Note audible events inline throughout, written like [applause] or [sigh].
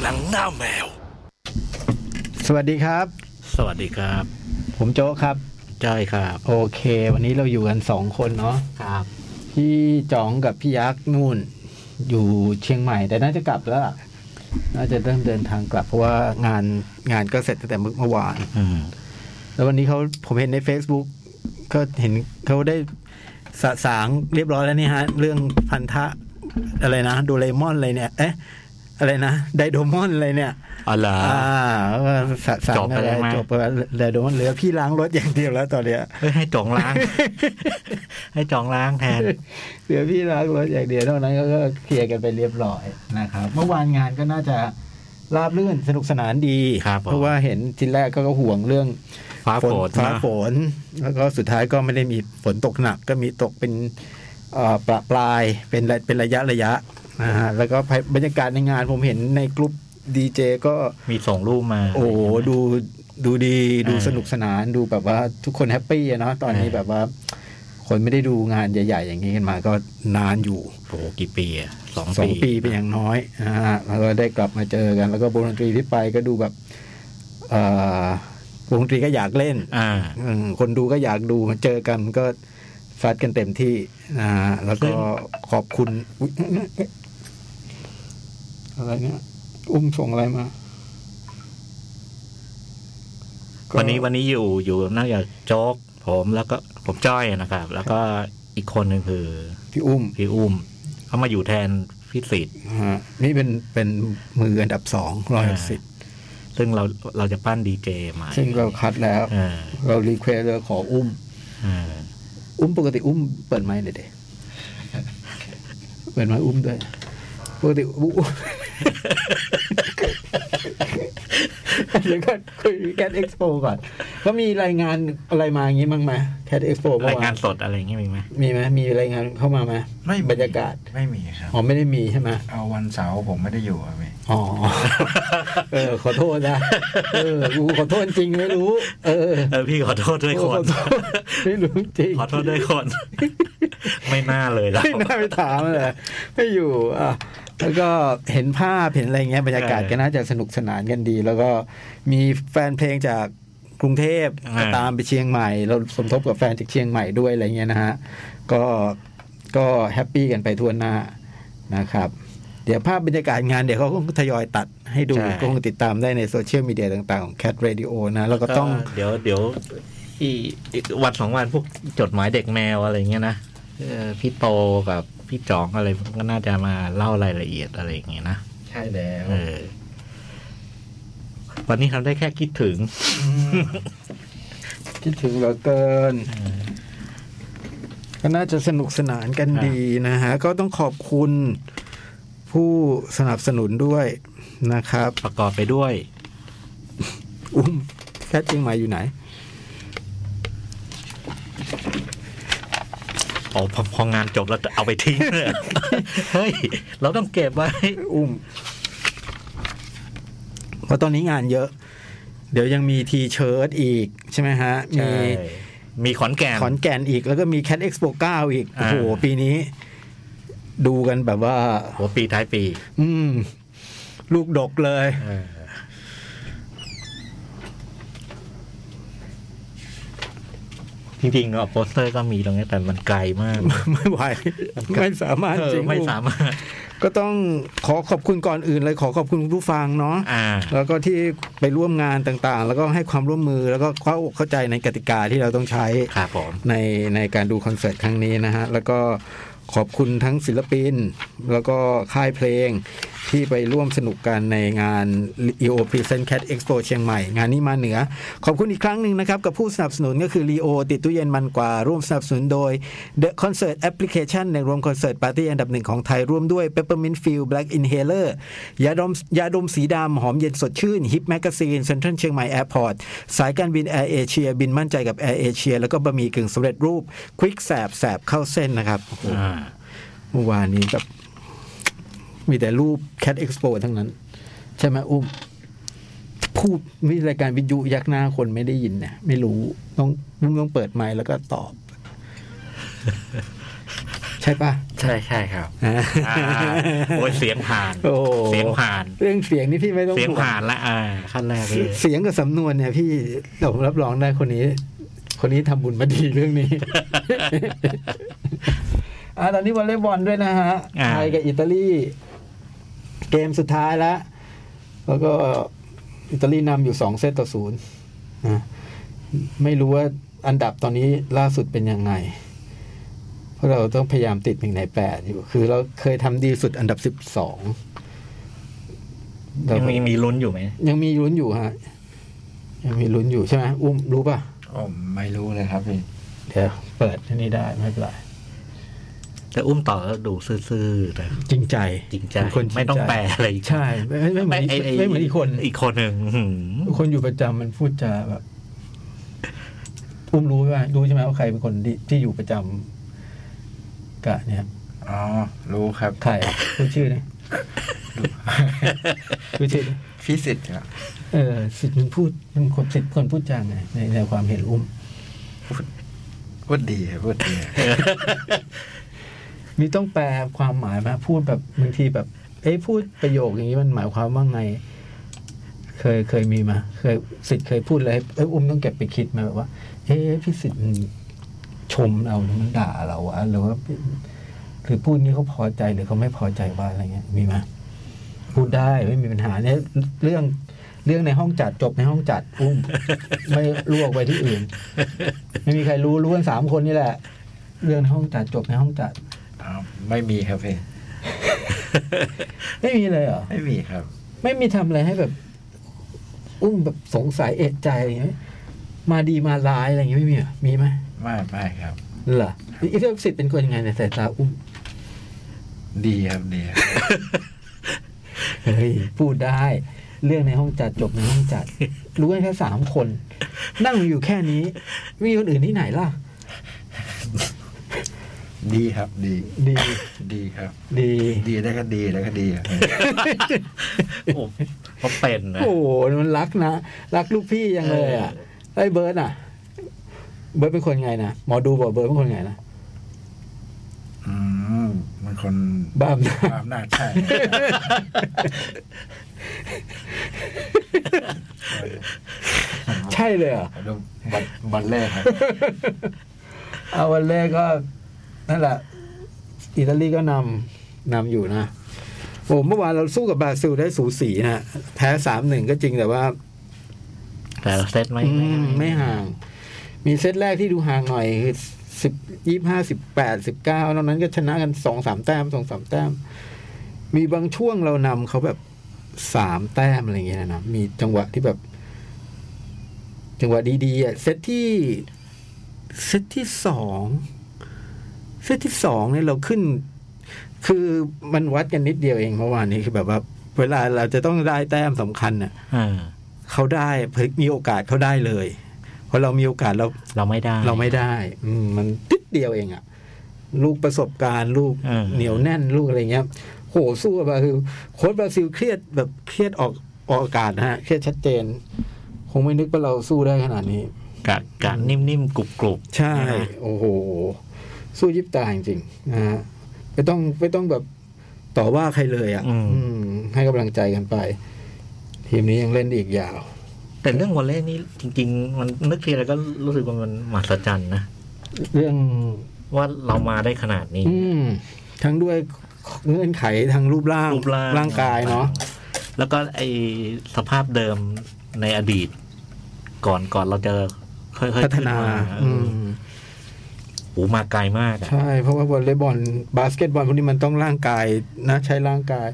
หน้าแมว สวัสดีครับ สวัสดีครับ ผมโจ๊กครับ จ้อยครับ โอเค วันนี้เราอยู่กันสองคนเนาะ ครับ พี่จ๋องกับพี่ยักษ์นู่น อยู่เชียงใหม่ แต่น่าจะกลับแล้วล่ะน่าจะเริ่มเดินทางกลับเพราะว่างานงานก็เสร็จตั้งแต่เมื่อวาน อืม แล้ววันนี้เขาผมเห็นใน Facebook ก็เห็นเขาได้สะสางเรียบร้อยแล้วนี่ฮะ เรื่องพันธะอะไรนะโดเรมอนอะไรเนี่ย เอ๊ะ อะไรนะไดโดมอนอะไรเนี่ย อ๋อเหรอ อ่าว่าสะสาง จบไป อะไร แล้วไหม จบไปแล้วไดโดมอนเห [laughs] ลือพี่ล้างรถอย่างเดียวแล้วตอนเนี้ย เฮ้ยให้จอง [laughs] ล้าง ให้จองล้างแทน เหลือพี่ล้างรถอย่างเดียวเท่านั้นก็ก็เคลียร์กันไปเรียบร้อยนะครับ เมื่อวานงานก็น่าจะราบรื่นสนุกสนานดี ครับผม เพราะว่าเห็นทีแรกก็ห่วงเรื่อง ฟ้าฝน ฟ้า นะ ฝน แล้วก็สุดท้ายก็ไม่ได้มีฝนตกหนัก ก็มีตกเป็นเอ่อประปรายเป็นระเป็นระยะระยะนะฮะแล้วก็บรรยากาศในงานผมเห็นในกลุ่มดีเจก็ มีส่งรูปมา โอ้โหดูดูดี เออ ดูสนุกสนานดูแบบว่าทุกคนแฮปปี้อะเนาะตอนนี้ เออ แบบว่า คนไม่ได้ดูงานใหญ่ ๆ อย่างนี้กันมาก็นานอยู่ โอ้โหกี่ปีอะสอง สองปีเป็นอย่างน้อยนะฮะแล้วก็ได้กลับมาเจอกัน แล้วก็วงดนตรีที่ไปก็ดูแบบเอ่อวงดนตรีก็อยากเล่น อ่า อืมคนดูก็อยากดูเจอกันก็ซัดกันเต็มที่นะฮะแล้วก็ขอบคุณอุ๊ยอะไรเนี่ยอุ้มส่งอะไรมาก็ วันนี้วันนี้อยู่อยู่นอกจากโจ๊กผมแล้วก็ผมจ้อยนะครับ แล้วก็อีกคนหนึ่งคือ พี่อุ้ม พี่อุ้มเขามาอยู่แทนพี่สิทธิ์ นะฮะนี่เป็นเป็นมืออันดับสองร้อยสิบ ซึ่งเราเราจะปั้นดีเจใหม่ ซึ่งเราคัดแล้ว เออ เรารีเควสเราขออุ้ม เออ อุ้มปกติอุ้มเปิดไมค์เลยเด็เปิดไมค์อุ้มด้วยปกติ [laughs] อุ้มเดี๋ยวก็คุยแคดเอ็กซ์โปก่อนก็มีรายงานอะไรมาอย่างนี้บ้างไหมแคดเอ็กซ์โปเมื่ รา องาวยาน น สดอะไรอย่างงี้มีไหม มีไหมมีรายงานเข้ามาไหม ไม่มี บรรยากาศ ไม่มีครับ อ๋อไม่ได้มีใช่ไหม เอาวันเสาร์ผมไม่ได้อยู่อะพี่ อ๋อเออ ขอโทษนะเออกูขอโทษจริงไม่รู้ เออ เออพี่ขอโทษด้วยค ขอน โทษไม่รู้จริง ขอโทษด้วยคน [laughs] ไม่น่าเลยเรา ไม่น่าไปถามเลยไม่อยู่อ่ะแล้วก็เห็นภาพเห็นอะไรเงี้ยบรรยากาศ เออ ก็น่าจะสนุกสนานกันดี แล้วก็มีแฟนเพลงจากกรุงเทพ เออ ก็ตามไปเชียงใหม่ เราสมทบกับแฟนจากเชียงใหม่ด้วยอะไรเงี้ยนะฮะก็ก็แฮปปี้กันไปทั่วหน้านะครับ เดี๋ยวภาพบรรยากาศงานเดี๋ยวเขาก็ทยอยตัดให้ดูก็คงติดตามได้ในโซเชียลมีเดียต่างๆของ Cat Radio นะแล้วก็ต้อง เดี๋ยวเดี๋ยวอีอีกวันสองวันพวกจดหมายเด็กแมวอะไรเงี้ยนะเออพี่โตกับพี่จ๋องอะไรก็น่าจะมาเล่ารายละเอียดอะไรอย่างเงี้ยนะ ใช่แล้ว เออ วันนี้ทำได้แค่คิดถึง คิดถึงเหลือเกิน ก็น่าจะสนุกสนานกัน อ่า ดีนะฮะ ก็ต้องขอบคุณผู้สนับสนุนด้วยนะครับ ประกอบไปด้วย อุ้มแคทเชียงใหม่อยู่ไหน อ๋อพอพองานจบแล้วจะเอาไปทิ้ง [laughs] เลยเฮ้ย เราต้องเก็บไว้ อุ้มเพราะตอนนี้งานเยอะ เดี๋ยวยังมีทีเชิร์ตอีกใช่ไหมฮะ มี ใช่มีขอนแก่น ขอนแก่นอีกแล้วก็มีแคทเอ็กซ์โปเก้าอีก โอ้โห อ่า ปีนี้ ดูกันแบบว่า หัวปีท้ายปี อืม ลูกดกเลย [laughs] เออจริงๆอะโปสเตอร์ก็มีตรงนี้แต่มันไกลมาก ไม่ไหว ไม่สามารถ เออ จริง ไม่สามารถ ก็ต้องขอขอบคุณก่อนอื่นเลยขอขอบคุณคุณผู้ฟังเนาะ อ่า แล้วก็ที่ไปร่วมงานต่างๆ แล้วก็ให้ความร่วมมือแล้วก็เข้าอกเข้าใจในกติกาที่เราต้องใช้ ครับผม ในในการดูคอนเสิร์ตครั้งนี้นะฮะ แล้วก็ขอบคุณทั้งศิลปิน แล้วก็ค่ายเพลงที่ไปร่วมสนุกกันในงาน EO Present Cat Expo เชียงใหม่ งานนี้มาเหนือ ขอบคุณอีกครั้งหนึ่งนะครับ กับผู้สนับสนุนก็คือ Leo ติดตู้เย็นมันกว่า ร่วมสนับสนุนโดย The Concert Application ในรวมคอนเสิร์ตปาร์ตี้อันดับหนึ่งของไทย ร่วมด้วย Peppermint f i e l Black Inhaler ยาดมยาดมสีดำ หอมเย็นสดชื่น Hip Magazine Central เชียงใหม่ Airport สายการบิน Air Asia บินมั่นใจกับ Air Asia แล้วก็บะหมี่กึ่งสำเร็จรูป Quick แสบแสบเข้าเส้นนะครับโอ้โห อ่า เมื่อวานนี้แบบมีแต่รูป Cat Expo ทั้งนั้น ใช่ไหมอุ้ม พูดมีรายการวิทยุยักหน้าคนไม่ได้ยินเนี่ยไม่รู้ต้องต้องเปิดไมค์แล้วก็ตอบ [laughs] ใช่ปะ ใช่ใช่ครับ อ่าโอ้ยเสียงผ่าน โอ้โห เสียงผ่าน [laughs] เรื่องเสียงนี่พี่ไม่ต้อง เสียง ห่ว ผ่านละอ่าขั้นแรกเลย เสียงกับสำนวนเนี่ยพี่ผมรับรองได้คนนี้ คนนี้ทำบุญมาดีเรื่อง [laughs] นี้ อ่ะตอนนี้วอลเลย์บอลด้วยนะฮะ า ไทยกับอิตาลีเกมสุดท้ายแล้วแล้วก็อิตาลีนำอยู่สองเซตต่อศูนย์นะไม่รู้ว่าอันดับตอนนี้ล่าสุดเป็นยังไง เพราะเราต้องพยายามติดหนึ่งในแปดอยู่ คือเราเคยทำดีสุดอันดับสิบสอง ยังมีมีลุ้นอยู่ไหม ยังมีลุ้นอยู่ฮะ ยังมีลุ้นอยู่ใช่ไหมอุ้มรู้ป่ะ อ๋อไม่รู้เลยครับพี่ เดี๋ยวเปิดที่นี่ได้ไม่เป็นไร แต่อุ้มต่อแล้วดูซื่อๆแต่ จริงใจ จริงใจ เป็นคนริง ไม่ต้องแปลอะไร ใช่ไม่ไม่ไม่เหมือน ไไ ไม่เหมือนอีกคน อีกคนหนึ่งอื้อหือ คนอยู่ประจำมันพูดจาแบบอุ้มรู้ไหมรู้ใช่ไหมว่าใครเป็นคนที่ที่อยู่ประจำกะเนี่ย อ๋อ รู้ครับ ใครพูด [laughs] ชื่อนะพูดชื่อดิ พิสิทธิ์ครับ เออสิทธิ์มันพูดมันคนสิทธิ์คนพูดจาไงในในความเห็นอุ้ม พูดดีครับพูดดี มีต้องแปลความหมายไหมาพูดแบบบางทีแบบ เอ้ยพูดประโยคอย่างนี้มันหมายความว่าไง เคยเคยมีมาเคยสิทธิ์เคยพูดเลยเอ้ยอุ้มต้องเก็บไปคิดไหมาแบบว่า เอ้ยพี่สิทธิ์มันชมเราหรือมันด่าเราอะหรือว่าหรือพูดนี้เขาพอใจหรือเขาไม่พอใจว่าอะไรเงี้ยมีไหมพูดได้ไม่มีปัญหาเนี่ยเรื่องเรื่องในห้องจัดจบในห้องจัดอุ้ม ไม่ลวกไปที่อื่น ไม่มีใครรู้รู้กันสามคนนี่แหละ เรื่องในห้องจัดจบในห้องจัด อ๋อ ไม่มีครับพี่ ไม่มีเลยเหรอ ไม่มีครับ ไม่มีทำอะไรให้แบบ อุ้มแบบสงสัยเอะใจอะไรอย่างเงี้ยมาดีมาร้ายอะไรอย่างเงี้ยไม่มีเหรอมีไหม ไม่ไม่ครับ เหรออีเทอร์สิทธิ์เป็นคนยังไงในสายตาอุ้ม ดีครับดีครับ เฮ้ยพูดได้ เรื่องในห้องจัดจบในห้องจัด รู้กันแค่สามคน นั่งอยู่แค่นี้มีคนอื่นที่ไหนล่ะ ดีครับ ดี ดี ดีครับ ดี ดีแล้วก็ดีแล้วก็ดีครับพี่ โอ้เขาเป็นนะ โอ้โหมันรักนะ รักลูกพี่ยังเลยอ่ะไอ้เบิร์ดอ่ะ เบิร์ดเป็นคนไงนะหมอดูบอกเบิร์ดเป็นคนไงนะ อืมมันคน บ้ามนะ ความน่าใช่ ใช่เลยเหรอ ดูบอลบอลแรกครับ เอาวันแรกก็ นั่นแหละ อิตาลีก็นำนำอยู่นะโอ้เมื่อวานเราสู้กับบราซิลได้สูสีนะแพ้สามหนึ่งก็จริงแต่ว่า แต่เราเซตไม่ อื ไม่ มไม่ห่าง มีเซตแรกที่ดูห่างหน่อยคือสิบยี่ห้าสิบแปดสิบเก้านอกนั้นก็ชนะกันสองสามแต้มสองสามแต้ม มีบางช่วงเรานำเขาแบบสามแต้มอะไรอย่างเงี้ยนะมีจังหวะที่แบบ จังหวะดีๆอ่ะเซตที่เซตที่สองเซตที่สองเนี่ยเราขึ้น คือมันวัดกันนิดเดียวเองเมื่อวานนี้คือแบบว่า เวลาเราจะต้องได้แต้มสำคัญน่ะ เออ เขาได้มีโอกาสเขาได้เลยเพราะเรามีโอกาสเรา เราไม่ได้ เราไม่ได้ อืมมันติดเดียวเองอะลูกประสบการณ์ ลูก เออ เหนียวแน่นลูกอะไรเงี้ย โหสู้กับบราซิลโค้ชบราซิลเครียดแบบเครียดออกออกอากาศนะฮะ เครียดชัดเจน คงไม่นึกว่าเราสู้ได้ขนาดนี้ กะกะนิ่มๆกรุบๆ ใช่ ใช่ไหม โอ้โห สู้ยิบตาจริงๆนะฮะไม่ต้องไม่ต้องแบบต่อว่าใครเลยอะ่ะ อืม อืม ให้กำลังใจกันไป ทีมนี้ยังเล่นได้อีกยาว แต่เรื่องวอลเล่นี่จริง ๆ มันนึกทีไรก็รู้สึกว่ามันมหัศจรรย์นะ เรื่อง ว่าเรามาได้ขนาดนี้ อืม ทั้งด้วยเงื่อนไขทางรูปร่าง รูปร่าง งกายเนาะ แล้วก็ไอสภาพเดิมในอดีต ก่อนก่อนเราจะค่อยๆ พัฒนา ขึ้มเออ อืม โหมาไกลมากอะ ใช่ เพราะว่าวอลเลย์บอลบาสเกตบอลพวกนี้มันต้องร่างกายนะใช้ร่างกาย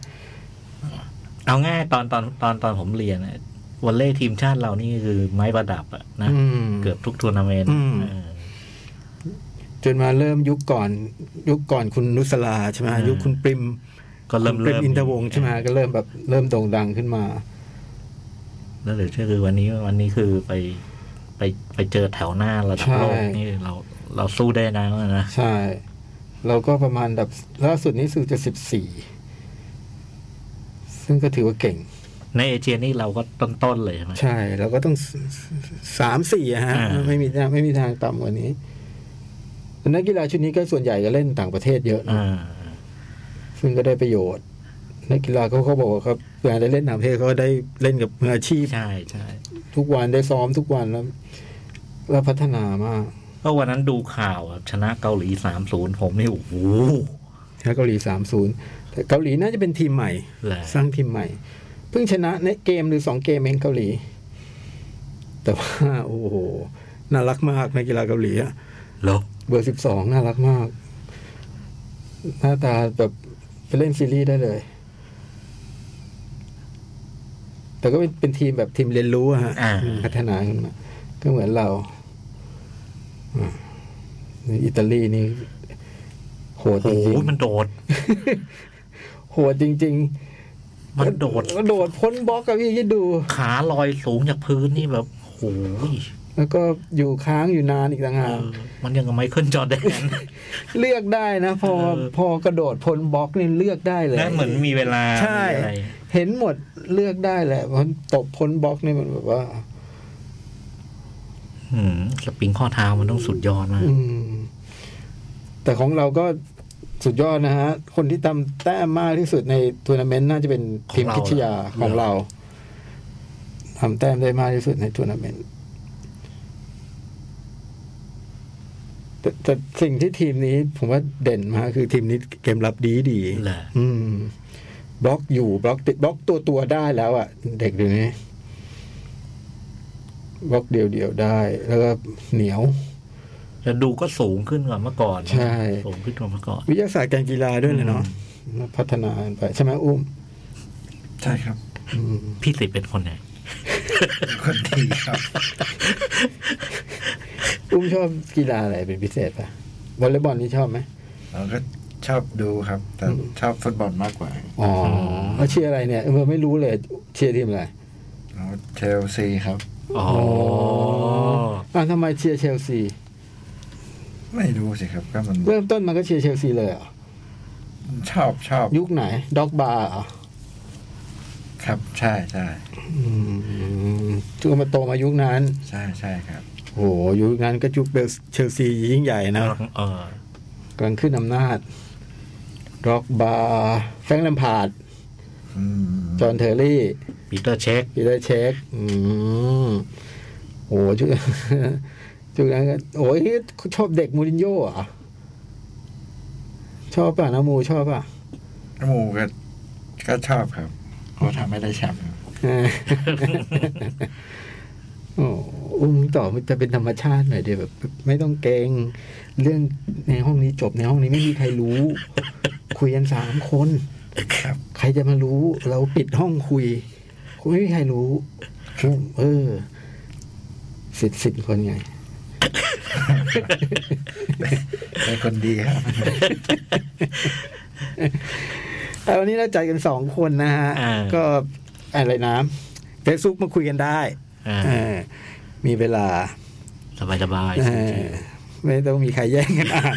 เอาง่ายตอนตอนตอนตอนผมเรียนอะวอลเล่ทีมชาติเรานี่คือไม้ประดับอะนะ อืม เกือบทุกทัวร์นาเมนต์ อืม เออ จนมาเริ่มยุคก่อน ยุคก่อนคุณนุสลาใช่ไหม อ่ายุ ยุคคุณปริม ก็เริ่ม คุณปริ เริ่ม อินทวงศ์ใช่ไหมก็เริ่มแบบเริ่มโด่งดังขึ้นมา แล้วเหรือเชื่อคือวันนี้วันนี้คือไปไปไปเจอแถวหน้าระดับ ใช่ โลกนี่เราเราสู้ได้นะนะ ใช่ เราก็ประมาณดับล่าสุดนี้สูจะสิบสี่ซึ่งก็ถือว่าเก่ง ในเอเชียนี่เราก็ต้นๆเลยใช่ไหม ใช่เราก็ต้องสสสามสี่อะฮะ อ่า ไม่มีทางไม่มีทางต่ำกว่านี้ นักกีฬาชุดนี้ก็ส่วนใหญ่จะเล่นต่างประเทศเยอะนะ อ่า ซึ่งก็ได้ประโยชน์ นักกีฬาเขาเขาบอกว่าครับเวลาได้เล่นต่างประเทศเขาก็ได้เล่นกับมืออาชีพ ใช่ใช่ ทุกวันได้ซ้อมทุกวันแล้ว แล้วพัฒนามาก ก็วันนั้นดูข่าวครับชนะเกาหลีสามศูนย์ผมนี่โอ้โห ชนะเกาหลีสามศูนย์แต่เกาหลีน่าจะเป็นทีมใหม่ แหละ สร้างทีมใหม่ เพิ่งชนะในเกมหรือสองเกมเองเกาหลี แต่ว่า โอ้โห น่ารักมากในกกีฬาเกาหลีอะ เหรอ เบอร์สิบสองน่ารักมาก หน้าตาแบบไปเล่นซีรีส์ได้เลย แต่ก็เป็นเป็นทีมแบบทีมเรียนรู้อะฮะ อ่า พัฒนาขึ้นมาก็เหมือนเราอ่าอิตาลีนี่โหด โอ้โห จริง มันโดด ๆโหดจริง ๆ มันโดด ก็โดดพ้นบล็อกกับพี่คิดดู ขาลอยสูงจากพื้นนี่แบบโอ้โห แล้วก็อยู่ค้างอยู่นานอีกต่าง เอ หาก อมันยังกับไมเคิลจอร์แดน เลือกได้นะ พอ เออ พอกระโดดพ้นบล็อกนี่เลือกได้เลย และเหมือนมีเวลา ใช่ มีอะไร เห็นหมดเลือกได้แหละเพราะตบพ้นบล็อกนี่มันแบบว่า อืมสปริงข้อเท้ามันต้องสุดยอดมาก อืม แต่ของเราก็สุดยอดนะฮะ คนที่ทำแต้มมากที่สุดในทัวร์นาเมนต์น่าจะเป็นทีม ของเรา พิชยา เหรอ ของเราทำแต้มได้มากที่สุดในทัวร์นาเมนต์แต่แต่สิ่งที่ทีมนี้ ผมว่าเด่นมากคือทีมนี้เกมรับดีดี แหละ อืม บล็อกอยู่บล็อกติดบล็อกตัวตัวๆได้แล้วอะ่ะ เด็กเดี๋ยวนี้บล็อกเดียวเดียวๆได้ แล้วก็เหนียว แล้วดูก็สูงขึ้นกว่าเมื่อก่อน ใช่ สูงขึ้นกว่าเมื่อก่อน วิทยาศาสตร์การกีฬาด้วยเลยเนาะพัฒนาไปใช่ไหมอุ้ม ใช่ครับ อืม พี่สิบเป็นคนไหน คนดีครับ อุ้มชอบกีฬาอะไรเป็นพิเศษปะวอลเลย์บอลนี่ชอบไหม เราก็ชอบดูครับ แต่ชอบฟุตบอลมากกว่า อ๋อแล้วเชียร์อะไรเนี่ยเออไม่รู้เลยเชียร์ทีมอะไร เราเชลซีครับ อ๋อ อ่ะทำไมเชียร์เชลซี ไม่รู้สิครับ ก็มัน เริ่มต้นมันก็เชียร์เชลซีเลยเหรอ ชอบชอบ ยุคไหนด็อกบาร์เหรอ ครับ ใช่ใช่ อืมจุกมาโตมายุคนั้น ใช่ใช่ครับ โอ้โหยุคนั้นก็ยุคเชลซียิ่งใหญ่นะ เออก ำลังขึ้นอำนาจด็อกบาร์แฟรงค์แลมพาร์ด อืม จอห์นเทอร์รี่ ปีเตอร์เช็ค พี่ได้เช็ค อืมโอ้จุ [laughs] จุนั้นก็โอ้ยชอบเด็กมูรินโญ่เหรอ่ะ ชอบป่ะนะมูชอบป่ะ หมูก็ก็ชอบครับเขาทำไม่ได้แชมป์ครับ เออ [laughs] โอ้อุ้มต่อมันจะเป็นธรรมชาติหน่อยเดียวแบบ ไม่ต้องเกรงเรื่องในห้องนี้จบในห้องนี้ไม่มีใครรู้ คุยกันสามคน ครับ ใครจะมารู้ เราปิดห้องคุยคุยไม่มีใครรู้เออสิบสิบคนไง เป็นคนดีครับ แต่วันนี้เราจัดกันสองคนนะฮะ อ่า ก็อะไรนะเฟซบุ๊กมาคุยกันได้ อ่า เออมีเวลา สบายสบาย เออไม่ต้องมีใครแย่งกัน [laughs] อ่าน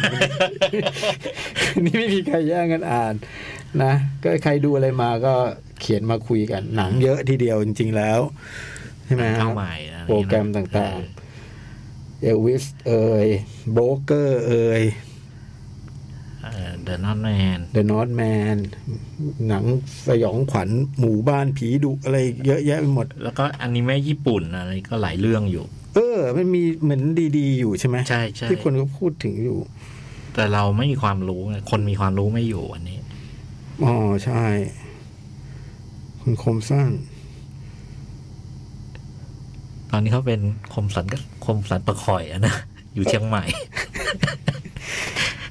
นี่ไม่มีใครแย่งกันอ่าน นะ ก็ใครดูอะไรมาก็เขียนมาคุยกัน หนังเยอะทีเดียวจริง ๆ แล้ว ใช่ไหมฮะ เข้าใหม่อะไรอย่างเงี้ยนะ โปรแกรมต่าง เอลวิสเอ่ยโบรกเกอร์เอ่ย เดอะนอตแมน The North Man หนังสยองขวัญหมู่บ้านผีดุอะไรเยอะแยะไปหมด แล้วก็อนิเมะญี่ปุ่นอะไรก็หลายเรื่องอยู่ เออ มันมีเหมือนดีๆ อยู่ใช่ไหม ใช่ใช่ ที่คนก็พูดถึงอยู่ แต่เราไม่มีความรู้ไงคนมีความรู้ไม่อยู่อันนี้ อ๋อ ใช่ คุณคมสั้น ตอนนี้เขาเป็นคมสันก็คมสันประคอยอะนะ [laughs] อยู่เชียงใหม่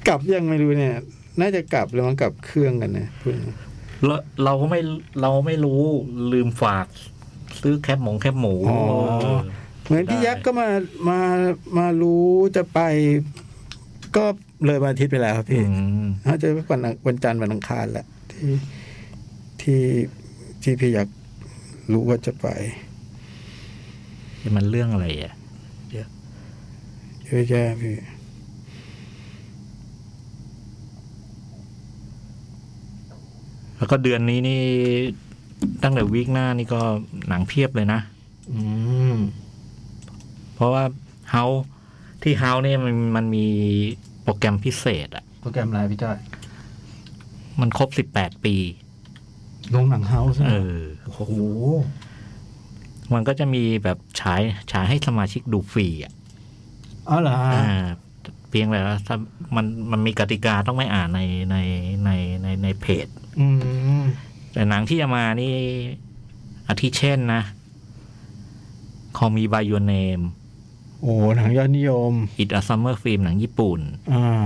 กลับยังไม่รู้เนี่ย น่าจะกลับแล้วมันกลับเครื่องกันนะพูดนะ เราเราก็ไม่เราไม่รู้ลืมฝากซื้อแคบหมงแคบหมูเออ เหมือนพี่ ได้ ยักษ์ก็มามามารู้จะไป ก็เลยวันอาทิตย์ไปแล้วครับ อื พี่ ม อาจจะวันอังวันจันทร์วันอังคารแหละที่ที่ที่พี่อยากรู้ว่าจะไป มันเรื่องอะไรอ่ะ เยอะแยะพี่ แล้วก็เดือนนี้นี่ตั้งแต่วีคหน้านี่ก็หนังเพียบเลยนะ อืม เพราะว่าเฮาที่เฮาเนี่ยมันมันมี โปรแกรมพิเศษอ่ะ โปรแกรมอะไรพี่จ้อย มันครบสิบแปดปี โรงหนังเฮาส์ เออ โอ้โห มันก็จะมีแบบฉายฉายให้สมาชิกดูฟรีอ่ะ อ๋อเหรอฮะ อ่าเพียงแต่ว่าถ้ามันมันมีกติกาต้องไม่อ่านในในในในในเพจ อืม แต่หนังที่จะมานี่อาทิเช่นนะ คอมีบาย r เนม โอ้หนังยอดนิยม อิ a อ u m มเมอร์ฟิล์มหนังญี่ปุ่น อ่า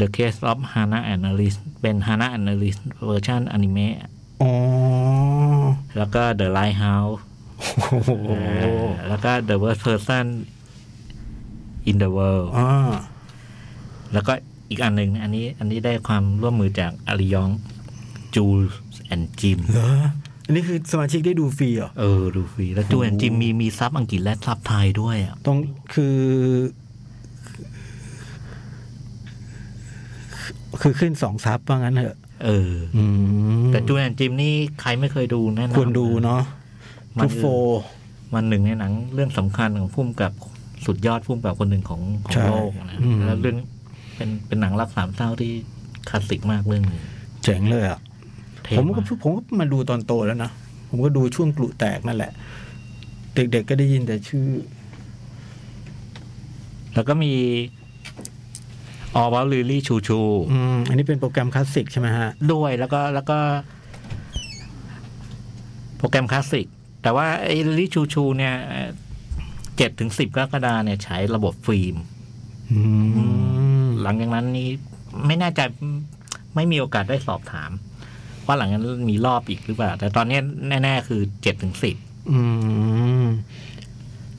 The Case of Hana Analyst เป็น Hana Analyst เวอร์ชันอนิเมะ อ๋อ แล้วก็ The Lighthouse โอ้โห อ่าแล้วก็ The Worst Person in the World อ่า แล้วก็อีกอันหนึ่งอันนี้อันนี้ได้ความร่วมมือจากอาริยองจูแอนจิม เหรอ อันนี้คือสมาชิกได้ดูฟรีเหรอ เออ ดูฟรี แล้วจูแอนจิมมีมีซับอังกฤษและซับไทยด้วยอ่ะ ต้องคือ คือขึ้นสองซับว่างั้นเหอะ เออ แต่จูแอนจิมนี่ใครไม่เคยดูแน่นอน ควรดูเนาะ มั ทู น โฟ มันหนึ่งในหนังเรื่องสำคัญของพุ่มกับสุดยอดพุ่มกับคนหนึ่งของของ ใช่ โลกนะ อืม แล้วเรื่องเป็นเป็นหนังรักสามเศร้าที่คลาสสิกมากเรื่องหนึง เจ๋งเลยอ่ะ เท่ ผมก็ มาก ผมก็มาดูตอนโตแล้วนะ ผมก็ดูช่วงกลุแตกนั่นแหละ เด็กๆก็ได้ยินแต่ชื่อ แล้วก็มีออวัลลิลี่ชูชู อืม อันนี้เป็นโปรแกรมคลาสสิกใช่ไหมฮะ ด้วยแล้วก็แล้วก็ โปรแกรมคลาสสิก แต่ว่าไอ้ลิชูชู เนี่ยเจ็ดถึงสิบกรกฎาเนี่ยใช้ระบบฟิล์ม อืม หลังจากนั้นนี้ไม่แน่ใจไม่มีโอกาสได้สอบถาม ว่าหลังจากนั้นมีรอบอีกหรือเปล่า แต่ตอนนี้แน่ ๆ คือเจ็ดถึงสิบ อืม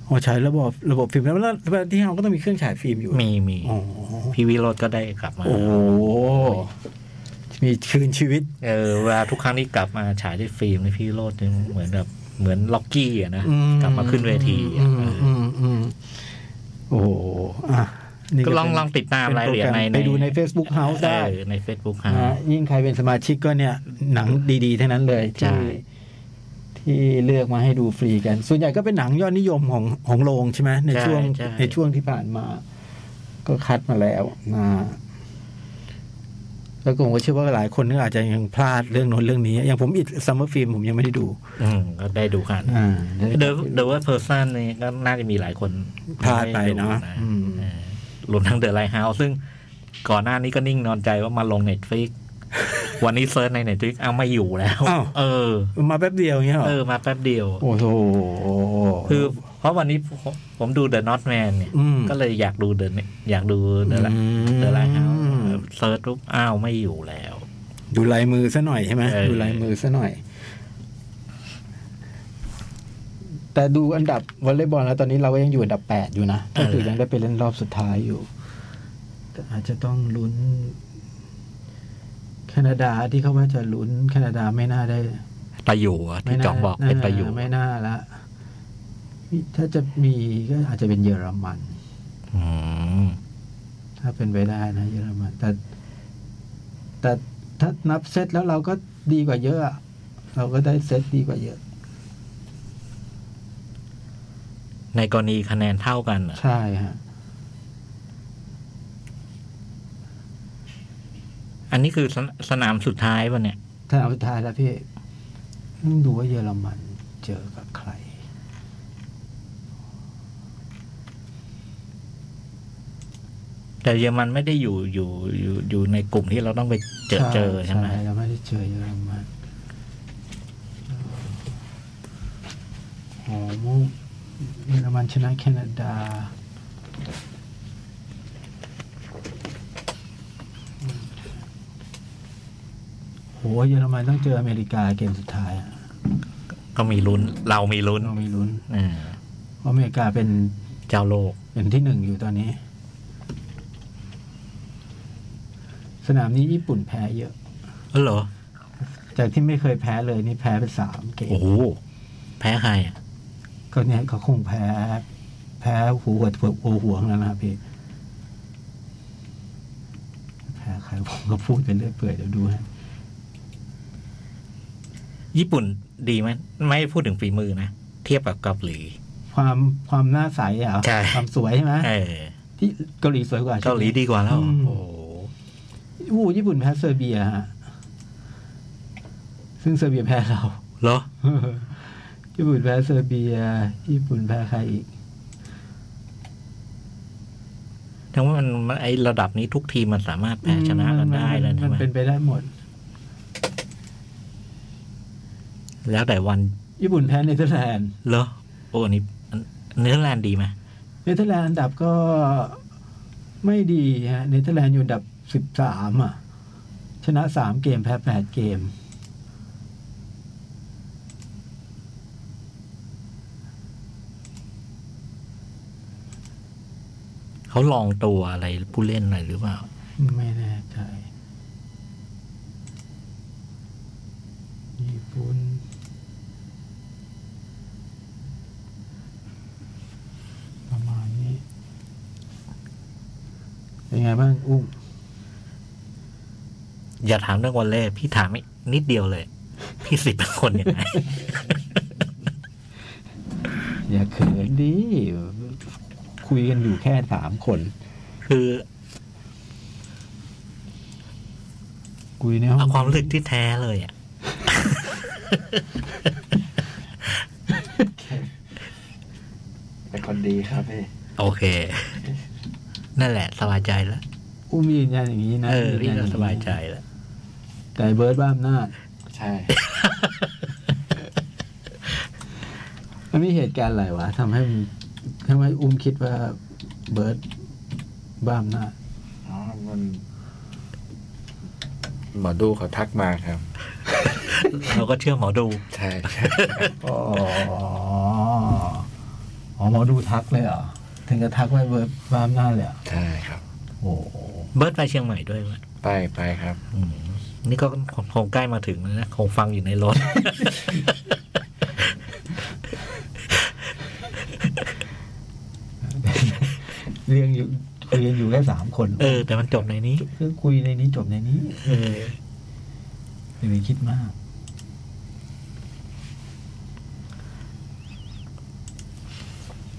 อ๋อใช้ระบบระบบฟิล์มแล้วแล้วแล้วที่เราก็ต้องมีเครื่องฉายฟิล์มอยู่ มีมี โอ้โห พี่วิโรจน์ก็ได้กลับมา โอ้โหมีคืนชีวิต เออเวลาทุกครั้งที่กลับมาฉายได้ฟิล์มในพี่วิโรจน์เนี่ยเหมือนแบบเหมือนล็อกกี้อะนะ อื กลับมาขึ้นเวทีอะ อืมอืมอืมโอ้โหอ่ะนี่ ก็ลอง เป็น ลองติดตามรายละเอียดใน ป็นโปรแกรมไปดูใน Facebook House ได้ เออใน Facebook นะ ฮะ ฮะยิ่งใครเป็นสมาชิกก็เนี่ย หนังดีๆทั้งนั้นเลย ใช่ ที่ที่เลือกมาให้ดูฟรีกัน ส่วนใหญ่ก็เป็นหนังยอดนิยมของของโรงใช่ไหมในช่วงในช่วงที่ผ่านมา ก็คัดมาแล้วนะแล้วก็ผมก็เชื่อว่าหลายคนก็อาจจะยังพลาดเรื่องโน้นเรื่องนี้ อย่างผมอิดซัมเมอร์ฟิล์มผมยังไม่ได้ดู อืมก็ได้ดูกัน อ่า เดอะเดอะเวิร์ดเพอร์ซันนี่ก็น่าจะมีหลายคน พลาดไปเนอะ ม่ด้ อื ดู ม เออรวมทั้งเดอะไลท์เฮาส์ซึ่งก่อนหน้านี้ก็นิ่งนอนใจว่ามาลงเน็ตฟ i ิก [laughs] วันนี้เซิร์ชในเน็ตฟ i ิกเอาไม่อยู่แล้ว อ้าว เออ มาแป๊บเดียวอย่างเงี้ยเหรอ เออ มาแป๊บเดียว โอ้โห คือเพราะวันนี้ผมผมดูเดอะนอตแมนเนี่ย ม ก็เลยอยากดูเดอะอยากดูเดอะไลท์เดอะไลท์เฮาส์เซิร์ชปุ๊บอ้าวไม่อยู่แล้ว ดูลายมือซะหน่อยใช่ไหม เออ ดูลายมือซะหน่อย แต่ดูอันดับวอลเลย์บอลแล้วตอนนี้เราก็ยังอยู่อันดับแปดอยู่นะก็คือยังได้ไปเล่นรอบสุดท้ายอยู่ แต่อาจจะต้องลุ้น แคนาดาที่เขาว่าจะลุ้น แคนาดาไม่น่าได้ ตะอยู่อะที่ ไม่า จองบอกเป็นตะอยู่ ไม่น่าละถ้าจะมีก็อาจจะเป็นเยอรมัน อืม ถ้าเป็นไปได้นะเยอรมันแต่แต่ถ้านับเซตแล้วเราก็ดีกว่าเยอะอะเราก็ได้เซตดีกว่าเยอะ ในกรณีคะแนนเท่ากันเหรอ ใช่ฮะ อันนี้คือสนสนามสุดท้ายป่ะเนี่ย ถ้าเอาสุดท้ายแล้วพี่ต้องดูว่าเยอรมันเจอกับใคร แต่เยอรมันไม่ได้อยู่อยู่อยู่อยู่ในกลุ่มที่เราต้องไปเจอเจอใช่ไหม เราไม่ได้เจอเยอรมันโอ้โหเยอรมันชนะแคนาดา โหเยอรมันต้องเจออเมริกาเกมสุดท้ายอะ ก็มีลุ้น เรามีลุ้น เรามีลุ้น อ่า เพราะอเมริกาเป็น เจ้าโลก เป็นที่หนึ่งอยู่ตอนนี้ สนามนี้ญี่ปุ่นแพ้เยอะ เออเหรอ จากที่ไม่เคยแพ้เลยนี่แพ้ไปสามเกม โอ้โห แพ้ใครอะ ก็เนี่ยเขาคงแพ้ แพ้หูหัวหัวหัวหวงแล้วนะครับพี่แพ้ใครผมก็พูดไปเรื่อยเปื่อยเดี๋ยวดูฮะ ญี่ปุ่นดีไหมไม่พูดถึงฝีมือนะ เทียบกับเกาหลี ความความหน้าใสเหรอ่ะ ใช่ ความสวยใช่ไหม เออ ที่เกาหลีสวยกว่าใช่ไม เกาหลีดีกว่าแล้วเหรอ อืม โอ้โห อู้ญี่ปุ่นแพ้เซอร์เบียฮะซึ่งเซอร์เบียแพ้เรา เหรอ ญี่ปุ่นแพ้เซอร์เบีย ญี่ปุ่นแพ้ใครอีก ทั้งว่ามันมันไอระดับนี้ทุกทีมมันสามารถแพ้ชนะกันได้แล้ว มั ใช่ น ไหม เป็นไปได้หมด แล้วแต่วัน ญี่ปุ่นแพ้เนเธอร์แลนด์ เหรอโอ้อันนี้อันเนื้อแลนด์ดีไหม เนเธอร์แลนด์อันดับก็ไม่ดีฮะ เนเธอร์แลนด์อยู่อันดับสิบสามอ่ะ ชนะสามเกมแพ้แปดเกม เขาลองตัวอะไรผู้เล่นอะไรหรือเปล่า ไม่แน่ใจญี่ปุ่นประมาณนี้ เป็นไงบ้าง อุ้ม อย่าถามเรื่องวอลเล่พี่ถามอีกนิดเดียวเลย พี่สิบเป็นคนยังไง [laughs] อย่าเขินดิ คุยกันอยู่แค่สามคน คือ คุยในห้อ เอา ง ความรู้สึกที่แท้เลยอ่ะ เป็นคนดีครับพี่ โอเค นั่นแหละ สบายใจแล้ว อุ้มยืนยันอย่างนี้นะ เออ ยื พี่ นน ก็ องนี้ สบายใจแล้ว แต่เบิร์ดบ้าอำนาจ ใช่ มันมีเหตุการณ์อะไรวะทำให้มันทำให้อุ้มคิดว่าเบิร์ดบ้ามหน้าจ อ๋อ มันหมอดูเขาทักมาครับ เราก็เชื่อหมอดู ใช่ใช่ [laughs] อ๋ออ๋อหมอดูทักเลยเหรอ ถึงกับทักว่าเบิร์ดบ้ามหน้าจเลยเหรอ ใช่ครับ โอ้โห เบิร์ดไปเชียงใหม่ด้วยมั้ย ไปไปครับ อืมนี่ก็คงคงใกล้มาถึงแล้วนะคงฟังอยู่ในรถ [laughs] เรื่องอยู่คุยกันอยู่แค่สามคน เออ แต่มันจบในนี้ คือคุยในนี้จบในนี้ เออ อย่าไปคิดมาก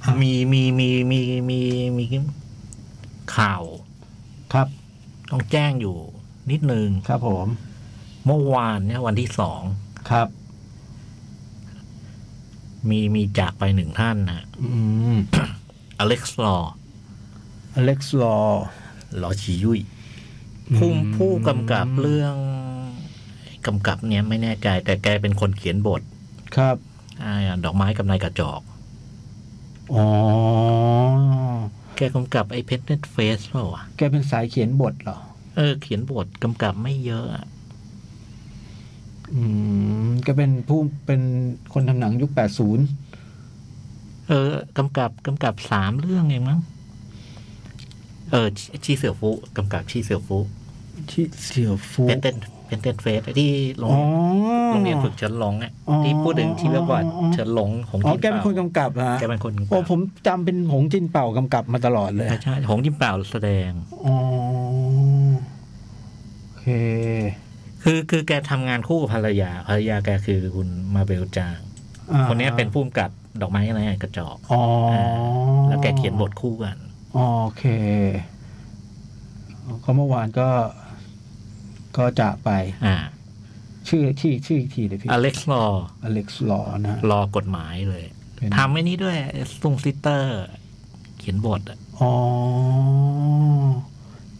อ่ะ มีมีมีมีมีมีข่าว ครับ ต้องแจ้งอยู่ นิดนึง ครับผม เมื่อวานเนี่ยวันที่สอง ครับ มีมีจากไปหนึ่งท่านนะ อืม อเล็กซ์ลอ อเล็กซ์ลอ ลอชียุยผู้ อืม ผู้กำกับเรื่องกำกับเนี่ยไม่แน่ใจ แต่แกเป็นคนเขียนบท ครับ อ่าดอกไม้กับนายกระจอก อ๋อ แกกำกับไอ้เพชรเน็ตเฟสเปล่าวะ แกเป็นสายเขียนบทเหรอ เออ เขียนบทกำกับไม่เยอะอะ อืมก็เป็นผู้เป็นคนทำหนังยุค 80 เออกำกับกำกับสามเรื่องเองมั้งเออชีชีเสี่ยวฟุกำกับชีเสี่ยวฟุ ที่เสี่ยวฟู เป็นเต้นเป็นเต้นเฟสที่โรง อ๋เรียนอโรงเรียนฝึกเฉินหลงอ่ะ อ๋อ ที่พูดถึงที่เรียกว่า อ๋อ เฉินหลงของ อ๋อ จิ้น แกเป็นคนกำกับฮะ แกเป็นคน โอ้ผมจำเป็นหงจินเป่ากำกับมาตลอดเลย ใช่ใช่หงจิ้มเปล่าแสดง อ๋อ โอเค คือคือแกทำงานคู่กับภรรยาภรรยาแกคือคุณมาเบลจาง อ่า คนเนี้ยเป็นผู้กำกับดอกไม้อะไรกระจอก อ๋ออ่า แล้วแกเขียนบทคู่กัน อ๋อโอเค ก็เมื่อวานก็ ก็จากไป อ่า ชื่อที่ชื่ออีกทีเลยพี่ อเล็กซ์ลอ อเล็กซ์ลอนะฮะ รอกฎหมายเลย เป็น ทำไอ้นี้ด้วยซุงซิสเตอร์ เขียนบทอะ อ๋อ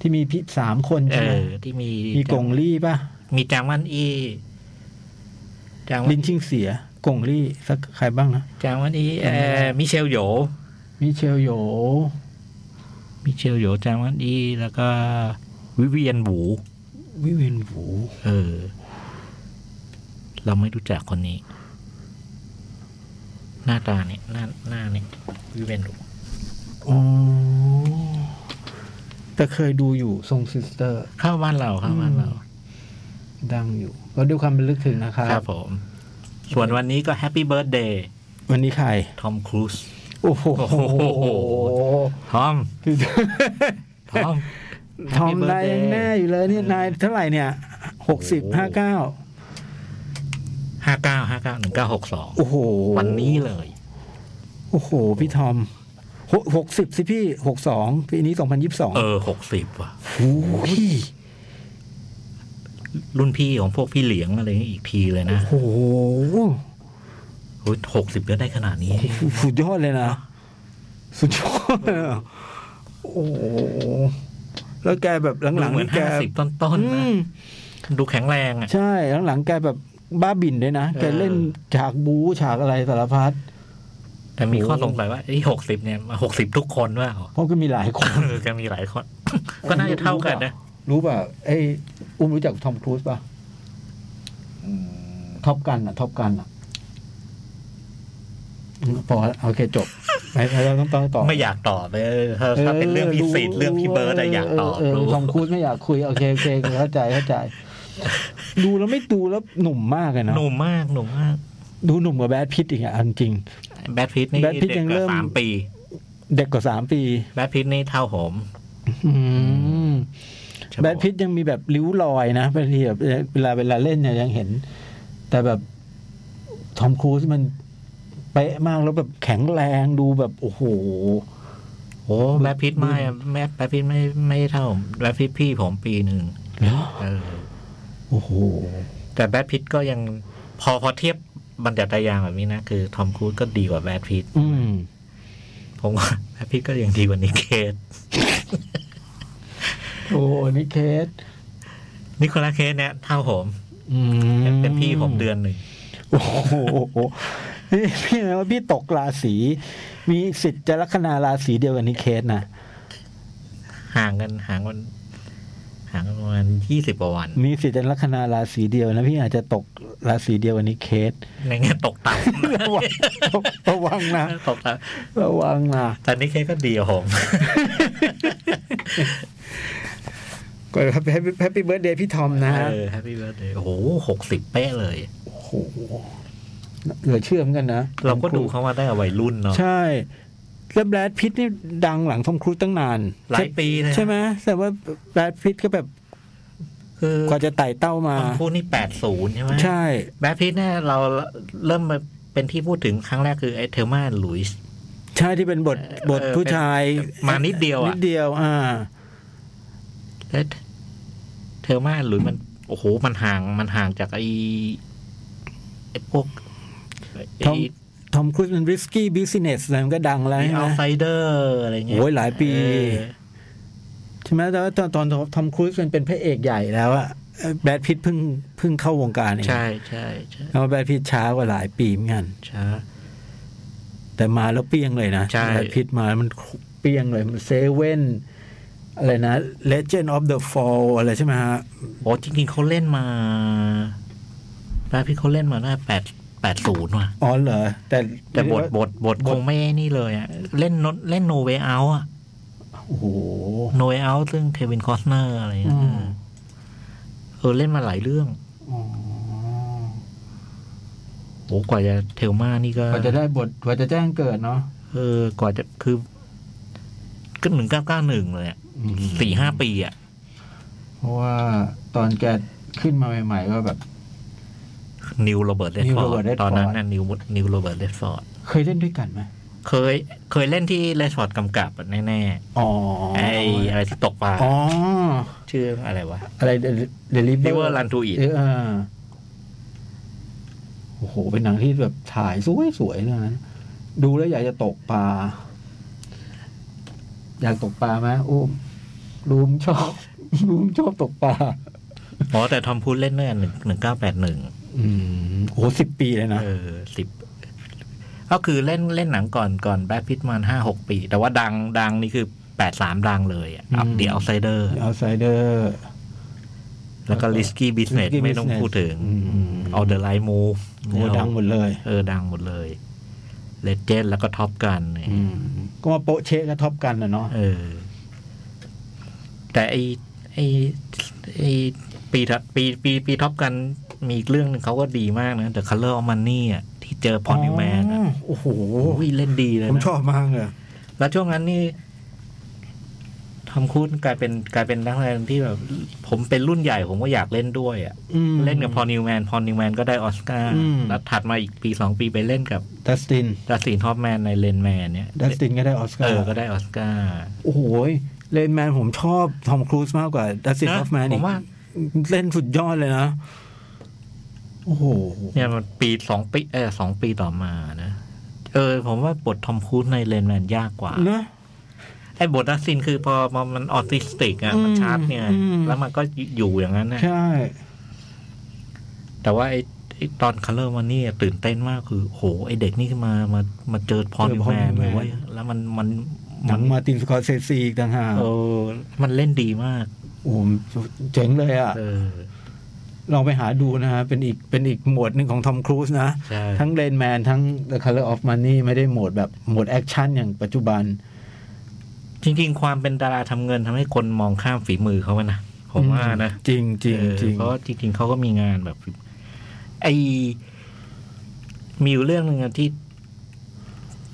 ที่มีพี่สามคน เอ ใช่ไหม อ ที่มี มีกงลี่ป่ะ มีจางวันอีจางวั ลิ น นชิงเสียกงลี่สักใครบ้างนะ จางวันอีเอ่อมิเชลโหย มิเชลโหย มิเชลโหยจางวันอี แล้วก็วิเวียนบู วิเวียนหู เออ เราไม่รู้จักคนนี้ หน้าตาเนี่ย หน้าหน้าเนี่ยวิเวียนบู อ๋อ แต่เคยดูอยู่ทรงซิสเตอร์ เข้าบ้านเราเข้าบ้านเรา ดังอยู่ ก็ด้วยความเป็นลึกถึงนะครั ครับ บผม ส่วนวันนี้ก็แฮปปี้เบิร์ดเดย์ วันนี้ใคร ทอมครูซ โอ้โห โอ้โห ทอม ทอม [laughs] ทอม Happy นาย birthday แน่อยู่เลยเนี่ยนายเท่าไหร่เนี่ยหกสิบห้าเก้า [laughs] ห้าเก้าห้าเก้าหนึ่งเก้าหกสอง โอ้โห วันนี้เลย โอ้โห พี่ทอม หกสิบสิพี่หกสองปีนี้สองพันยิบสอง เออหกสิบว่ะ โอ้ย รุ่นพี่ของพวกพี่เหลียงอะไรอย่างงี้อีกทีเลยนะ โอ้โห หกสิบแล้วได้ขนาดนี้ สุดยอดเลยนะ สุดยอดเลยอะโอ้โหแล้วแกแบบหลัง เห ๆ มือน นี่แก ห้าสิบต้นๆ อื นะ ม ดูแข็งแรงอ่ะ ใช่หลังๆแกแบบบ้าบินด้วยนะ แก เออ เล่นฉากบู๊ฉากอะไรสารพัด แต่มีข้อสงสัยว่าไอ้หกสิบเนี่ยหกสิบทุกคนว่า เพราะก็มีหลายคน เออแกมีหลายคน [laughs] ก็น่าจะเท่ากันนะ รู้ป่ะไอ้อุ้มรู้จักทอมครูซป่ะ อืม ท็อปกันอ่ะท็อปกันอ่ะอืมพอแล้วโอเคจบไม่ไม่เราต้องต่อต่อ ไม่อยากตอบเลยถ้าถ้าเป็นเรื่องพิสิทธิ์เรื่องพี่เบิร์ดอะอยากตอบรู้เเเทอมครูซไม่อยากคุยโอเคโอเคเข้าใจเข้าใจ ดูแล้วไม่ดูแล้วหนุ่มมากเลยเนอะ หนุ่มมากหนุ่มมาก ดูหนุ่มกว่าแบดพิตอีกอ่ะเอาจริง แบทพิทนี่ แบทพิท เด็ ยั ก ง ก เริ่ ว่าม สามปี เด็กกว่าสามปี แบทพิทนี่เท่าผม อืม ใช่ปะ แบทพิทยังมีแบบริ้วรอยนะบางทีแบบเวลาเวลาเล่นเนี่ยยังเห็น แต่แบบทอมครูซมันเป๊ะมากแล้วแบบแข็งแรงดูแบบโอ้โห โอ้แบทพิทไม่อะแบทแบทพิทไม่ไม่เท่าผมแบทพิทพี่ผมปีหนึ่งเออ โอ้โห แต่แบทพิทก็ยังพอพอเทียบบรรจัตยางแบบนี้นะ คือทอมครูซก็ดีกว่าแบทพิท อืม ผมว่าแบทพิทก็ยังดีกว่านิเคส โอ้โหนิเคส นิโคลัสเคสเนี่ยเท่าผม อืม เป็นพี่ผมเดือนหนึ่ง โอ้โหนี่พี่นะว่าพี่ตกราศีมีสิทธิ์จะลัคนาราศีเดียวกับนิเคสนะ ห่างกันห่างกันห่างกันประมาณยี่สิบกว่าวัน มีสิทธิ์จะลัคนาราศีเดียวนะพี่อาจจะตกราศีเดียวกับนิเคส ในแง่ตกต่ำ ระวังระวังนะ [laughs] ตกต่ำ ระวังนะ แต่นิเคสก็ดีกว่าผม ก็แฮปปี้เบิร์ดเดย์พี่ทอมนะฮะ เออแฮปปี้เบิร์ดเดย์โอ้โหหกสิบเป๊ะเลย โอ้โหเหลือเชื่อมกันนะ เราก็ดูเขามาตั้งแต่วัยรุ่นเนาะ ใช่ แล้วแบรดพิตนี่ดังหลังทอมครูซตั้งนาน หลายปีนะ ใช่ไหมแต่ว่าแบรดพิตก็แบบ คือก ว่าจะไต่เต้ามา คนพูดนี่แปดศูนย์ใช่ไหม ใช่ แบทพิทเนี่ยเราเริ่มมาเป็นที่พูดถึงครั้งแรกคือไอ้เทลมาหลุยส์ ใช่ที่เป็นบท เออบ ทผู้ชาย มานิดเดียวอะ นิดเดียว อ่า และเทลมาหลุยส์มันโอ้โหมันห่างมันห่างจากไอ้ไอ้พวกไอ้ ทอม ทอมครูซมันริสกี้บิสเนสอะไรมันก็ดังแล้ว ไอ้ ใช่ เอา ไหม ไซเดอร์อะไรเงี้ย โอ้ยหลายปี เออ ใช่ไหมแต่ว่าตอนตอนทอมครูซมันเป็นพระเอกใหญ่แล้วอะแบรดพิตเพิ่งเพิ่งเข้าวงการเอง ใช่ใช่ใช่ แล้วแบรดพิตช้ากว่าหลายปีเหมือนกัน ใช่ แต่มาแล้วเปี้ยงเลยนะ ใช่ แบทพิษมาแล้วมันเปี้ยงเลย มันเซเว่นอะไรนะ Legend of the Fall อะไรใช่ไหมฮะ โอ้จริงๆเขาเล่นมาแบทพิทเขาเล่นมาได้แปดแปดศูนย์ว่ะ อ๋อเหรอ แต่ แต่บทบทบท บ ค ท งไม่นี่เลยอะเล่นนเล่นโนเวเอาอะ โอ้โห โนเวเอาซึ่งเควินคอสเนอร์อะไรอย่างเงี้ย อืม เออเล่นมาหลายเรื่อง อ๋อ โอ้กว่าจะเทลมานี่ก็ กว่าจะได้บทกว่าจะแจ้งเกิดเนาะ เออกว่าจะคือก็หนึ่งเก้าเก้าหนึ่งเลยอะสี่ห้าปีอะ เพราะว่าตอนแกขึ้นมาใหม่ ๆ ก็แบบ นิวโรเบิร์ตเลด Neil ฟอร์ Robert ด Redford ตอนนั้นน่ะนิวนิวโรเบิร์ตเลดฟอร์ด เคยเล่นด้วยกันไหม เคย เคยเล่นที่เลดฟอร์ดกำกับอะแน่ อ๋อ ๆไอ้อะไรที่ตกปลา อ๋อ ชื่ออะไรวะ อะไรเดลิเวอ River ร์ Run to It เออโอ้โห เป็นหนังที่แบบถ่ายสวยสวยๆเรื่องนั้น ดูแล้วอยากจะตกปลา อยากตกปลาไหมอุ้มรูมชอบ [laughs] รูมชอบตกปลา อ๋อแต่ทอมพูดเล่นเนี่ยหนึ่งหนึ่งเก้าแปดหนึ่ง อืมโอ้สิบปีเลยนะ เออสิบก็คือเล่นเล่นหนังก่อนก่อนแบทพิทมันห้าหกปี แต่ว่าดังดังนี่คือแปดสามดังเลยอะ อืม เดีย o ไซเดอร์ เอาไซเดอร์ แล้วก็ลิสกี้บิสเนส Risky ไม่ต้อง Business พูดถึง อืม เอาเดอะไลมูฟ โอ้ดังหมดเลย เออ ดังหมดเลยเลเจน d แล้วก็ท็อปกันย อืม ก็มาโปะเชะกับท็อปกันนะเนาะ เออ แต่ไอไอไอปีถัดปีปีปีท็อปกันมีอีกเรื่องหนึงเขาก็ดีมากนะ The Color of Money อ่ะที่เจอพอนิวแมน อ๋อโอ้โห โอ้ยเล่นดีเลย ผม นะ ชอบมากเลย แล้วช่วงนั้นนี่ท คำคุณกลายเป็นกลายเป็นนักแสดงที่แบบ ผมเป็นรุ่นใหญ่ผมก็อยากเล่นด้วยอ่ะ อืม เล่นกับพอนิวแมน พอนิวแมนก็ได้ออสการ์ อืม แล้วถัดมาอีกปีสองปีไปเล่นกับ ดัสติน ดัสตินฮอปแมนในเลนแมนเนี่ย ดัสตินก็ได้ออสกา เอ ร์ อก็ได้ออสการ์ โอ้โหยเลนแมนผมชอบทอมครูซมากกว่าดัสตินฮอฟแมน ผ อีก มว่า เล่นสุดยอดเลยนะ โอ้โห เนี่ยมันปีสองปีเออสองปีต่อมานะเออ ผมว่าบททอมครูซในเลนแมนยากกว่า นะ ไอ้บทดัสตินคือพอพอมันออทิสติกอ่ะ อืม มันชาร์จเนี่ย อืม แล้วมันก็อยู่อย่างนั้นนะ ใช่ แต่ว่าไอ้ไอ้ตอนคัลเลอร์มันนี่ตื่นเต้นมากคือโหไอ้เด็กนี่มามามาเจอพอนิวแมน เจอ Paul Newman เว้ยแล้วมันมัน หนั มั งมาร์ตินสกอร์เซซีอีกต่างหาก เออมันเล่นดีมาก โอ้โหเจ๋งเลยอ่ะ เออ ลองไปหาดูนะฮะ เป็นอีกเป็นอีกโหมดหนึ่งของทอมครูซนะ ใช่ ทั้งเลนแมนทั้ง The Color of Money ไม่ได้โหมดแบบโหมดแอคชั่นอย่างปัจจุบัน จริงๆ ความเป็นดาราทำเงินทำให้คนมองข้ามฝีมือเขาอะนะผมว่านะ จริงจริง เออ จริง เพราะจริง ๆเขาก็มีงานแบบไอมีอยู่เรื่องหนึ่งอะที่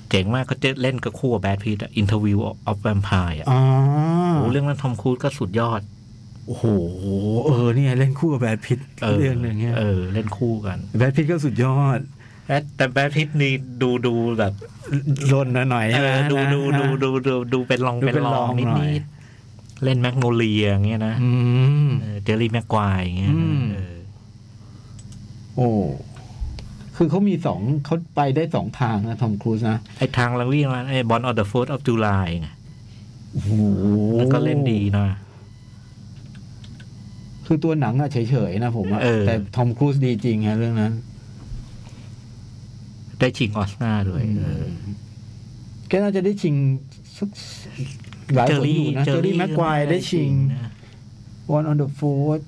เจ๋งมากเขาจะเล่นกับคู่กับแบทพีทอินเทอร์วิวออฟแวมพายอ่ะ อ๋อ โอ้เรื่องนั้นทอมครูซก็สุดยอด โอ้โห เออเนี่ยเล่นคู่กับแบดพิต เออ เรื่องหนึ่งเนี่ย เออ เล่นคู่กัน แบดพิตก็สุดยอด แต่แต่แบทพีทนี่ดูดูแบบ ลนหน่อยๆใช่ไหม เออดู นะ ดูดูดูดูดูเป็นรอง ดู เป็น เป็น ร ร อ องง นิด หน่อย นิดเล่นแมกโนเลียอย่างเงี้ยนะ อืม เออเจอรี่แม็กควายอย่างเงี้ย อืม เออ โอ้คือเขามีสองเขาไปได้สองทางนะทอมครูซนะ ไอทางลังวิ่งมาไอบอลออเดอร์ฟูดออฟจูไลไง โอ้โห มันก็เล่นดีนะ คือตัวหนังอะเฉยๆนะผมอะ เออ แต่ทอมครูซดีจริงฮะเรื่องนั้น ได้ชิงออสการ์ด้วยเออ แกน่าจะได้ชิงสักหลาย เจอ คนอ รี่ ยู่นะเจอรี่แม็กควายได้ชิง นะ วอนออนเดอะโฟร์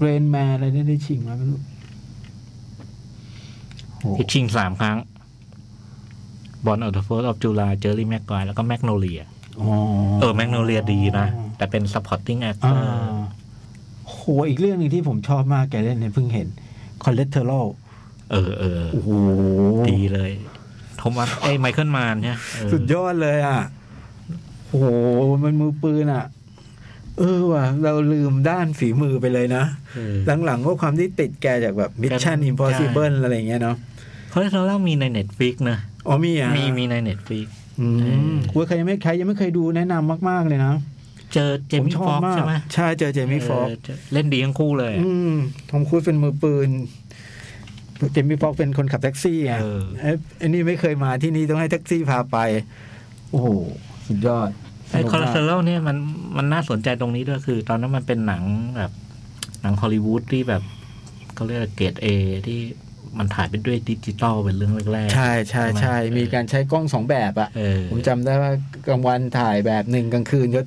เรนแมนอะไรได้ได้ชิงมาไม่รู้โห ที่ชิงสามครั้งบอลออเดอร์ฟูดออฟจูไลเจอรี่แม็กควายแล้วก็แมกโนเลีย อ๋อ เออแมกโนเลียดีนะ แต่เป็น supporting อ่า actor โหอีกเรื่องหนึ่งที่ผมชอบมากแกเล่นเนี่ยเพิ่งเห็นคอ l เล t เทอร l เออเออ โอ้โห ดีเลยโทมัสไอไมเคิลมานใช่ไหมเออ สุดยอดเลยอ่ะ โอ้โห มันมือปืนอ่ะ เออว่ะ เราลืมด้านฝีมือไปเลยนะ เออ หลังๆว่าความที่ติดแกจากแบบ Mission ใช่ Impossible อะไรอย่างเงี้ยเนาะ เขาเรียกเรามีในเน็ตฟิกนะ อ๋อมีอ่ะ มีมีในเน็ตฟิก อื เออ มกูเคยยังไม่ใครยังไม่เคยดูแนะนำมากๆเลยนะ เจอเจมี่ ผช ฟ็ บ อกซ์ าก ใช่ไหม ใช่เจอเจมี่ฟ็อกซ์ เเล่นดีทั้งคู่เลยอะ อืมทอมครูซเป็นมือปืน เจมี่ฟ็อกซ์เป็นคนขับแท็กซี่อ่ะ เออ ไอ้ไอันนี้ไม่เคยมาที่นี่ต้องให้แท็กซี่พาไป โอ้โห สุดยอด ไอ้ สนุก คอล มา เซอรอลเนี่ยมันมันน่าสนใจตรงนี้ด้วยคือ ตอนนั้นมันเป็นหนังแบบ หนังฮอลลีวูดที่แบบเขาเรียกเกรดเอที่มันถ่ายไปด้วยดิจิตอลเป็นเรื่องแรกๆ ใช่ใช่ใช่มีการใช้กล้องสองแบบอ่ะ เออ ผมจำได้ว่ากลางวันถ่ายแบบหนึ่งกลางคืนก็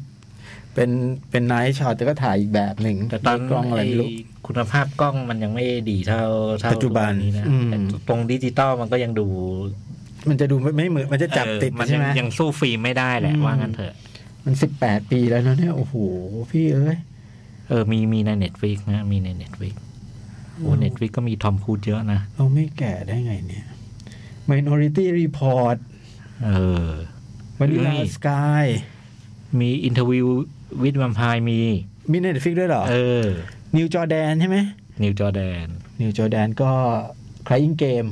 เป็นเป็นไนท์ช็อตแต่ก็ถ่ายอีกแบบหนึ่ง แต่ตอน ด้วยกล้องอะไรไม่รู้ ไคุณภาพกล้องมันยังไม่ดีเท่าเท่า ปัจจุบัน ตัวนี้นะ อืม แต่ตรงดิจิตอลมันก็ยังดู มันจะดูไม่ไม่เหมือนมันจะจับ เออ ติด มัน ใช่ ยัง ไหม ยังสู้ฟิล์มไม่ได้แหละ อืม ว่างั้นเถอะ มันสิบแปดปีแล้วนะเนี่ย โอ้โห พี่เอ้ย เออมีมีในเน็ตฟิกนะมีในเน็ตฟิกโอ้ อืม เน็ตฟิกก็มีทอมครูซเยอะนะ เราไม่แก่ได้ไงเนี่ย Minority Report เออ วันนี้ นี่ s กาย มีอินเทอร์วิววิดแวมไพร์มี มีเน็ตฟิกด้วยเหรอ เออ นิวจอแดนใช่ไหม นิวจอแดน นิวจอแดนก็ Crying Game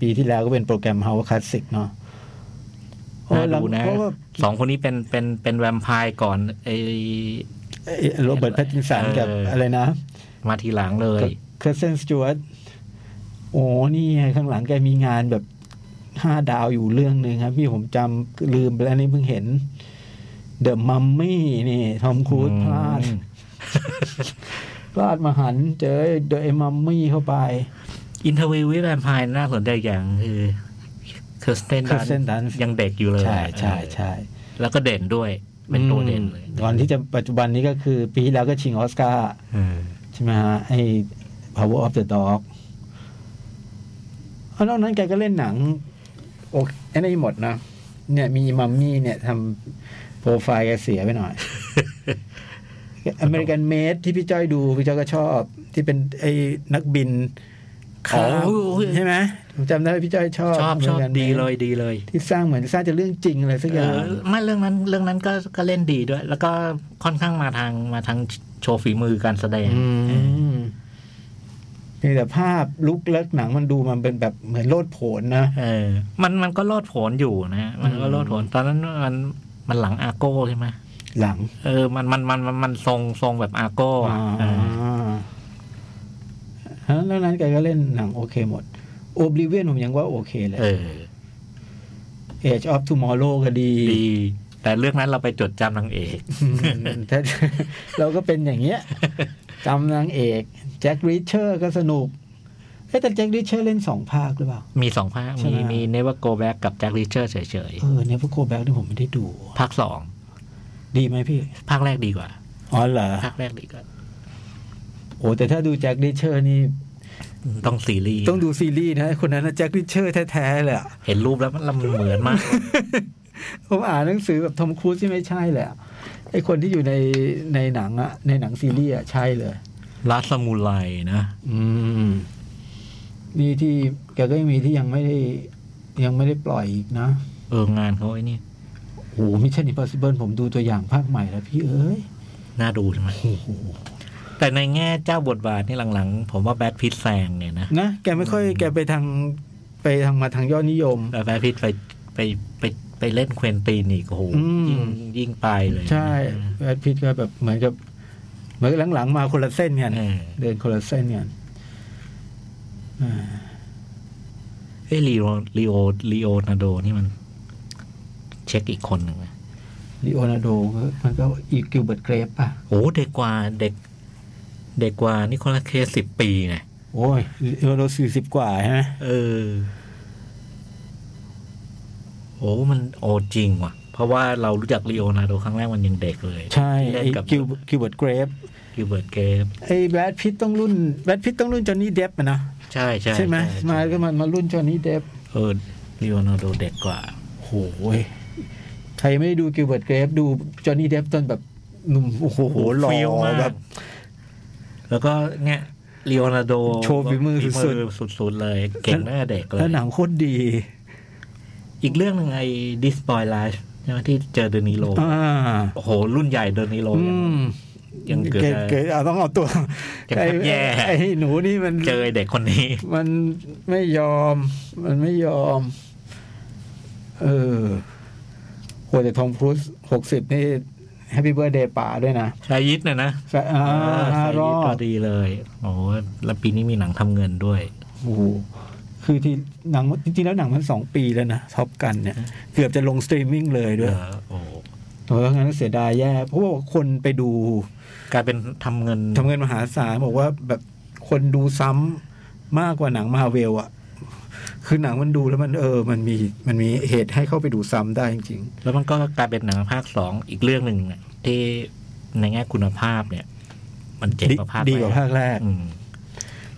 ปีที่แล้วก็เป็นโปรแกรม House Classic เนาะโอ้ น่า หลัง ดูนะ เพราะว่า สองคนนี้เป็นเป็นเป็นแวมไพร์ก่อนไอ โรเบิร์ตแพตตินสันกับ เอออ อะไรนะ มาทีหลังเลย เคอร์เซนสจวตโอ้นี่ไงข้างหลังแกมีงานแบบห้าดาวอยู่เรื่องหนึ่งครับ พี่ผมจำลืมไปแล้วนี่เพิ่งเห็น เดอะมัมมี่นี่ ทอมครูซ อืม พลาด พลาดมหันต์เจอเดอะมัมมี่เข้าไป อินเทอร์วิววิดแวมไพร์น่าสนใจอย่างคือเคอร์สเตน เคดัอร์เซนดัน ยังเด็กอยู่เลย ใช่ใช่ เอ ใช่ อแล้วก็เด่นด้วย เป็นตัวเด่นเลย อืมก่อนที่จะปัจจุบันนี้ก็คือ ปีที่แล้วก็ชิงออสการ์ เออ ใช่ไหมฮะไอ้ Power of the Dog เอานอกนั้นแกก็เล่นหนัง โอเคไอ้นี่หมดนะ เนี่ยมีมัมมี่เนี่ยทำโปรไฟล์แกเสียไป [laughs] หน่อย อเมริกันเมดที่พี่จ้อยดู พี่จ้อยก็ชอบ ที่เป็นไอ้นักบิน ข่า อ๋อโอ้ย ใช่ไหมผมจำได้ว่าพี่จ้อยชอบ ชอบ หมื ช น อบ กัน ดีเลยดีเลย ที่สร้างเหมือนสร้างจะเรื่องจริงอะไรสักอ เอย่าง อไม่เรื่องนั้นเรื่องนั้นก็ก็เล่นดีด้วย แล้วก็ค่อนข้างมาทางมาทางโชว์ฝีมือการแสดง นี่แต่ภาพลุกเลิกหนังมันดูมันเป็นแบบเหมือนโลดโผนนะ เออ มันมันก็โลดโผนอยู่นะฮะมันก็โลดโผนตอนนั้นมันมันหลังอาโก้ใช่ไหม หลัง เออมันมันมันมันมันทรงทรงแบบอาโก้อะเออ อ่าแล้วนั้นแกก็เล่นหนังโอเคหมด โอบลิเวียนผมยังว่าโอเคเลย เออ Age of Tomorrow ก็ดี ดี แต่เรื่องนั้นเราไปจดจำนางเอก อืม [laughs] แต่ เราก็เป็นอย่างเงี้ยจำนางเอก แจ็คริชเชอร์ก็สนุกเอ๊ะแต่แจ็คริชเชอร์เล่นสองภาคหรือเปล่า มีสองภาค ใช่ มี ไหม มีเนวโกแบ็กกับแจ็คริเชอร์เฉย เออเนี่ยพวกโคแบ็กที่ผมไม่ได้ดู ๆ ภาคสอง ดีไหมพี่ ภาคแรกดีกว่า อ๋อเหรอ ภาคแรกดีกว่า โอ้แต่ถ้าดูแจ็คริชเชอร์นี่ ต้องซีรีส์ ต้องดูซีรีส์นะคนนั้นนะแจ็คริชเชอร์แท้ๆเลยอะ เห็นรูปแล้วมันเหมือนมาก ผมอ่านหนังสือแบบทอมครูซที่ไม่ใช่เลยอะไอคนที่อยู่ในในหนังอะในหนังซีรีส์อะใช่เลย ลาสมูไลนะ อืมนี่ที่แกก็ยังมีที่ยังไม่ได้ ยังไม่ได้ปล่อยอีกนะ เออ งานเขาไอ้นี่ โอ้มิชชั่นอิมพอสิเบิลผมดูตัวอย่างภาคใหม่แล้วพี่เอ้ย น่าดูใช่ไหม โอ้โห แต่ในแง่เจ้าบทบาทนี่หลังๆ ผมว่าแบทพิทแซงเนี่ยนะ นะแกไม่ค่อยแกไปทางไปทางมาทางยอดนิยม แล้วแบทพิทไปไปไปไปเล่นเควนตีนอีกโอ้โห อืม ยิ่งยิ่งไปเลยนะ ใช่แอดพิทก็แบบเหมือนกับเหมือนหลังๆมาคนละเส้นกัน เออ เดินคนละเส้นกันอ่า เอ้ลีโอลีโอลีโอนาโดนี่มัน เช็คอีกคนหนึ่งนะ ลีโอนาร์โดก็มันก็อีกิวเบิร์ตเกรฟป่ะ โอ้เด็กกว่าเด็ก เด็กกว่านิโคลัสเคสิบปีไง โอ้ยลีโอนาร์โดสี่สิบกว่าใช่ไหม เออ โอ้มันโอจริงว่ะ เพราะว่าเรารู้จักลีโอนาโดครั้งแรกมันยังเด็กเลย ใช่ ที่เล่น ไอ้ กับ กิวกิวเบิร์ตเกรฟ กิวเบิร์ตเกม ไอ้แบรดพิตต้องรุ่นแบรดพิตต้องรุ่นจอห์นนี่เดฟอะนะ ใช่ใช่ ใช่ไหม ใช่ มาก็มามารุ่นจอห์นนี่เดฟ เออลีโอนาโดเด็กกว่า โอ้ยใครไม่ได้ดูกิวเบิร์ตเกรฟดูจอห์นนี่เดฟตอนแบบหนุ่มโอ้โหหล่ ฟิล อ มาก แบบ แล้วก็เนี่ยลีโอนาร์โด โชว์ฝีมือสุด ๆสุดๆเลย เก่งหน้าเด็กเลย แล้วหนังโคตรดี อีกเรื่องหนึ่งไอ้ This Boy Life ใช่ไหมที่เจอเดนิโล อ่า โอ้โห รุ่นใหญ่เดนิโล อื ยัง ม ยังเกิด เกิดเอาต้องเอาตัว ยัง ไอ้ แย่ ไอ้หนูนี่มัน เจอเด็กคนนี้ มันไม่ยอม มันไม่ยอม เออโหแต่ทอมครูซหกสิบนี่แฮปปี้เบ t ร์ a เดย์ป่าด้วยนะ ชายิตเนี่ยนะ สะอา ชา ห้าร ยิ อ ตก็ บ ดีเลย โอ้โหแล้วปีนี้มีหนังทำเงินด้วย โอ้โหคือที่หนังจริงๆแล้วหนังมันสองปีแล้วนะท็อปกันเนี่ย เกือบจะลงสตรีมมิ่งเลยด้วย เออโอ้โห เพราะงั้นเสียดายแย่ เพราะว่าคนไปดู กลายเป็นทำเงิน ทำเงินมหาศาลบอกว่าแบบคนดูซ้ำมากกว่าหนังมาเวลอะคือหนังมันดูแล้วมันเออ มันมีมันมีเหตุให้เข้าไปดูซ้ำได้จริง ๆ แล้วมันก็กลายเป็นหนังภาคสองอีกเรื่องหนึ่งอะที่ในแง่คุณภาพเนี่ย มันเจ๋งกว่าภาค ดีกว่าภาคแรก อืม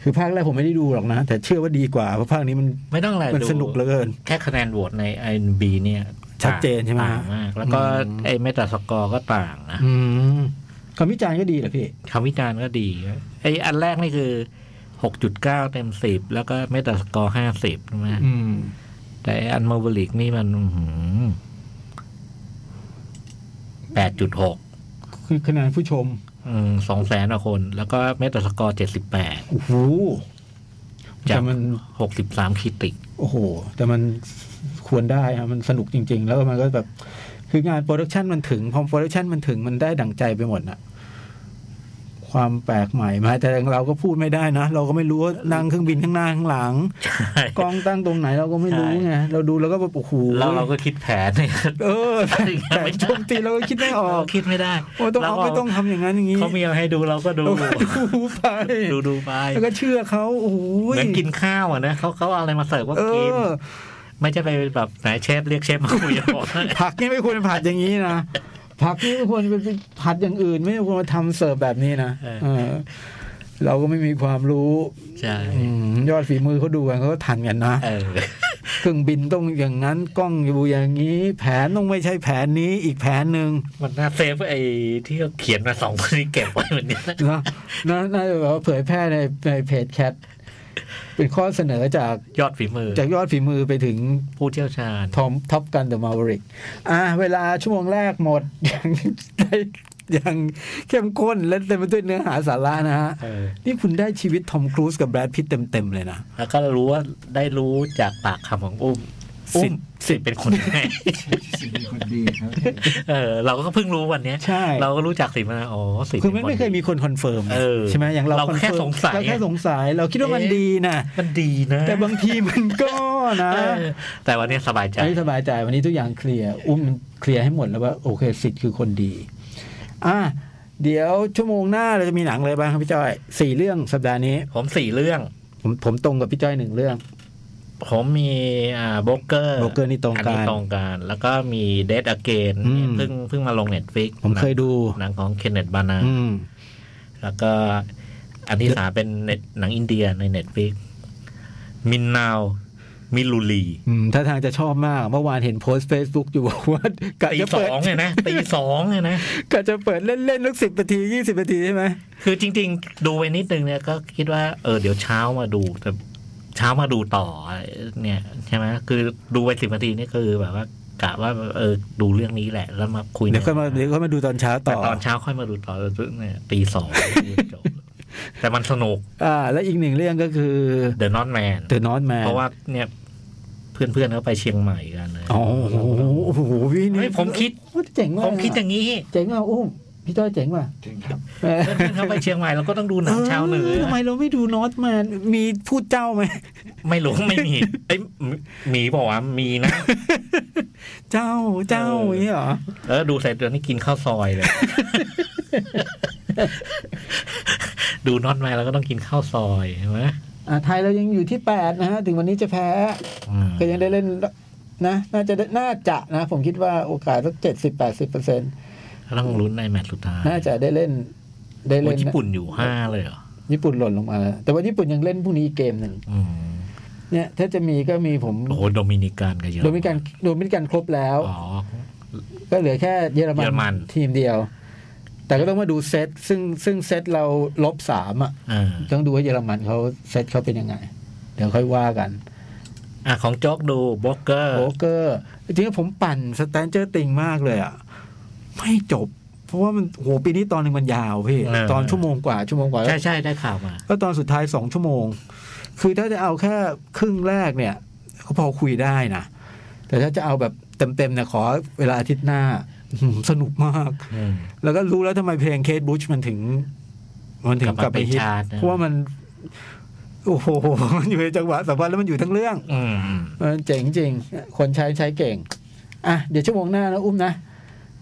คือภาคแรกผมไม่ได้ดูหรอกนะ แต่เชื่อว่าดีกว่าเพราะภาคนี้มัน ไม่ต้องอะไร มัน ดู สนุกเหลือเกิน แค่คะแนนโหวตใน i อ b เนี่ย ชัดเจนใช่ไหม ต่างมาก แล้วก็ อืม ไอ้เมตาสกอร์ก็ต่างนะ อืมคำวิจารณ์ก็ดีเหรอพี่ คำวิจารณ์ก็ดีไอ้อันแรกนี่คือหกจุดเก้าเต็มสิบแล้วก็เมตาสกอร์ห้าสิบใช่ไหม อืม แต่ไอ้อันมาบลิกนี่มันแปดจุดหก คือคะแนนผู้ชม สองแสนกว่าคน แล้วก็เมตาสกอร์เจ็ดสิบแปด โอ้โห จา แต่ ก มัน หกสิบสามคิติก โอ้โห แต่มันควรได้ครับมันสนุกจริง ๆ แล้วก็มันก็แบบ คืองานโปรดักชันมันถึงพอโปรดักชันมันถึงมันได้ดั่งใจไปหมดนะความแปลกใหม่มาแต่เราก็พูดไม่ได้นะเราก็ไม่รู้ว่านั่งเครื่องบินข้างหน้าข้างหลัง กล้องตั้งตรงไหนเราก็ไม่รู้ไงเราดูแล้วก็แบบโอ้โห แล้วเราก็คิดแผนเนี่ย เออแต่แต่ ไม่ได้ โจมตีเราก็คิดไม่ออ เรา ก คิดไม่ได้ โอ้ต้อง เรา เอาไม่ต้องทำอย่างนั้นอย่างนี้ เขามีอะไรให้ดูเราก็ดู เราก็ดูไป ดูดูไป แล้วก็เชื่อเขาโอ้โห เหมือนกินข้าวอ่ะนะเขาเขาเอาอะไรมาเสิร์ฟก็ เอ กิน อ ไม่ใช่ไปแบบไหนเชฟเรียกเชฟมาคุยกับผม ผักนี่ไม่ควรผัดอย่างนี้นะผักนี่ไม่ควรไปผัดอย่างอื่น ไม่ควรมาทำเสิร์ฟแบบนี้นะ เออ เออ เราก็ไม่มีความรู้ ใช่ อืมยอดฝีมือเขาดูกันเขาก็ทันกันนะ เออ เครื่องบินต้องอย่างนั้นกล้องอยู่อย่างนี้ แผนต้องไม่ใช่แผนนี้อีกแผนหนึ่ง มันน่าเซฟไอ้ที่เขาเขียนมาสองคนนี้เก็บไว้เหมือนเนี้ย นะนะน่าจะแบบว่าเผยแพร่ในในเพจแคท เป็นข้อเสนอจาก ยอดฝีมือ จากยอดฝีมือไปถึง ผู้เชี่ยวชาญ ทอมท็อปกันเดอะมาวริกอ่ะเวลาชั่วโมงแรกหมด [laughs] ยังได้ยังเข้มข้นและเต็มไปด้วยเนื้อหาสาระนะฮะ เออ นี่คุณได้ชีวิตทอมครูซกับแบรดพิตเต็ม ๆ เลยนะ แล้วก็รู้ว่าได้รู้จากปากคำของอุ้มอุ้ สิ ม ทธิ์ สิทธิ์เป็นคนยังไง สิ่งเป็นคนดีครับ เออ เราก็เพิ่งรู้วันเนี้ย ใช่ เราก็รู้จักสิทธิ์มาอ๋อสิทธิ์ คือ ป็ ไม่ น ไม่เคยมีคนคอนเฟิร์มนะ เออ ใช่ไหมอย่างเรา เรา อน แค่ ฟิ สงสัย เราแค่สงสัย เราคิดว่ามัน เอ๊ะ ดีนะ มันดีนะ แต่บางทีมันก็นะ เออแต่วันเนี้ยสบายใจ อันนี้สบายใจวันนี้ทุกอย่างเคลียร์อุ้มเคลียร์ให้หมดแล้วว่าโอเคสิทธิ์คือคนดี อ่ะเดี๋ยวชั่วโมงหน้าเราจะมีหนังอะไรบ้างครับพี่จ้อยสี่เรื่องสัปดาห์นี้ ผมสี่เรื่อง ผมผมตรงกับพี่จ้อยหนึ่งเรื่อง ผมมีอ่าโบกเกอร์ Broker นี่ตรงกัน ตรงกัน แล้วก็มีเดทอเกน อืม เพิ่งเพิ่งมาลงเน็ตฟิก ผมเคยดู หนังของเคนเนตบานา อืม แล้วก็อันที่สามเป็น Net- หนังอินเดียในเน็ตฟิกมินนาวมิลูลี อืมถ้าทางจะชอบมาก เมื่อวานเห็นโพสต์ Facebook อยู่บอกว่ากะ ตี จะ ส เปิด องเนี่ยนะ [laughs] ตีสองเนี่ยนะ กะจะเปิดเล่นๆสักสิบนาทียี่สิบนาทีใช่ไหม คือจริง ๆ ดูไปนิดนึงเนี่ยก็คิดว่าเออเดี๋ยวเช้ามาดูแต่เช้ามาดูต่อเนี่ยใช่ไหมคือดูไปสิบนาทีนี่คือแบบว่ากะว่าเออดูเรื่องนี้แหละ แล้วมาคุย เดี๋ยวค่อยมาเดี๋ยวค่อยมาดูตอนเช้าต่ แต่ อ ตอนเช้าค่อยมาดูต่อเนี่ยตีส [laughs] องจบแต่มันสนุก อ่า และอีกหนึ่งเรื่องก็คือ The Not Man The North Man เพราะว่าเนี่ยเพื่อนๆเขาไปเชียงใหม่กันเลย อ๋อโอ้โหโอ้โหพี่ เฮ้ นี่ ยผมคิด เจ๋งมาก ผมคิดอย่างนี้ เจ๋งว่ะอุ้มพี่จ้อยเจ๋งว่ะ จริงครับ แม่ เพื่อนๆเขาไปเชียงใหม่เราก็ต้องดูหนังชาวเหนือ [laughs] ทำไมเราไม่ดูนอตแมนมีพูดเจ้าไหม ไม่รู้ไม่มีไอ้ยมีบอกว่าวะมีนะ เจ้าเจ้าอย่างนี้เหรอ เออดูเสร็จเดี๋ยวนี้กินข้าวซอยเลย [laughs] ดูนอตแมนแล้วก็ต้องกินข้าวซอยใช่ไหม อ่าไทยเรายังอยู่ที่แปดนะฮะ ถึงวันนี้จะแพ้ อืม ก็ยังได้เล่นนะน่าจะได้น่าจะนะ ผมคิดว่าโอกาสสักเจ็ดสิบแปดสิบเปอร์เซ็นต์ ต้องลุ้นในแมตช์สุดท้าย น่าจะได้เล่น ได้ โอ้ เล่ ย น ญี่ปุ่นอยู่ห้าเลยเหรอ ญี่ปุ่นหล่นลงมาแล้วแต่ว่าญี่ปุ่นยังเล่นพรุ่งนี้อีกเกมหนึ่ง อืม เนี่ยถ้าจะมีก็มีผม โอ้โหโดมินิกันกับเยอร โด มัน มิกันโดมิกันครบแล้ว อ๋อ ก็เหลือแค่เยอรมัน เยอรมัน ทีมเดียว แต่ก็ต้องมาดูเซตซึ่งซึ่งเซตเราลบสามอ่ะ อ่า ต้องดูว่าเยอรมันเขาเซตเขาเป็นยังไง เดี๋ยวค่อยว่ากัน อ่ะของโจ๊กดูโบกเกอร์ โบรกเกอร์จริงๆผมปั่นสแตนเจอร์ติงมากเลยอ่ะ ไม่จบ เพราะว่ามันโหปีนี้ตอนหนึ่งมันยาวพี่ เออ ตอนชั่วโมงกว่าชั่วโมงกว่า ใช่ใช่ได้ข่าวมา ก็ตอนสุดท้ายสองชั่วโมง คือถ้าจะเอาแค่ครึ่งแรกเนี่ย ก็พอคุยได้นะ แต่ถ้าจะเอาแบบเต็มๆเนี่ยขอเวลาอาทิตย์หน้า [laughs] อื้อหือสนุกมาก อืม แล้วก็รู้แล้วทำไมเพลงเคทบูชมันถึง มันถึงก กลั ลับบ มา ไปฮิเป็ตนชาร์ตนะ เพราะว่ามัน โอ้โห [laughs] มันอยู่ในจังหวะสำคัญแล้วมันอยู่ทั้งเรื่อง อืม เออเจ๋งจริง คนใช้ใช้เก่ง อ่ะ เดี๋ยวชั่วโมงหน้านะ อุ้มนะ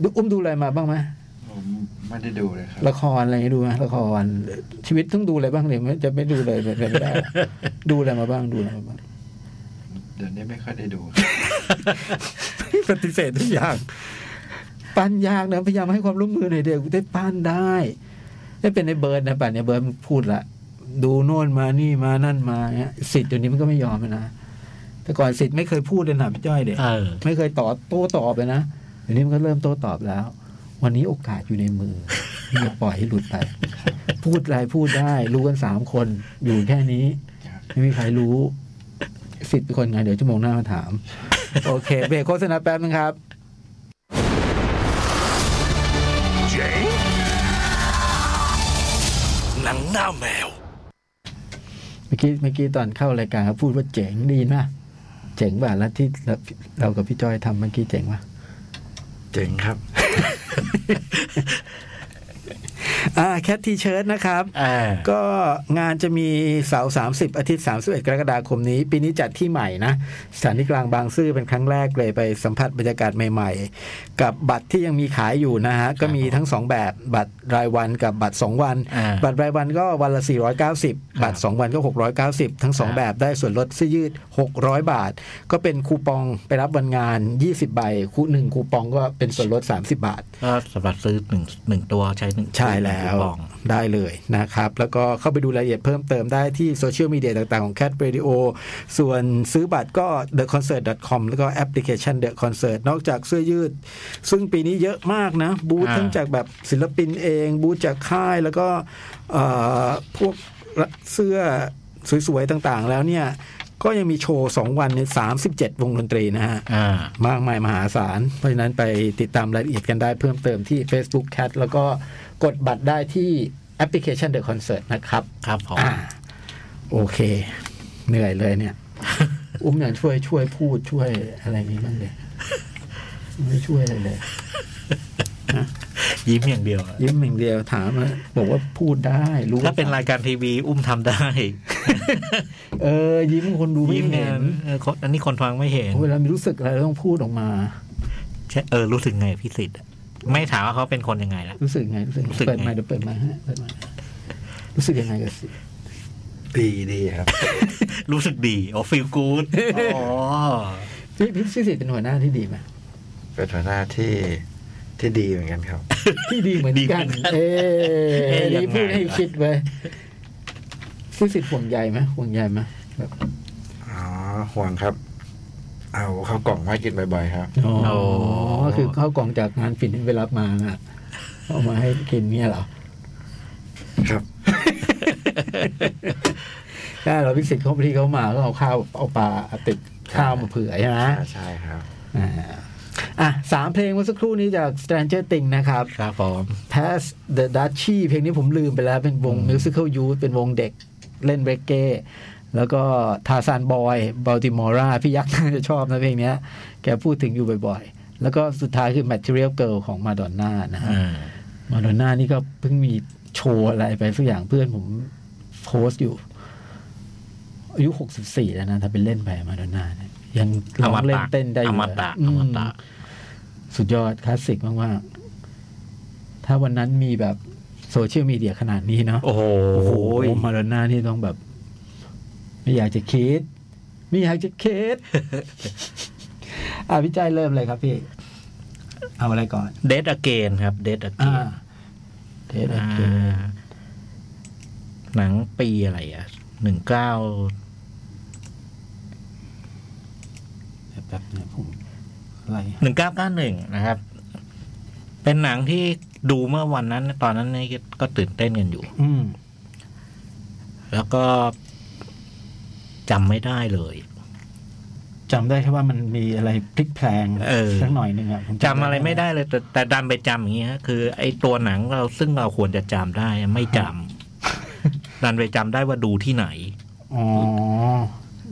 ดูอุ้มดูอะไรมาบ้างไหม ผมไม่ได้ดูเลยครับ ละครอะไรอย่างงี้ดูไหมละครชีวิตต้องดูอะไรบ้างเนี่ยไม่จะไม่ดูเลยเป็นไปไม่ได้ ดูอะไรมาบ้างดูอะไรมาบ้าง เดี๋ยวนี้ไม่ค่อยได้ดูครับ [laughs] ปฏิเสธทุกอย่างปั้นยากนะพยายามให้ความร่วมมือหน่อยเดียวได้ปั้นได้ ได้เป็นในเบิร์ดนะป่านเนี่ยเบิร์ดมันพูดละดูโน่นมานี่มานั่นมาเนี่ยสิทธิ์เดี๋ยวนี้มันก็ไม่ยอมแล้วนะแต่ก่อนสิทธิ์ไม่เคยพูดเลยนะพี่จ้อยเด็ เออ ไม่เคยตอบโต้ตอบเลยนะเดี๋ยวนี้มันก็เริ่มโต้ตอบแล้ว วันนี้โอกาสอยู่ในมืออย่าปล่อยให้หลุดไป พูดอะไรพูดได้ รู้กันสามคนอยู่แค่นี้ ไม่มีใครรู้ สิทธิ์เป็นคนไงเดี๋ยวชั่วโมงหน้ามาถาม โอเคเบรกโฆษณาแป๊บนึงครับ หนังหน้าแมว เมื่อกี้เมื่อกี้ตอนเข้ารายการเขาพูดว่าเจ๋งดีนะเจ๋งป่ะแล้วที่เราเรากับพี่จอยทำเมื่อกี้เจ๋งป่ะ เจ๋งครับ อ่าแคททีเชิร์ตนะครับ อ่า ก็งานจะมีเสาร์30 อาทิตย์ 31 กรกฎาคมนี้ ปีนี้จัดที่ใหม่นะ สถานีกลางบางซื่อเป็นครั้งแรกเลยไปสัมผัสบรรยากาศใหม่ๆ กับบัตรที่ยังมีขายอยู่นะฮะ ก็มีทั้ง 2 แบบบัตรรายวันกับบัตร 2 วัน อ่า บัตรรายวันก็วันละ 490 บัตร 2 วันก็ 690 ทั้ง ครับ 2 แบบได้ส่วนลดเสื้อยืด 600 บาท ก็เป็นคูปองไปรับวันงาน 20 ใบคูหนึ่งคูปองก็เป็นส่วนลด 30 บาท ก็สำหรับซื้อหนึ่งหนึ่งตัวใช้หนึ่ง ใช่แล้ว คูปอง ได้เลยนะครับ แล้วก็เข้าไปดูรายละเอียดเพิ่มเติมได้ที่โซเชียลมีเดียต่างๆของ Cat Radio ส่วนซื้อบัตรก็ theconcert.com แล้วก็แอปพลิเคชัน The Concert นอกจากเสื้อยืด ซึ่งปีนี้เยอะมากนะ บูธ อ่า ทั้งจากแบบศิลปินเอง บูธจากค่ายแล้วก็เอ่อพวกเสื้อ สวยๆต่างๆ แล้วเนี่ย ก็ยังมีโชว์ 2 วันในย37 วงดนตรีนะฮะ อ่า มากมายมหาศาล เพราะฉะนั้นไปติดตามรายละเอียดกันได้เพิ่มเติมที่ Facebook Cat แล้วก็กดบัตรได้ที่แอปพลิเคชัน The Concert นะครับ ครับผม อ่า โอเค เหนื่อยเลยเนี่ย อุ้มอย่างช่วยช่วยพูดช่วยอะไรนี้บ้างเลยไม่ช่วยอะไรเลย [laughs] ยิ้มอย่างเดียวอะ ยิ้มอย่างเดียวถามว่าบอกว่าพูดได้ รู้ ถ้าเป็นรายการทีวีอุ้มทำได้ เออ ยิ้มคนดูไม่ ยิ้มเนี่ เห็ ย น เออคนอันนี้คนฟังไม่เห็น เวลามีรู้สึกอะไรต้องพูดออกมา ใช่เออรู้สึกไงพี่สิทธิ์อะไม่ถามว่าเขาเป็นคนยังไงละ [laughs] รู้สึกไงรู้สึกไง รู้สึกไง เปิดไมาเดี๋ยวเปิดไมาฮะเปิดไมารู้สึกยังไงกับสิ ดีดีครับ รู้สึกดีโอ้ฟีลกู๊ดอ๋อ พี่พี่พี่สิทธิ์เป็นหัวหน้าที่ดีไหม เป็นหัวหน้าที่ที่ดีเหมือนกันครับ ที่ดีเหมือน ดีเหมื กั อน นกัน เอ เอ๊ะ อ ยังไง นี่พูดให้คิดไว้พี่สิทธิ์ห่วงใยไหมห่วงใยไหมแบบ อ๋อห่วงครับ เอาเข้าวกล่องมาให้กินบ่อยๆครับ อ๋อคือข้าวกล่องจากงานฝิ่นที่ไปรับมาน่ะเอามาให้กินเนี่ยเหรอ ครับ ได้เราพิสิทธิ์เขาที่เขามาก็เอาข้าวเอาปลาติดข้าวมาเผื่อใช่ไหม ใช่ครับ อ่าอ่ะสามเพลงเมื่อสักครู่นี้จาก Stranger Things นะครับ ครับผม Pass the Dutchie เพลงนี้ผมลืมไปแล้วเป็นวง Musical Youth เป็นวงเด็กเล่นเบรกเก้ แล้วก็ทาซานบอยบัลติมอร่าพี่ยักษ์น่าจะชอบนะเพลงเนี้ย แกพูดถึงอยู่บ่อยๆ แล้วก็สุดท้ายคือ Material Girl ของมาดอนน่านะฮะ อ่า มาดอนน่านี่ก็เพิ่งมีโชว์อะไรไปสักอย่างเพื่อนผมโพสต์อยู่ อายุ 64 แล้วนะ ถ้าเป็นเล่นไปมาดอนน่าเนี่ยยังร้องเล่นเต้นได้อ อยู่ม เลย ตะ อื อ ม มตะ สุดยอดคลาสสิกมาก ๆ ถ้าวันนั้นมีแบบโซเชียลมีเดียขนาดนี้เนาะ โอ้โห มาราน่านี่ต้องแบบ ไม่อยากจะคิด ไม่อยากจะคิด อ่ะวิจัยเริ่มเลยครับพี่ เอาอะไรก่อน เดทอเกนครับเดทอเก อ่าน เทสโอเค หนังปีอะไรอ่ะหนึ่งเก้า แป๊บๆนะผมอะไร หนึ่งเก้าเก้าหนึ่งนะครับ เป็นหนังที่ดูเมื่อวันนั้น ตอนนั้นนี่ก็ตื่นเต้นกันอยู่ อืม แล้วก็จำไม่ได้เลย จำได้แค่ว่ามันมีอะไรพลิกแพลง เออ สักหน่อยหนึ่งอะผม จำอะไรไม่ได้เลยแต่แต่ดันไปจำอย่างเงี้ยคือ ไอ้ตัวหนังเราซึ่งเราควรจะจำได้ไม่จ [laughs] ำดันไปจำได้ว่าดูที่ไหน อ๋อ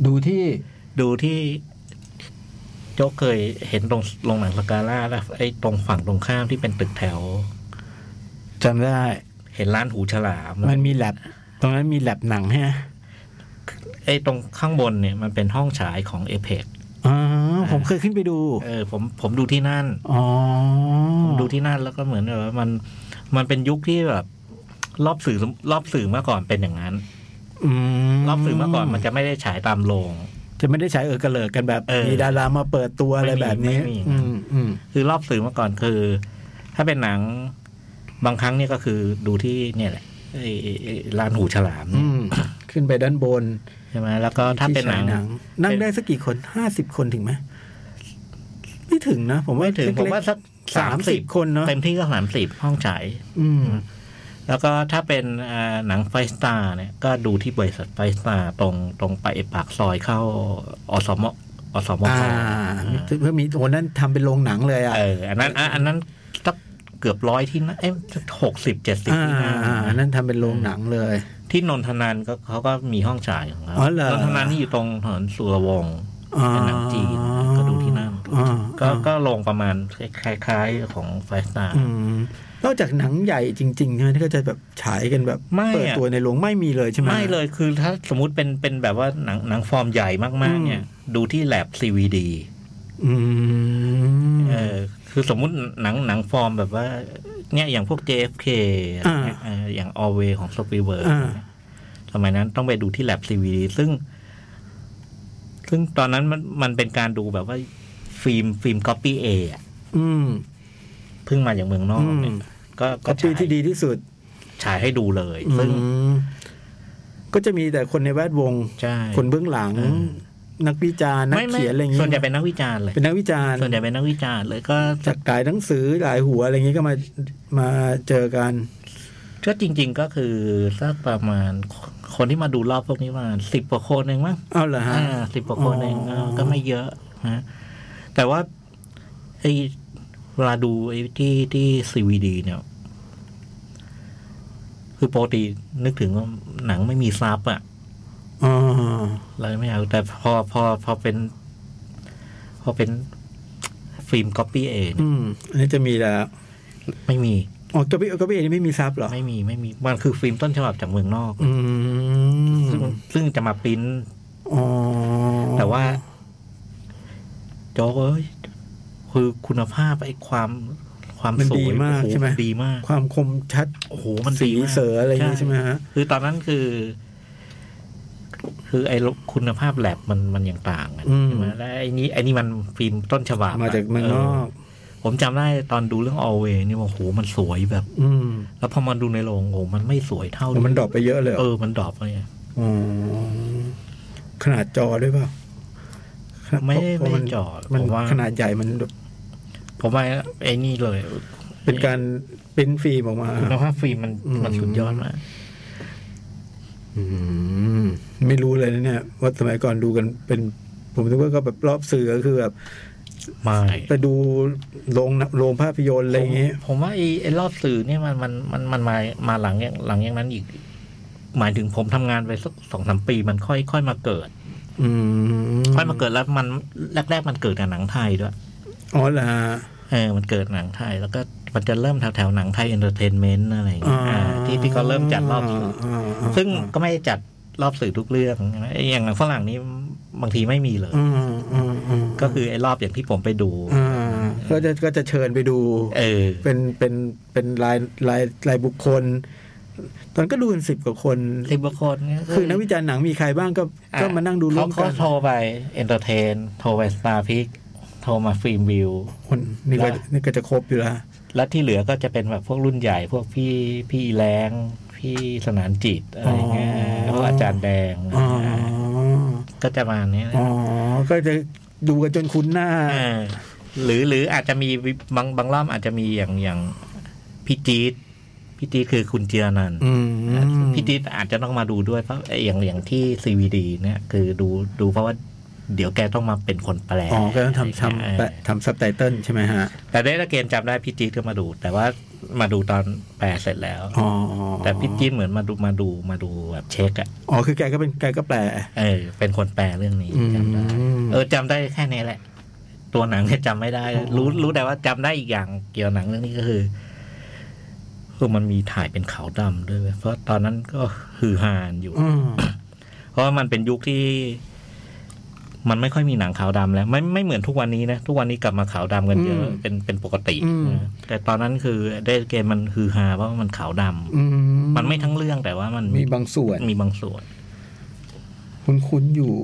ดูที่ ดูที่โจ๊กเคยเห็นตรงโรงหนังสกาล่าแล้วไอ้ตรงฝั่งตรงข้ามที่เป็นตึกแถว จำได้ เห็นร้านหูฉลาม มันมีแลบตรงนั้นมีแลบหนังฮะ ไอ้ตรงข้างบนเนี่ยมันเป็นห้องฉายของเอเพก อ๋อผมเคยขึ้นไปดู เออผมผมดูที่นั่น อ๋อ ผมดูที่นั่นแล้วก็เหมือนแบบว่ามันมันเป็นยุคที่แบบ รอบสื่อรอบสื่อเมื่อก่อนเป็นอย่างนั้น ม รอบสื่อเมื่อก่อนมันจะไม่ได้ฉายตามโรง จะไม่ได้ใช้เออกระเลิกกันแบบ เออ มีดารามาเปิดตัวอะไร ไม่มี แบบนี้ ไม่มี อืมอืม คือรอบสื่อเมื่อก่อนคือ ถ้าเป็นหนังบางครั้งเนี่ยก็คือดูที่เนี่ยแหละไอ้ไอ้ไอ้ร้านหูฉลาม อื เนี่ย มขึ้นไปด้านบน ใช่ไหมแล้วก็ถ้าเป็นหนัง ที่ฉยนั่งได้สักกี่คนห้าสิบคนถึงไหมไม่ถึงนะ ผมว่า ไม่ถึงผม เล็กๆ ว่าสัก สามสิบคนเนาะ เต็มที่ก็สามสิบห้องฉาย อืม แล้วก็ถ้าเป็นเอ่อหนังไฟสตาร์เนี่ยก็ดูที่บริษัทไฟสตาร์ตรงตรงไปปากซอยเข้าอสมอสม อ่า ส เพื่อมีโอ้นั่นทำเป็นโรงหนังเลยอ่ะ เอออันนั้นอ่ะอันนั้นสักเกือบร้อยที่นะเอ้หกสิบเจ็ดสิบ อ่า ที่นั่ง อันนั่นทำเป็นโรงหนังเลย ที่นนทนันก็เขาก็มีห้องฉายของเขา อ๋อเหรอ นนทนันนี่อยู่ตรงถนนสุรวงศ์ อ๋อ เป็นหนังจีนก็ดูที่นั่น อ่า ก็ก็ลงประมาณคล้ายๆของไฟสตาร์ อืมนอกจากหนังใหญ่จริงๆใช่ไหมที่เขาจะแบบฉายกันแบบ ไม่อะ เปิดตัวในโรงไม่มีเลยใช่ไหม ไม่เลยคือถ้าสมมติเป็นเป็นแบบว่าหนังหนังฟอร์มใหญ่มาก อืม ๆ เนี่ย ดูที่แลบ CVD อืม เออคือสมมุติหนังหนังฟอร์มแบบว่า เนี่ยอย่างพวก JFK อ่า เอออย่าง All Way ของ s p i l b e r g อ่า สมัยนั้นต้องไปดูที่แลบ CVD ซึ่ง ซึ่งตอนนั้นมันมันเป็นการดูแบบว่าฟิล์มฟิล์ม copy A อะ อืม เพิ่งมาจากเมืองนอกเนี่ยก็ก็ ก็ปี ฉาย ที่ดีที่สุด ฉายให้ดูเลย ซึ่ง อืมก็จะมีแต่คนในแวดวง ใช่ คนเบื้องหลัง อืม นักวิจารณ์นัก ไม่ไม่ เขียนอะไรอย่างเงี้ ส่วนใหญ่ ย เป็นนักวิจารณ์เลย เป็นนักวิจารณ์ ส่วนใหญ่เป็นนักวิจารณ์เลยก็ จากหลายหนังสือหลายหัวอะไรอย่างเงี้ยก็มามาเจอกัน ก็จริง ๆ ก็คือสักประมาณค คนที่มาดูรอบพวกนี้มาสิบกว่าคนเองมั้ง เอาเหรอฮะ สิบกว่าคนเอง อ๋อ เออก็ไม่เยอะนะแต่ว่าไอเวลาดูไอที่ที่ซีวีดีเนี่ย คือปกตินึกถึงว่าหนังไม่มีซับอะ อ๋อ เราไม่เอา แต่พอพอพอเป็น พอเป็นฟิล์มก๊อปปี้เอง อืมอันนี้จะมีแล้ว ไม่มี อ๋อก็พี่ก็พี่เอนี่ไม่มีซับเหรอ ไม่มีไม่มี มันคือฟิล์มต้นฉบับจากเมืองนอก อืม ซึ่งซึ่งจะมาปริ้น อ๋อ แต่ว่าโจ๊กเอ้ยคือคุณภาพไอ้ความความ มัน สวย ดีมาก โอ้โ ใช่ไหม ดีมาก ความคมชัด โอ้โหมัน สี ดีมาก เสืออะไรอย่างงี้ใช่ไหมฮะ คือตอนนั้นคือ คือไอ้คุณภาพแลบมันมันยังต่างกัน อืม ใช่ไหมแล้วไอ้นี้ไอ้นี่มันฟิล์มต้นฉบับ มาจากเมืองนอก เผมจำได้ตอนดูเรื่องออเวนี่โอ้โหมันสวยแบบ อืม แล้วพอมาดูในโรงโอ้โหมันไม่สวยเท่า แต่มันดรอปไปเยอะเลยเหรอ เออมันดรอปเลย อ๋อขนาดจอด้วยเปล่า ไม่ เพราะเพราะ ไม่ น จอ มัน ผมว่า ขนาดใหญ่มันแบบ ผมว่าไอ้นี่เลย เป็นการเป็นฟิล์มออกมา คุณภาพฟิล์มมัน อืม มันสุดยอดมาก อืมไม่รู้เลยนะเนี่ย ว่าสมัยก่อนดูกันเป็น ผมนึกว่าก็แบบรอบสื่อก็คือแบบ ไม่ ไปดูโรงหนังโรงภาพยนตร์อะไรอย่างเงี้ย ผมผมว่าไอ้ไอ้รอบสื่อเนี่ยมันมันมันมันมามาหลังอย่างหลังอย่างนั้นอีก หมายถึงผมทำงานไปสักสองสามปีมันค่อยค่อยมาเกิด อืม ค่อยมาเกิดแล้วมันแรก ๆ มันเกิดกับหนังไทยด้วย อ๋อเหรอฮะ เออมันเกิดหนังไทย แล้วก็มันจะเริ่มแถวๆหนังไทยเอนเตอร์เทนเมนต์อะไรอย่างเงี้ย อ่า อ่าที่ที่เขาเริ่มจัดรอบสื่ออ อ่า ซึ่งก็ไม่ได้จัดรอบสื่อทุกเรื่องนะไอ้อย่างหนังฝรั่งนี้บางทีไม่มีเลย อ่าอ่าอ่า ก็คือไอ้รอบอย่างที่ผมไปดู อ่าก็จะก็จะเชิญไปดู เออ เป็นเป็นเป็นรายรายรายบุคคล ตอนก็ดูกันสิบกว่าคน สิบกว่าคนเนี่ย คือนักวิจารณ์หนังมีใครบ้างก็ อ่ะ ก็มานั่งดูร่วม เขา กัน เขาโทรไปเอนเตอร์เทน โทรไปสตาร์พิกโทรมาฟิล์มวิว คนนี่ก็ แล้ว นี่ก็จะครบอยู่ละ และที่เหลือก็จะเป็นแบบพวกรุ่นใหญ่ พวกพี่พี่อีแรงพี่สนานจิตอะไรเงี้ยพวกอาจารย์แดง อ๋อ ก็จะมาเนี้ย อ๋อก็จะดูกันจนคุ้นหน้า เออหรือหรืออาจจะมีบางบางรอบอาจจะมีอย่างอย่างพี่จี๊ดพี่จี๊ดคือคุณเจียนันท์ อืม พี่ติ๊ดอาจจะต้องมาดูด้วยเพราะไอ้อย่างอย่างที่ CVD เนี่ยคือดูดูเพราะว่าเดี๋ยวแกต้องมาเป็นคนแปล อ๋อก็ต้องทำ เออทำแปะทำซับไตเติลใช่ไหมฮะ แต่ได้ละเกณฑ์จำได้พี่จี๊ดก็มาดู แต่ว่ามาดูตอนแปลเสร็จแล้ว อ๋อ แต่พี่จี๊ดเหมือนมาดูมาดูมาดูแบบเช็คอะ อ๋อคือแกก็เป็นแกก็แปล เออเป็นคนแปลเรื่องนี้ อืม จำได้เออจำได้แค่นี้แหละ ตัวหนังเนี่ยจำไม่ได้ อ๋อ รู้รู้แต่ว่าจำได้อีกอย่างเกี่ยวหนังเรื่องนี้ก็คือคือมันมีถ่ายเป็นขาวดำด้วยเว้ยเพราะตอนนั้นก็ฮือฮานอยู่ อืม เพราะว่ามันเป็นยุคที่มันไม่ค่อยมีหนังขาวดำแล้ว ไม่ไม่เหมือนทุกวันนี้นะ ทุกวันนี้กลับมาขาวดำกันเยอะเป็นเป็นปกตินะแต่ตอนนั้นคือได้เกมมันคือฮาเพราะว่ามันขาวดำ อื มันไม่ทั้งเรื่องแต่ว่ามัน มีบางส่วน มีบางส่วน คุ้นคุ้นๆอยู่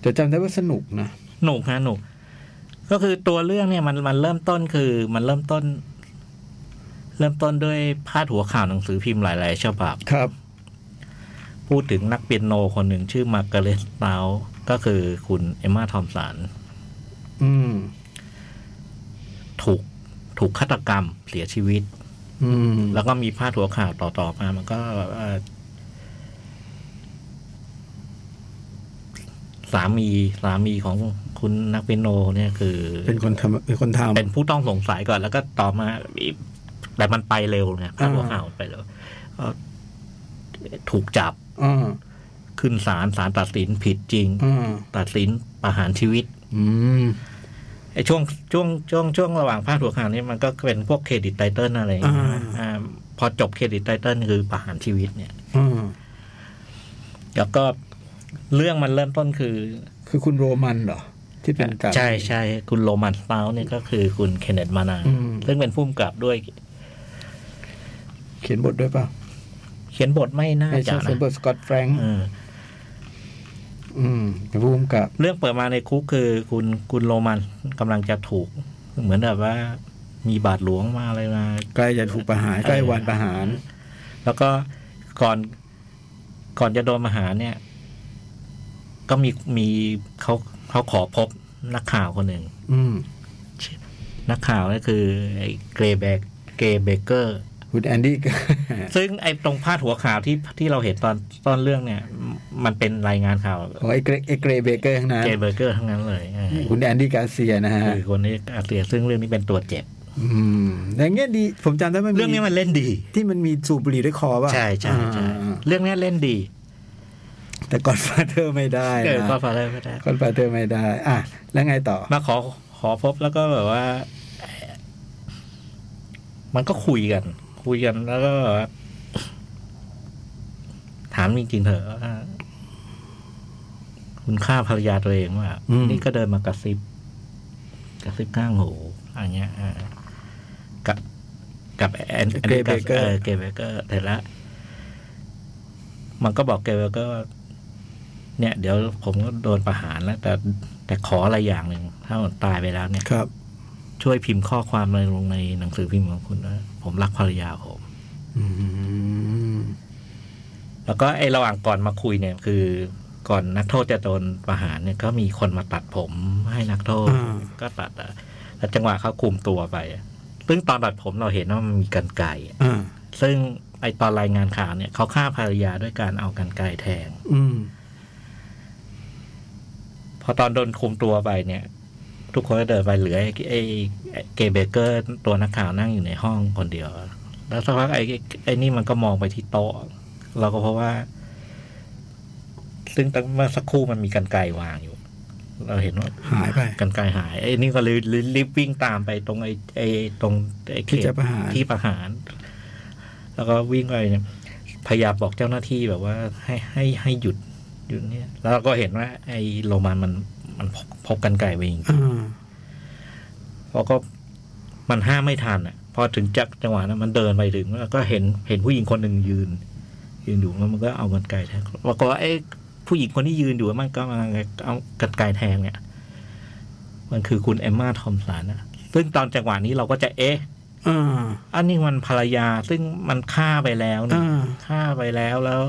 แต่จำได้ว่าสนุกนะ หนุกฮะหนุกก็คือตัวเรื่องเนี่ยมันมันเริ่มต้นคือ มันเริ่มต้น เริ่มต้นด้วยพาดหัวข่าวหนังสือพิมพ์หลายๆฉบับ ครับ พูดถึงนักเปียโนคนหนึ่งชื่อมาร์กาเร็ตเตาก็คือคุณเอมมาทอมสัน อืม ถูกถูกฆาตกรรมเสียชีวิต อืม แล้วก็มีพาดหัวข่าวต่อๆมา มันก็แบบว่าสามีสามีของคุณนักเปียโนเนี่ยคือ เป็นคนทำเป็นคนทำ เป็นผู้ต้องสงสัยก่อน แล้วก็ต่อมาอีกแต่มันไปเร็วเนี่ยพาดหัว อ่า ข่าวมันไปเร็วเอ่อถูกจับ อ่า ขึ้นศาลศาลตัดสินผิดจริง อ่า ตัดสินประหารชีวิต อืม ไอ้ช่วงช่วงช่วงช่วงระหว่างภาคหัวข่าวนี่มันก็เป็นพวกเครดิตไตเติลอะไรอย่างเงี้ย อ่า อ่าพอจบเครดิตไตเติลคือประหารชีวิตเนี่ย อ่า แล้วก็เรื่องมันเริ่มต้นคือ คือคุณโรมันเหรอ ที่เป็นจ่า ใช่ใช่คุณโรมันสเตาเนี่ยก็คือคุณเคนเนตมานา อืม ซึ่งเป็นผู้กำกับด้วย เขียนบทด้วยเปล่ะ เขียนบทไม่น่า ไม่ จะ ใช่เซ นะ นเบอร์สกอตแฟรงค์ เออ อืมเป็นผู้กำกับ เรื่องเปิดมาในคุกคือคุณคุณโรมันกำลังจะถูก เหมือนแบบว่ามีบาดหลวงมาอะไรมา ใกล้จะถูกประหารใกล้วันประหาร แล้วก็ก่อนก่อนจะโดนมาหารเนี่ย ก็มีมีเขาเขาขอพบนักข่าวคนหนึ่ง อืม นักข่าวก็คือไอ้เกรย์แบกเกรย์เบเกอร์ คุณแอนดี้ [laughs] ก็ ซึ่งไอ้ตรงพาดหัวข่าวที่ที่เราเห็นตอนตอนเรื่องเนี่ย มันเป็นรายงานข่าว ของไอ้เกรไอ้เกรเบเกอร์ทั้งนั้น เจเบอร์เกอร์ทั้งนั้นเลยเออ คุณแอนดี้กาเซียนะฮะ คือคนนี้อาเซียซึ่งเรื่องนี้เป็นตัวเจ็บ อืมแต่เงี้ยดีผมจำได้มันมี เรื่องนี้มันเล่นดี ที่มันมีสูบบุหรี่ด้วยคอป่ะ ใช่ใช่ใช่ อ่า เรื่องนี้เล่นดี แต่ก่อนฟาเธอร์ไม่ได้ เออก็ นะ ฟาเลอร์ไม่ได้ ก่อนฟาเธอร์ไม่ได้ อ่ะ แล้วไงต่อ มาขอขอพบแล้วก็แบบว่า มันก็คุยกัน คุยกันแล้วก็แบบว่าถามจริงๆเถอะว่าคุณค่าภรรยาตัวเองว่า อืม นี่ก็เดินมากระซิบ กระซิบข้างหูอันเงี้ยอ่ากับกับแอนแอนดี้กับเออเกเบเกอร์แต่ละมันก็บอกเกเบเกอร์ว่า เนี่ย เดี๋ยวผมก็โดนประหารแล้ว แต่แต่ขออะไรอย่างหนึ่งถ้าผมตายไปแล้วเนี่ย ครับ ช่วยพิมพ์ข้อความอะไรลงในหนังสือพิมพ์ของคุณว่าผมรักภรรยาผม อืม แล้วก็ไอ้ระหว่างก่อนมาคุยเนี่ย คือ ก่อนนักโทษจะโดนประหารเนี่ยก็มีคนมาตัดผมให้นักโทษ อ่า ก็ตัดอะแล้วจังหวะเขาคุมตัวไปอะซึ่งตอนตัดผมเราเห็นว่ามันมีกันไก่ อ่า ซึ่งไอตอนรายงานข่าวเนี่ยเขาฆ่าภรรยาด้วยการเอากันไก่แทง อืม พอตอนโดนคุมตัวไปเนี่ย ทุกคนก็เดินไปเหลือไอ้ไอ้ไอ้เกย์เบเกอร์ตัวนักข่าวนั่งอยู่ในห้องคนเดียว แล้วสักพักไอ้ไอ้ไอ้นี่มันก็มองไปที่โต๊ะ เราก็เพราะว่า ซึ่งตั้งเมื่อสักครู่มันมีกันไกลวางอยู่ เราเห็นว่า หายไป กันไกลหาย ไอ้นี่ก็เลยรีบรีบวิ่งตามไปตรงไอ้ไอ้ตรงไอ้เขต ที่จะประหาร ที่ประหาร แล้วก็วิ่งไปเนี่ยพยายามบอกเจ้าหน้าที่แบบว่า ให้ให้ให้หยุดหยุดเนี่ย แล้วเราก็เห็นว่า ไอ้โรมันมันมันพกพกกันไกลไปจริง อ่า เขาก็มันห้ามไม่ทันอ่ะ พอถึงจักจังหวะนั้นมันเดินไปถึงแล้วก็เห็นเห็นผู้หญิงคนหนึ่งยืน ยืนอยู่แล้วมันก็เอากันไกลแทงปรากฏว่าไอ้ผู้หญิงคนที่ยืนอยู่มันก็มาเอากันไกลแทงเนี่ย มันคือคุณเอมมาทอมสันนะซึ่งตอนจังหวะนี้เราก็จะเอ๊ะ อ่า อันนี้มันภรรยาซึ่งมันฆ่าไปแล้วนี่ อ่า ฆ่าไปแล้วแล้ว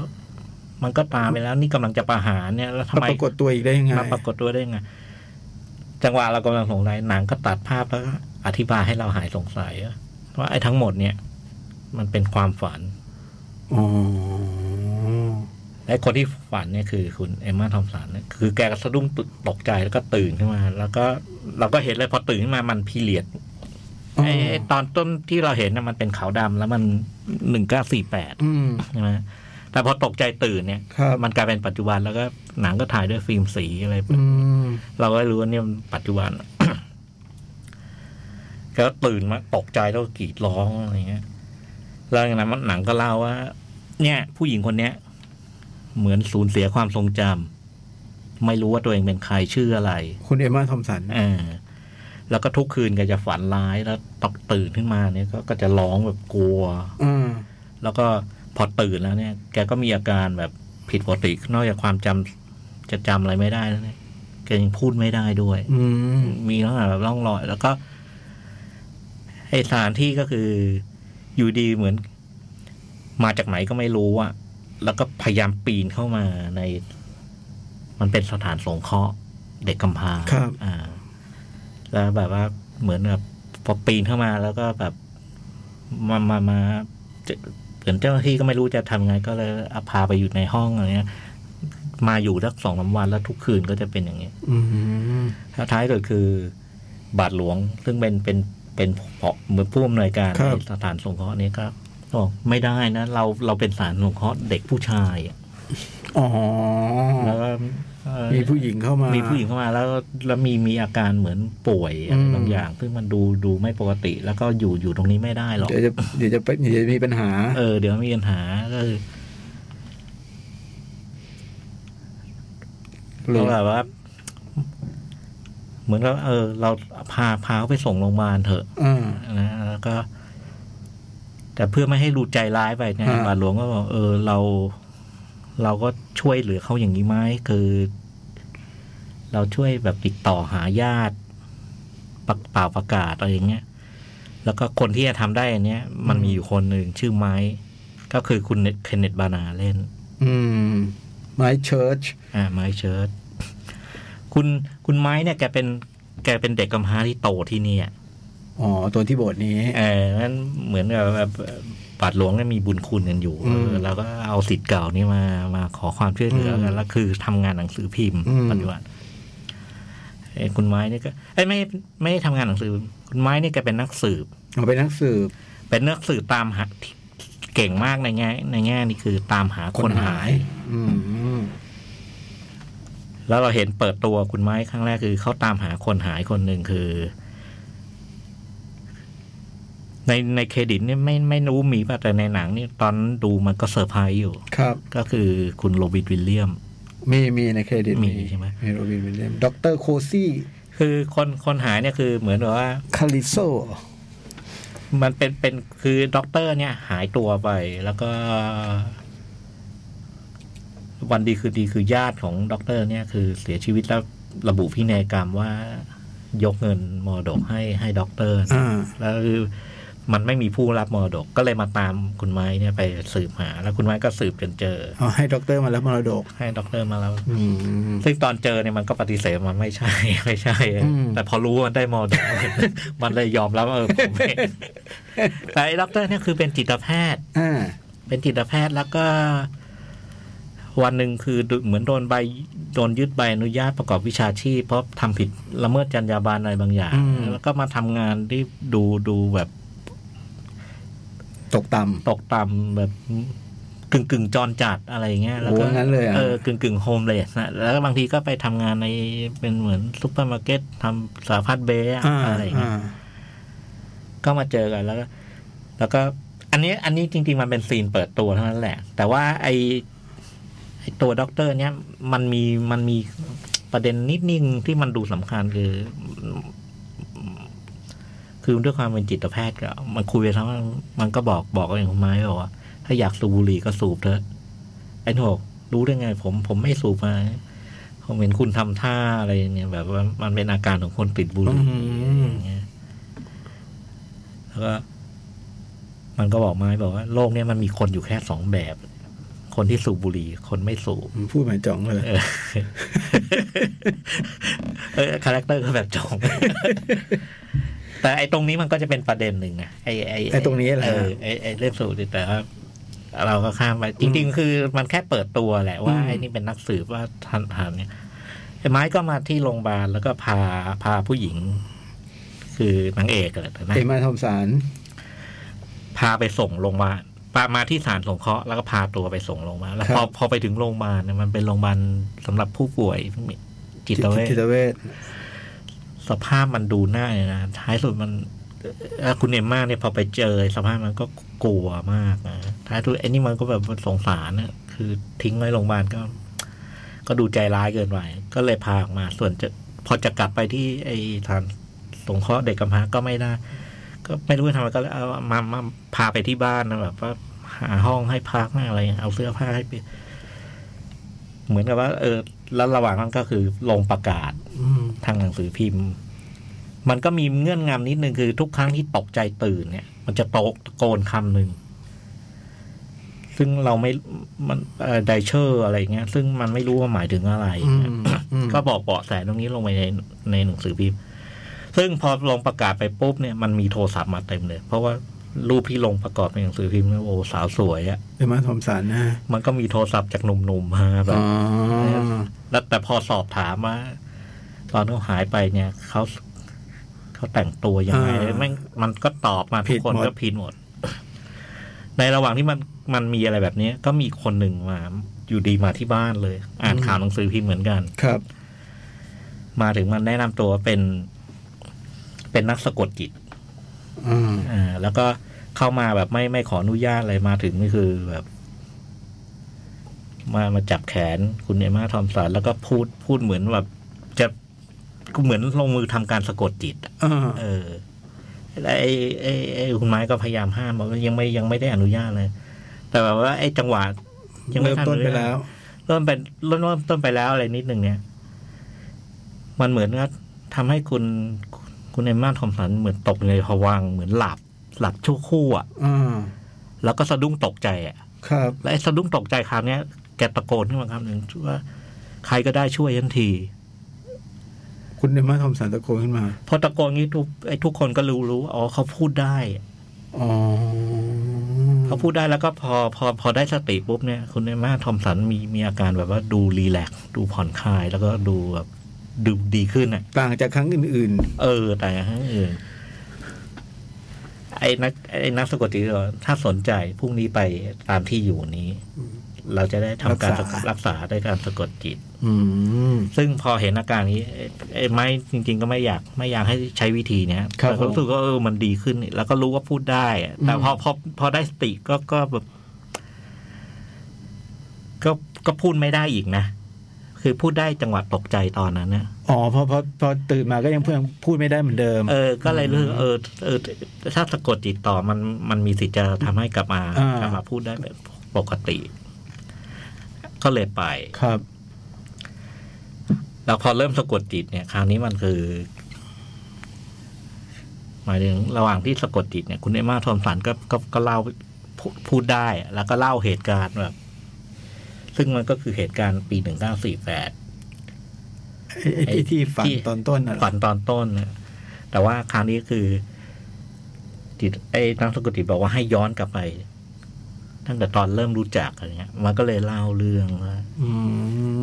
มันก็ตายไปแล้ว นี่กำลังจะประหารเนี่ย แล้วทำ มา ไม ปรากฏตัวอีกได้ยังไง มาปรากฏตัวได้ไง จังหวะเรากำลังสงสัยหนังก็ตัดภาพแล้วก็อธิบายให้เราหายสงสัยว่าไอ้ทั้งหมดเนี่ย มันเป็นความฝัน อ๋อ และคนที่ฝันเนี่ยคือคุณเอมมาทอมสันเนี่ยคือแกก็สะดุ้งตกใจแล้วก็ตื่นขึ้นมา แล้วก็เราก็เห็นเลยพอตื่นขึ้นมามันพีเรียด อ๋อ ไอ้ไอ้ตอนต้นที่เราเห็นน่ะมันเป็นขาวดำแล้วมันหนึ่งเก้าสี่แปด อืม ใช่ไหมแต่พอตกใจตื่นเนี่ย ครับ มันกลายเป็นปัจจุบันแล้วก็หนังก็ถ่ายด้วยฟิล์มสีอะไร อืม เราก็รู้ว่าเนี่ยมันปัจจุบัน [coughs] ก็ตื่นมาตกใจแล้วก็กรีดร้องอะไรเงี้ย แล้วหลังจากนั้นมันหนังก็เล่าว่า เนี่ย ผู้หญิงคนเนี้ย เหมือนสูญเสียความทรงจำไม่รู้ว่าตัวเองเป็นใครชื่ออะไร คุณเอมมาทอมสัน เออแล้วก็ทุกคืนแก็จะฝันร้ายแล้วตอกตื่นขึ้นมาเนี่ยก็ก็จะร้องแบบกลัว อืม แล้วก็พอตื่นแล้วเนี่ย แกก็มีอาการแบบผิดปกตินอกจากความจำจะจำอะไรไม่ได้แล้วเนี่ยแกยังพูดไม่ได้ด้วย อืม มีลักษณะแบบร่องรอย แล้วก็ไอสถานที่ก็คืออยู่ดีเหมือน มาจากไหนก็ไม่รู้อะแล้วก็พยายามปีนเข้ามาใน มันเป็นสถานสงเคราะห์เด็กกำพร้า ครับ อ่า แล้วแบบว่าเหมือนแบบพอปีนเข้ามาแล้วก็แบบมามามาเจเหมือนเจ้าหน้าที่ก็ไม่รู้จะทำไงก็เลยเอาพาไปอยู่ในห้องอะไรเงี้ย มาอยู่สักสองสามวันแล้วทุกคืนก็จะเป็นอย่างเงี้ย อืม แล้วท้ายสุดคือบาทหลวงซึ่งเป็นเป็นเป็นผอเหมือนผู้อำนวยการ ครับ สถานสงเคราะห์นี้ก็บอกไม่ได้นะ เราเราเป็นสถารสงเคราะห์เด็กผู้ชายอะ อ๋อ แล้วก็เอ่อ มีผู้หญิงเข้ามา มีผู้หญิงเข้ามาแล้วแล้วมีมีอาการเหมือนป่วยอะไร อืม บางอย่าง ซึ่งมันดูดูไม่ปกติ แล้วก็อยู่อยู่ตรงนี้ไม่ได้หรอก เดี๋ยวจะเดี๋ยวจะไปเดี๋ยวจะมีปัญหา เออเดี๋ยวมีปัญหาก็คือ เล เรา ย แบบว่า เหมือนกับเออ เราพาพาเขาไปส่งโรงพยาบาลเถอะ อ่า นะแล้วก็ แต่เพื่อไม่ให้ดูใจร้ายไปเนี่ย อ่า บาทหลวงก็บอกเออเรา เราก็ช่วยเหลือเขาอย่างนี้ไหมคือ เราช่วยแบบติดต่อหาญาติปะเป่าประกาศอะไรอย่างเงี้ย แล้วก็คนที่จะทำได้อันเนี้ย มันมีอยู่คนหนึ่งชื่อไม้ ก็คือคุณเคนเนตบานาเล่น อืม ไม้เชิร์ช อ่าไม้เชิร์ตคุณคุณไม้เนี่ยแกเป็นแกเป็นเด็กกำพร้าที่โตที่เนี่ย อ๋อ ตัวที่โบสถ์นี้ เออนั่นเหมือนกับแบบ ปาดหลวงเนี่ยมีบุญคุณกันอยู่ อืม เออแล้วก็เอาสิทธิ์เก่านี่มามาขอความช่วยเหลือกั อื น ม แล้วคือทำงานหนังสือพิมพ์ อืม ปัจจุบันไอ้คุณไม้นี่ก็ไอ้ยไม่ไม่ได้ทำงานหนังสือ คุณไม้นี่แกเป็นนักสืบ เอาไปนักสืบ เป็นนักสืบตามหาที่เก่งมากในแง่ในแง่นี่คือตามหาคนหาย อืม แล้วเราเห็นเปิดตัวคุณไม้ครั้งแรกคือเขาตามหาคนหายคนหนึ่งคือ ในในเครดิตเนี่ยไม่ไม่รู้มีป่ะแต่ในหนังนี่ตอนดูมันก็เซอร์ไพรส์อยู่ ครับ ก็คือคุณโรบินวิลเลียม มีมีในเครดิต มีใช่ไหม มีโรบินวิลเลียมด็อกเตอร์โคซี่ คือคนคนหายเนี่ยคือเหมือนแบบว่า คาริโซ มันเป็นเป็นคือด็อกเตอร์เนี่ยหายตัวไป แล้วก็ วันดีคือดีคือญาติของด็อกเตอร์เนี่ยคือเสียชีวิตแล้วระบุพินัยกรรมว่า ยกเงินมรดกให้ให้ด็อกเตอร์ อ่า แล้วคือมันไม่มีผู้รับมรดกก็เลยมาตามคุณไม้เนี่ยไปสืบหา แล้วคุณไม้ก็สืบจนเจอ เอาให้ด็อกเตอร์มาแล้วมรดก ให้ด็อกเตอร์มาแล้ว อืม ซึ่งตอนเจอเนี่ยมันก็ปฏิเสธมันไม่ใช่ [laughs] ไม่ใช่ อืม แต่พอรู้ว่ามันได้มอดก [laughs] มันเลยยอมรับว่าเออ [laughs] ผมเองแต่ไอ้ด็อกเตอร์เนี่ยคือเป็นจิตแพทย์ อ่า เป็นจิตแพทย์แล้วก็ วันหนึ่งคือเหมือนโดนใบโดนยึดใบอนุญาตประกอบวิชาชีพ เพราะทำผิดละเมิดจรรยาบรรณอะไรบางอย่าง อืม แล้วก็มาทำงานที่ดูดูแบบ ตกต่ ตกต่ำแบบกึ่งกึ่งๆจรจัดอะไรอย่างเงี้ยแล้วก็ โอ้งั้นเลยเหรอ เออกึ่งกึ่งโฮมเลสนะแล้วก็บางทีก็ไปทำงานในเป็นเหมือนซุปเปอร์มาร์เก็ตทำสาพัดเบย์ ำอ่า อะไรอย่างเงี้ย อ่า ก็มาเจอกันแล้วก็แล้วก็ อันนี้อันนี้จริง ๆ มันเป็นซีนเปิดตัวเท่านั้นแหละ แต่ว่าไอไอตัวด็อกเตอร์ เนี้ยมันมีมันมีประเด็นนิดนึงที่มันดูสำคัญคือ คือด้วยความเป็นจิตแพทย์ก็มันคุยไปทั้งมันก็บอกบอกกับอย่างคุณไม้บอกว่า ถ้าอยากสูบบุหรี่ก็สูบเถอะ ไอ้หนวกรู้ได้ไง ผมผมไม่สูบมา ผมเห็นคุณทำท่าอะไรเนี่ยแบบว่ามันเป็นอาการของคนติดบุหรี่ อืม อย่างเงี้ยแล้วก็ มันก็บอกไม้บอกว่าโลกเนี้ยมันมีคนอยู่แค่สองแบบ คนที่สูบบุหรี่ คนไม่สูบ มันพูดเหมือนจ่องเลย เออ [laughs] เออคาแรคเตอร์ก็แบบจ [laughs] ง แต่ไอ้ตรงนี้มันก็จะเป็นประเด็นหนึ่งนะไอ้ไอ้ ไอ้ตรงนี้แหละ เออไอ้ไอ้เรื่องสูตรแต่ว่าเราก็ข้ามไปจริง ๆ คือมันแค่เปิดตัวแหละว่าไอ้นี่เป็นนักสืบว่าทันทันเนี่ยไอ้ไม้ก็มาที่โรงพยาบาลแล้วก็พาพาผู้หญิง คือนางเอกอะนะ เอ็มมาทอมสาร พาไปส่งโรงพยาบาลพามาที่ศาลสงเคราะห์แล้วก็พาตัวไปส่งโรงพยาบาลแล้วพ ครั อบ พอไปถึงโรงพยาบาลเนี่ยมันเป็นโรงพยาบาลสำหรับผู้ป่วยจิตเวช จิตเวช สภาพมันดูหน้าเนี่ยนะท้ายสุดมันเอ่อคุณเอมมากเนี่ยพอไปเจอสภาพมันก็กลัวมากนะท้ายสุดไอ้นี่มันก็แบบสงสารนะคือทิ้งไว้โรงพยาบาลก็ ก็ดูใจร้ายเกินไปก็เลยพาออกมา ส่วนจะพอจะกลับไปที่ไอ้ทานสงเคราะห์เด็กกำพร้าก็ไม่ได้ ก็ไม่รู้จะทำอะไรก็เลยเอามามาพาไปที่บ้านนะแบบว่าหาห้องให้พักอะไรเอาเสื้อผ้าให้เปลี่ยนเหมือนกับว่า เออ แล้วระหว่างนั้นก็คือลงประกาศ อืม ทางหนังสือพิมพ์ มันก็มีเงื่อนงำนิดนึงคือทุกครั้งที่ตกใจตื่นเนี่ย มันจะตกตะโกนคำหนึ่ง ซึ่งเราไม่มันไดเชอร์อะไรเงี้ย ซึ่งมันไม่รู้ว่าหมายถึงอะไร อืม เนี่ย [coughs] อืม ก็บอกเบาะแสตรงนี้ลงไปในในหนังสือพิมพ์ ซึ่งพอลงประกาศไปปุ๊บเนี่ยมันมีโทรศัพท์มาเต็มเลย เพราะว่ารูปที่ลงประกอบในหนังสือพิมพ์เนี่ยโอ้สาวสวยอะ เอ็มมาทอมสารนะฮะ มันก็มีโทรศัพท์จากหนุ่มๆมาแบบ อ๋อ แล้วแต่พอสอบถามว่า ตอนเขาหายไปเนี่ยเขาเขาแต่งตัวยังไง อ่า แม่งมันก็ตอบมาทุกคน ผิดหมด ก็ผิดหมด ในระหว่างที่มันมันมีอะไรแบบเนี้ย ก็มีคนหนึ่งมา อยู่ดีมาที่บ้านเลย อ่านข่าวหนังสือพิมพ์เหมือนกัน ครับ มาถึงมันแนะนำตัวว่าเป็น เป็นนักสะกดจิต อืม อ่าแล้วก็เข้ามาแบบไม่ไม่ขออนุญาตอะไรมาถึงนี่คือแบบ มามาจับแขนคุณเอมมาทอมสันแล้วก็พูดพูดเหมือนแบบจะเหมือนลงมือทำการสะกดจิตอะ อ่า เออแล้วไอ้ไอ้ไอ้คุณไม้ก็พยายามห้ามบอกว่ายังไม่ยังไม่ได้อนุญาตเลย แต่แบบว่าไอ้จังหวะยังไม่ เริ่ม ทัอ ต้น ญาต ไปแล้ว เริ่มเป็นเริ่มเริ่มต้นไปแล้วอะไรนิดหนึ่งเนี่ย มันเหมือนว่าทำให้คุณคุณเอมมาทอมสันเหมือนตกอยู่ในภวังค์เหมือนหลับ หลับชั่วครู่อ่ะ อ่า แล้วก็สะดุ้งตกใจอ่ะ ครับ และไอ้สะดุ้งตกใจคราวเนี้ยแกตะโกนขึ้นมาคำหนึ่งว่าใครก็ได้ช่วยฉันที คุณเอ็มมาทอมสารตะโกนขึ้นมา พอตะโกนงี้ทุกไอ้ทุกคนก็รู้รู้ว่าอ๋อเขาพูดได้ อ๋อ เขาพูดได้แล้วก็พอพอพอได้สติปุ๊บเนี่ย คุณเอมมาทอมสันมีมีอาการแบบว่าดูรีแลกซ์ดูผ่อนคลาย แล้วก็ดูแบบดูดีขึ้นอ่ะ ต่างจากครั้งอื่น เออ แต่ฮะเออไอ้นักไอ้นักสะกดจิตเหรอถ้าสนใจพรุ่งนี้ไปตามที่อยู่นี้ เราจะได้ทำการ รักษา รักษาด้วยการสะกดจิต ๆ อืม ซึ่งพอเห็นอาการนี้เอ่อเอ่อไม่จริง ๆ ก็ไม่อยากไม่อยากให้ใช้วิธีเนี้ย ครับ แต่ก็รู้สึกว่าเออมันดีขึ้น แล้วก็รู้ว่าพูดได้อะแต่พอพอพอได้สติก็ก็แบบก็ก็พูดไม่ได้อีกนะ คือพูดได้จังหวะตกใจตอนนั้นนะ อ๋อพอพอพอตื่นมาก็ยังเพื่อนพูดไม่ได้เหมือนเดิม เออ ก็เลยรู้สึกเออ เออ ถ้าสะกดจิตต่อมัน มันมีสิทธิ์จะทำให้กลับมา อ่า กลับมาพูดได้แบบปกติ ก็เลยไป ครับ แล้วพอเริ่มสะกดจิตเนี่ย คราวนี้มันคือ หมายถึงระหว่างที่สะกดจิตเนี่ย คุณเอมมาทอมสันก็ก็ก็เล่าพูพูดได้อะแล้วก็เล่าเหตุการณ์แบบ ซึ่งมันก็คือเหตุการณ์ปีหนึ่งเก้าสี่แปด ไอ้ไอ้ที่ที่ฝัน ที่ ตอนต้นน่ะเหรอ ฝันตอนต้นน่ะแต่ว่าคราวนี้คือจิตไอ้นักสะกุติบอกว่าให้ย้อนกลับไป ตั้งแต่ตอนเริ่มรู้จักอะไรเงี้ย มันก็เลยเล่าเรื่องว่า อื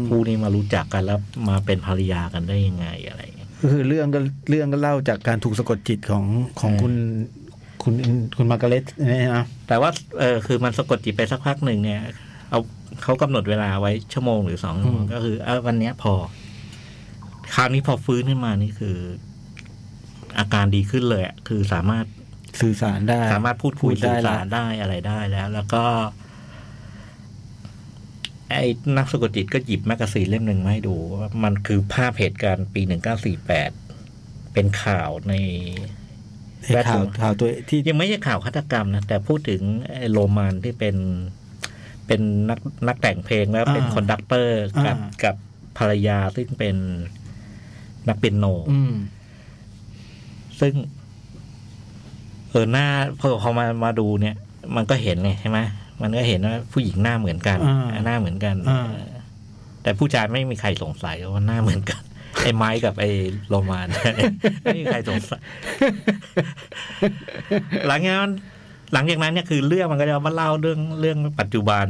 ม คู่นี้มารู้จักกันแล้วมาเป็นภรรยากันได้ยังไงอะไรเงี้ย ก็คือเรื่องก็เรื่องก็เล่าจากการถูกสะกดจิตของของ ใช่ คุณ คุณคุณมาร์กาเร็ตเนี่ยนะ แต่ว่าเออคือมันสะกดจิตไปสักพักหนึ่งเนี่ย เอาเขากำหนดเวลาไว้ชั่วโมงหรือสองชั่วโมงก็คือเออวันเนี้ยพอ คราวนี้พอฟื้นขึ้นมานี่คือ อาการดีขึ้นเลยอะคือสามารถ สื่อสารได้ สามารถพูดคุย พูดได้ สื่อ ละ สารได้อะไรได้แล้ว แล้วก็ ไอ้นักสะกดจิตก็หยิบแมกกาซีนเล่มหนึ่งมาให้ดูว่ามันคือภาพเหตุการณ์ปีหนึ่งเก้าสี่แปดเป็นข่าวใน ไอ้ข่าวข่าวตัวที่ ยังไม่ใช่ข่าวฆาตกรรมนะ แต่พูดถึงไอ้โรมันที่เป็นเป็นนักนักแต่งเพลงแล้ว อ่า เป็นคอนดักเตอร์กับ อ่า กับภรรยาซึ่งเป็นนักเปียโน อืม ซึ่งเออหน้าพอพอมามาดูเนี่ย มันก็เห็นไงใช่ไหมมันก็เห็นว่าผู้หญิงหน้าเหมือนกัน อ่า หน้าเหมือนกัน อ่า แต่ผู้ชายไม่มีใครสงสัยว่าหน้าเหมือน [laughs] กัน ไอ้ไม้กับไอ้โรมาน [laughs] ไม่มีใครสงสัย [laughs] หลังจากนั้นหลังจากนั้นเนี่ยคือเรื่องมันก็จะมาเล่าเรื่องเรื่องปัจจุบัน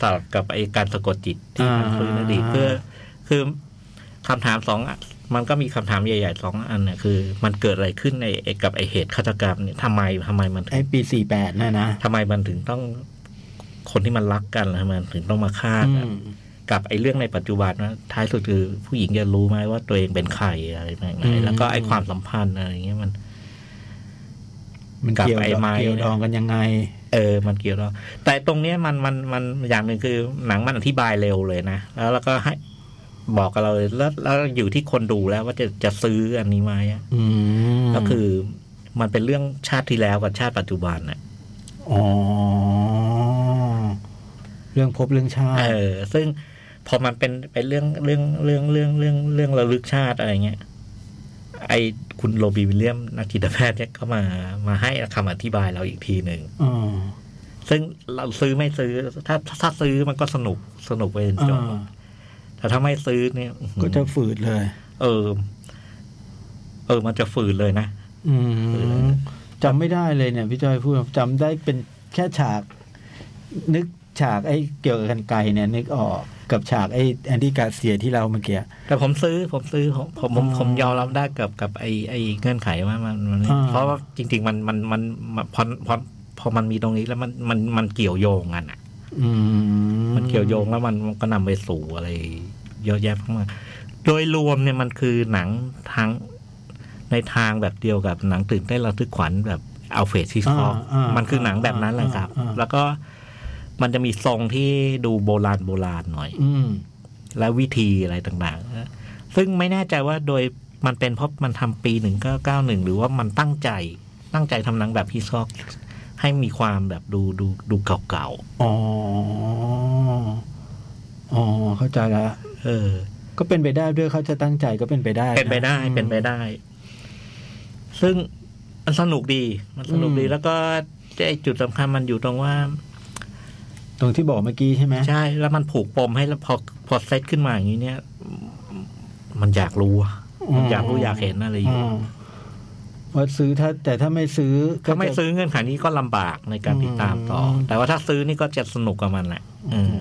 สลับกับไอ้การสะกดจิตที่มันฟื้นอดีตเพื่อ คือคำถามสองอันมันก็มีคำถามใหญ่ๆสองอันเนี่ยคือ มันเกิดอะไรขึ้นในไอ้กับไอเหตุฆาตกรรมเนี่ยทำไมทำไมมันถึ ไอ้ ง ปีสี่แปดน่ะนะ ทำไมมันถึงต้องคนที่มันรักกันทำไมมันถึงต้องมาฆ่ากัน อืม กับไอเรื่องในปัจจุบันว่าท้ายสุดคือผู้หญิงจะรู้ไหมว่าตัวเองเป็นใครอะไรแบบไหนแล้วก็ไอความสัมพันธ์อะไรอย่างเงี้ยมัน มัน กับ เกี่ยว ไอ้ไม้ เกี่ยวดองกันยังไง เออ มันเกี่ยวแล้วแต่ตรงเนี้ยมันมันมันอย่างหนึ่งคือหนังมันอธิบายเร็วเลยนะ แล้วเราก็ให้บอกกับเราเลยแล้วแล้วอยู่ที่คนดูแล้วว่าจะจะซื้ออันนี้ไหมอะ อืม ก็คือมันเป็นเรื่องชาติที่แล้วกับชาติปัจจุบันน่ะ อ๋อเรื่องภพบเรื่องชาติ เออ ซึ่งพอมันเป็นเป็นเรื่องเรื่องเรื่องเรื่องเรื่องเรื่องระลึกชาติอะไรเงี้ย ไอคุณโรบีวิลเลียมนักจิตแพทย์เนี่ยก็มามาให้คำอธิบายเราอีกทีหนึ่ง อ่า ซึ่งเราซื้อไม่ซื้อ ถ้าถ้าซื้อมันก็สนุกสนุกไปจนจบ อ่า แต่ถ้าไม่ซื้อเนี่ยอื้อหือ ก็จะฝืดเลย เออ เออ มันจะฝืนเลยนะ อืมจำไม่ได้เลยเนี่ยพี่จอยพูดจำได้เป็นแค่ฉาก นึกฉากไอ้เกี่ยวกับกันไกรเนี่ย นึกออกกับฉากไอ้แอนดี้กาเซียที่เราเมื่อกี้ แต่ผมซื้อผมซื้อผมผมผม อ๋อ ผมยอมรับได้กับกับไอไอเงื่อนไขว่ามันมัน อ่า เพราะว่าจริง ๆ มันมันมันมันพอพอพอมันมีตรงนี้แล้วมันมันมันเกี่ยวโยงกันอ่ะ อื มันเกี่ยวโยงแล้วมันมันก็นำไปสู่อะไร เยอะแยะมากมายโดยรวมเนี่ยมันคือหนังทางในทางแบบเดียวกับหนังตื่นเต้นระทึกขวัญแบบอัลเฟรดฮิชคอก าา มันคือหนังแบบนั้นแหละครับ อ่า แล้วก็มันจะมีทรงที่ดูโบราณโบราณหน่อย อืม และวิธีอะไรต่างๆ ซึ่งไม่แน่ใจว่าโดยมันเป็นเพราะมันทำปีหนึ่งก็เก้าหนึ่งหรือว่ามันตั้งใจตั้งใจทำหนังแบบฮิซอกให้มีความแบบดูดูดูเก่า อ๋ออ๋อเข้าใจละ ๆเออ ก็เป็นไปได้ด้วยเขาจะตั้งใจก็เป็นไปได้ะ เป็นไปได้ อืม เป็นไปได้ ซึ่งมันสนุกดี มันสนุกดี อืม แล้วก็ไอ้จุดสำคัญมันอยู่ตรงว่า ตรงที่บอกเมื่อกี้ใช่ไหม ใช่ แล้วมันผูกปมให้แล้วพอพอเซตขึ้นมาอย่างนี้เนี่ย มันอยากรู้อะมันอยากรู้อยากเห็นอะไรอยู่ ม ว่าซื้อถ้าแต่ถ้าไม่ซื้อก็ ถ้าไม่ จะ ซื้อเงื่อนไขนี้ก็ลำบากในการติดตามต่ออ ม แต่ว่าถ้าซื้อนี่ก็จะสนุกกับมันแหละอืม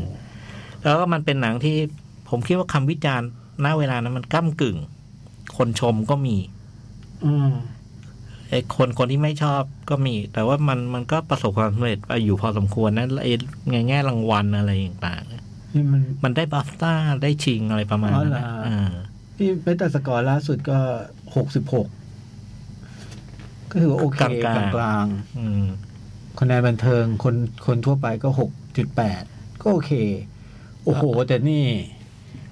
แล้วก็มันเป็นหนังที่ผมคิดว่าคำวิจารณ์ณเวลานั้นมันก้ากึ่ง คนชมก็มี อืม ไอ้คนคนที่ไม่ชอบก็มี แต่ว่ามันมันก็ประสบความสำเร็จไปอยู่พอสมควรนะไอ้ในแง่รางวัลอะไรต่าง นี่มัน ๆมันได้บัฟต้าได้ชิงอะไรประมาณนั้นนะ อ๋อเหรอ อ่า พี่เบตาสกอร์ล่าสุดก็หกสิบหกก็ถือว่าโอเคกลางกลาง อืม ๆคะแนนบันเทิงคนคนทั่วไปก็หกจุดแปดก็โอเค โอ้โห แต่นี่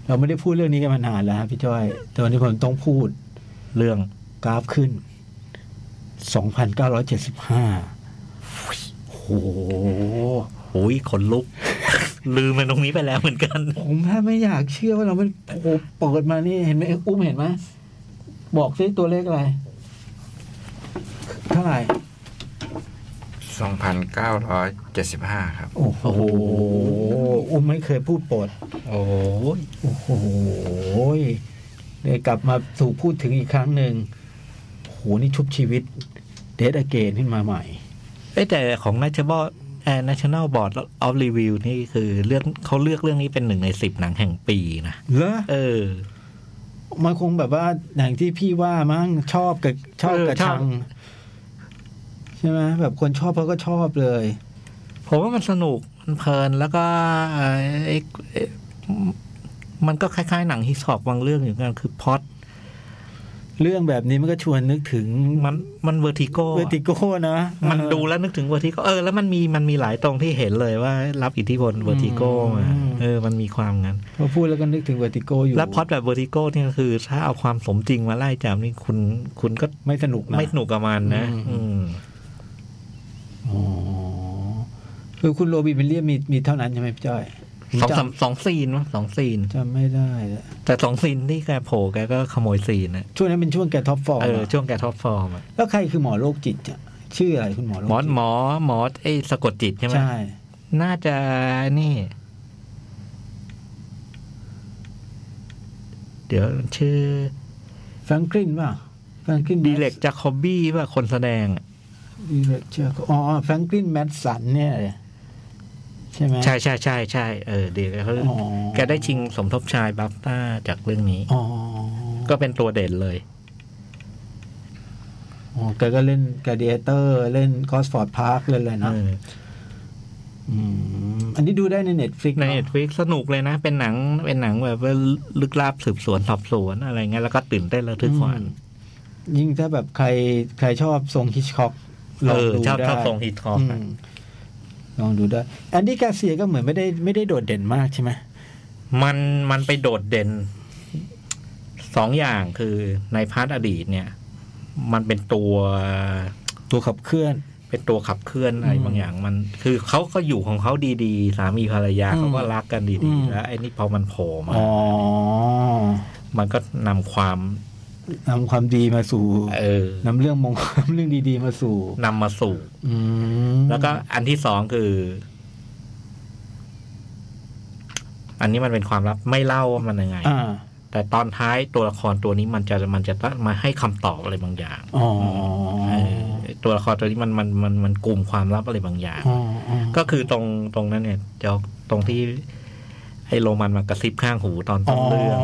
เราไม่ได้พูดเรื่องนี้กันมานานแล้วฮะพี่จ้อย แต่วันนี้ผมต้องพูด เรื่อง กราฟขึ้นสองพันเก้าร้อยเจ็ดสิบห้าโอ้โห โอ้ยขนลุก [laughs] ลืมมันตรงนี้ไปแล้วเหมือนกัน ผมแทบไม่อยากเชื่อว่าเรามันโอ้โหเปิดมานี่เห็นไหมอุ้มเห็นไหมบอกซิตัวเลขอะไร เท่าไหร่ สองพันเก้าร้อยเจ็ดสิบห้าครับ โอ้โห อุ้มไม่เคยพูดโปรด โอ้ย โอ้โหเลยกลับมาสู่พูดถึงอีกครั้งหนึ่งโอ้โห นี่ชุบชีวิต เดทอเกนขึ้นมาใหม่ เอ้ยแต่ของ National เอ่อ National Board of Review นี่คือเรื่องเขาเลือกเรื่องนี้เป็นหนึ่งในสิบหนังแห่งปีนะ เหรอ เออ มันคงแบบว่าอย่างที่พี่ว่ามั้งชอบกับชอบกับชัง ใช่ไหมแบบคนชอบเขาก็ชอบเลย ผมว่ามันสนุก มันเพลินแล้วก็เอ่อไอ้เอ่อมันก็คล้ายๆ หนังฮิสอกบางเรื่องอยู่เหมือนกันคือพอด เรื่องแบบนี้มันก็ชวนนึกถึง มันมันเวอร์ติโก เวติโก้นะ มันดูแล้วนึกถึงเวอร์ติโกเออแล้วมันมีมันมีหลายตรงที่เห็นเลยว่า รับอิทธิพลเวอร์ติโกมาเออมันมีความงั้น พอพูดแล้วก็นึกถึงเวติโก้อยู่ แล้วพล็อดแบบเวอร์ติโกเนี่ยคือ ถ้าเอาความสมจริงมาไล่จามนี่คุณคุณก็ ไม่สนุกนะ ไม่สนุกกับมันนะ อืม อืม อ๋อคือคุณโรบินวิลเลียมมีมีเท่านั้นใช่ไหมพี่จ้อยผม สอง จ สามสองซีนวะสองซีน ำจำไม่ได้ละ แต่สองซีนที่แกโผล่แกก็ขโมยซีนนะ ช่วงนั้นเป็นช่วงแกท็อปฟอร์ม เออ อะ ช่วงแกท็อปฟอร์มอะ แล้วใครคือหมอโรคจิตอะชื่ออะไรคุณหมอโรค หมอ จิต หมอหมอไอ้สะกดจิตใช่ไหม ใช่ น่าจะนี่ เดี๋ยวชื่อ แฟรงคลินป่ะแฟรงคลิน ดีเล็กจาคอบบี้ว่าคนแสดงอะ ดีเล็กเชื่ออ๋อแฟรงคลินแมดสันเนี่ย ใช่ไหม ใช่ใช่ใช่ใช่เออดีเขา อ๋อ แกได้ชิงสมทบชายบัฟต้าจากเรื่องนี้ อ๋อ ก็เป็นตัวเด่นเลย อ๋อแกก็เล่นกาเดียเตอร์เล่นคอสฟอร์ดพาร์คเล่นอะไรนะ เออ อืมอันนี้ดูได้ในเน็ตฟลิก ในเน็ตฟ i ิกสนุกเลยนะ เป็นหนังเป็นหนังแบบว่าลึกลับสืบสวนสอบสวนอะไรเงี้ยแล้วก็ตื่นเต้นระทึกขวัญ ยิ่งถ้าแบบใครใครชอบทรงฮิชคอกลอ เอง อ ดู ชอบ ได้ ชอบทรงฮิตคอก มลองดูได้แอนดี้กาเซียก็เหมือนไม่ได้ไม่ได้โดดเด่นมากใช่ไหม มันมันไปโดดเด่นสองอย่างคือในพาร์ทอดีตเนี่ย มันเป็นตัว ตัวขับเคลื่อน เป็นตัวขับเคลื่อนอะไร อืม บางอย่างมัน คือเขาก็อยู่ของเขาดีๆ สามีภรรยา อืม เขาก็รักกัน อื ดี ม ๆ แล้วไอ้นี่พอมันโผล่มา อ๋อ มันก็นำความ นำความดีมาสู่ เออน ำเรื่องมง [laughs] นำเรื่องดีๆมาสู่ นำมาสู่ อืม แล้วก็อันที่สองคือ อันนี้มันเป็นความลับไม่เล่าว่ามันยังไง อ่า แต่ตอนท้ายตัวละครตัวนี้มันจะมันจะมาให้คำตอบอะไรบางอย่าง อ๋อ เออตัวละครตัวนี้มันมันมันมันกลุ่มความลับอะไรบางอย่าง อ๋ออ๋อ ก็คือตรงตรงนั้นเนี่ยจะตรงที่ไอ้โรมันมากระซิบข้างหูตอนต้นเรื่อง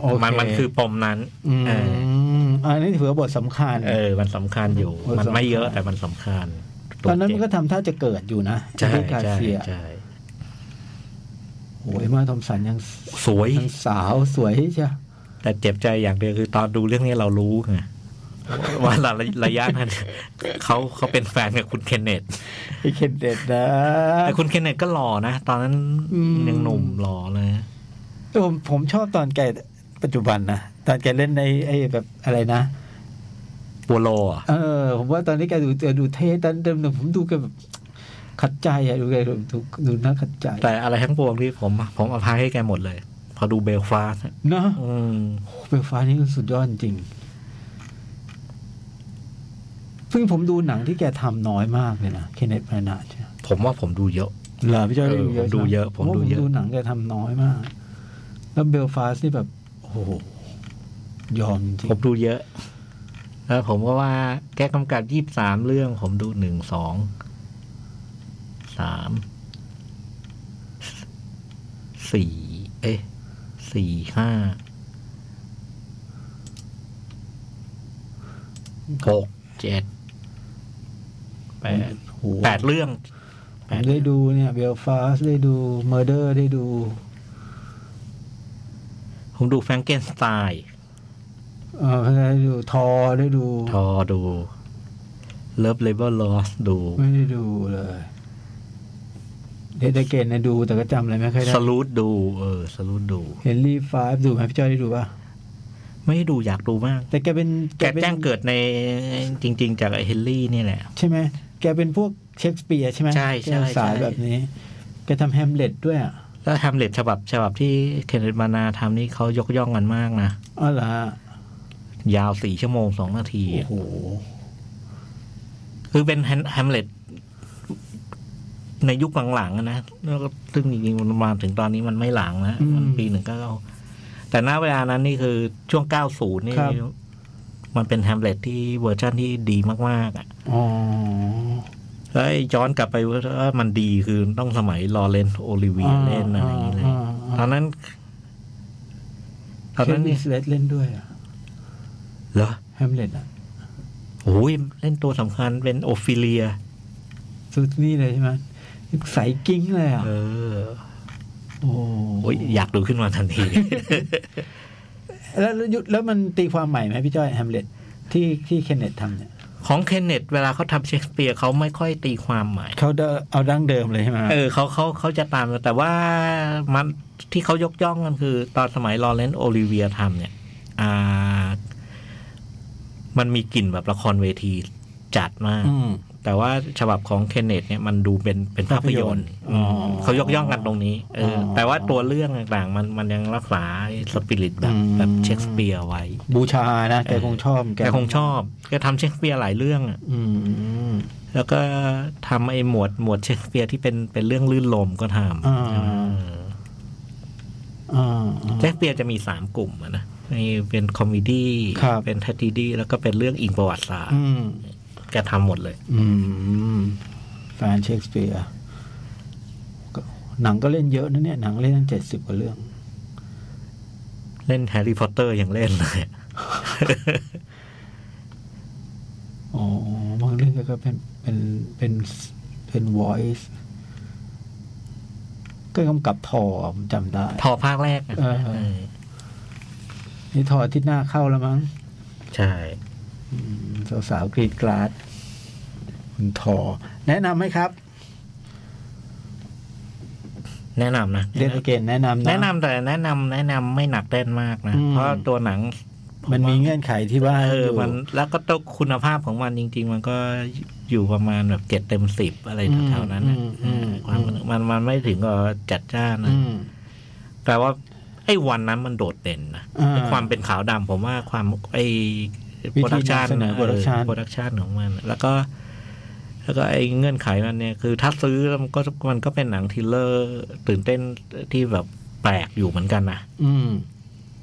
โอเค มันมันคือปมนั้น อืม เออ อันนี้ถือว่าบทสำคัญ เออ มันสำคัญอยู่ โอ้ย มันไม่ สำคัญ เยอะแต่มันสำคัญ ตอนนั้นมันก็ทำท่าจะเกิดอยู่นะ ใช่ แอนดี้กา ใช่ เซีย ใช่ โอ้ยมาทอมสันยัง สวย ยังสาวสวยใช่ แต่เจ็บใจอย่างเดียวคือตอนดูเรื่องนี้เรารู้ไงว่าระระยะ [laughs] นั้นเขาเขาเป็นแฟนกับคุณเคนเนต ไอเคนเด็ดนะ แต่คุณเคนเนตก็หล่อนะ ตอนนั้น อืม ยังหนุ่มหล่อเลย ผมผมชอบตอนแกปัจจุบันนะ ตอนแกเล่นในไอ้แบบอะไรนะ ปัวโลอะ เออ ผมว่าตอนนี้แกดูแกดูเท่ตอนเดิมๆผมดูแกแบบขัดใจอะดูแกดูดูดูน่าขัดใจ แต่อะไรทั้งปวงที่ผม ผมอภัยให้แกหมดเลย พอดูเบลฟาสต์ เนาะ อืม โอ้เบลฟ้านี่คือสุดยอดจริงซึ่งผมดูหนังที่แกทำน้อยมากเลยนะเคนเนตแบรนาดใช่ไหม ผมว่าผมดูเยอะ เหรอพี่จ้อย เออ ได้ ผมดูเยอะ ใช่ไห ผมดูเยอะ ว่าผมดูหนังแกทำน้อยมาก แล้วเบลฟาสนี่แบบ โอ้โห ยอมจริง ผมดูเยอะ แล้วผมก็ว่าแกกำกับยี่สามเรื่อง ผมดูหนึ่งสองสามสี่เอ๊ะสี่ห้าหกเจ็ดแปด โอ้โห แปดเรื่อง ผ แป ม ด ได้ดูเนี่ยเบลฟาสได้ดูเมอร์เดอร์ได้ดู ผมดูแฟรงเกนสไตน์ เออได้ดูทอได้ดู ทอดู Love Label Loss ดู ไม่ได้ดูเลยเดตเกนนะดูแต่ก็จำอะไรไม่ค่อยได้ สลูดดู เออ สลูดดู เห็นรีฟายดูไหมพี่จ้อยได้ดูป่ะ ไม่ได้ดูอยากดูมาก แต่แกเป็น แก เป็น แจ้งเกิดในจริง ๆ จากไอ้เฮนรี่นี่แหละ ใช่ไหม แกเป็นพวกเชคสเปียร์ใช่ไหม ใช่ใช่ แกสาย ใช่ แบบนี้ แกทำแฮมเล็ตด้วยอ่ะ แล้วทำเล็ตฉบับฉบับที่เคนเนตมานาทำนี่เขายกย่องกันมากนะ อ๋อเหรอฮะ ยาวสี่ชั่วโมงสองนาที โอ้ อะ โห คือเป็นแฮมเล็ตในยุคหลังๆอะนะแล้วก็ซึ่งจริงๆมันมาถึงตอนนี้มันไม่หลังนะ อืม มันปีหนึ่งก็เอาแต่ณเวลานั้นนี่คือช่วงเก้าศูนย์นี่ ครับ มันเป็นแฮมเล็ตที่เวอร์ชั่นที่ดีมากๆอ่ะ อ๋อ แล้วไอ้ย้อนกลับไปว่ามันดีคือต้องสมัยลอเรนซ์โอลิเวีย อ่า เล่นอะไรอย่างเงี้ย อ่าอ่า ตอนนั้น ตอน เค นั้น น นี่ วิสเลตเล่นด้วยอ่ะ เหรอ แฮมเล็ตอ่ะ โอ้ยเล่นตัวสำคัญเป็นโอฟิเลีย สุดนี่เลยใช่ไหมใสกิ้งเลยอ่ะ เออ โอ้ โอ้ยอยากดูขึ้นมาทัน [laughs] ที แล้วแล้วยุแล้วมันตีความใหม่ไหมพี่จ้อยแฮมเล็ตที่ที่เคนเนตทำเนี่ย ของเคนเนตเวลาเขาทำเชคสเปียร์เขาไม่ค่อยตีความใหม่ เขาจะเอาดั้งเดิมเลยใช่ไหม เออเขาเขาเขาจะตามแต่ว่ามันที่เขายกย่องกันคือ ตอนสมัยลอเรนซ์โอลิเวียทำเนี่ยอ่ามันมีกลิ่นแบบละครเวทีจัดมาก อืม แต่ว่าฉบับของเคนเนตเนี่ยมันดูเป็นเป็นภาพยนตร์ ภาพยนตร์ อืม อ๋อ เขายกย่องกันตรงนี้เอออ อ แต่ว่าตัวเรื่องต่างๆ มันมันยังรักษาสปิริตแบบ อืม แบบเชคสเปียร์ไว้ บูชานะแก เออ คงชอบ แกคงชอบแกทำเชคสเปียร์หลายเรื่องอะ อืมอืม แล้วก็ทำไอ้หมวดหมวดเชคสเปียร์ที่เป็นเป็นเรื่องลื่นลมก็ทำ อ่า เออ อ่าอ่า เชคสเปียร์จะมีสามกลุ่มอะนะมีเป็นคอมเมดี้ ครับ เป็นแทร g ดี้แล้วก็เป็นเรื่องอิงประวัติศาสตร์ อืม แกทำหมดเลย อืมแฟนเชคสเปียร์ก็หนังก็เล่นเยอะนะเนี่ย หนังเล่นตั้งเจ็ดสิบกว่าเรื่อง เล่นแฮร์รี่พอตเตอร์ยังเล่นเลย [laughs] อ๋อ บางเรื่องก็เป็นเป็นเป็นเป็น voice ก็กำกับทอผมจำได้ ทอภาคแรกอะ เออ เออ นี่ทออาทิตย์หน้าเข้าแล้วมั้ง ใช่ อืมสาวๆกรีดกราดคุณทอ แนะนำไหมครับ แนะนำนะ เรียนเกณแนะนำนะ แนะนำแต่แนะนำแนะนำไม่หนักแน่นมากนะ อืม เพราะตัวหนัง มันมีเงื่อนไขที่ว่า เออยู่ มันแล้วก็ต้องคุณภาพของมันจริง ๆ มันก็อยู่ประมาณแบบเจ็ดเต็มสิบอะไรแถวๆนั้นนะ อืมอืม ความมันมันไม่ถึงกับจัดจ้านนะ อืม แต่ว่าไอ้วันนั้นมันโดดเด่นนะ อ่า ความเป็นขาวดำผมว่าความไอ้ วิ โปรดัธีกชัน นำเสนอ production โปรดักชันของมัน แล้วก็ แล้วก็ไอ้เงื่อนไขมันเนี่ยคือถ้าซื้อมันก็มันก็เป็นหนังทริลเลอร์ ตื่นเต้นที่แบบแปลกอยู่เหมือนกันนะ อืม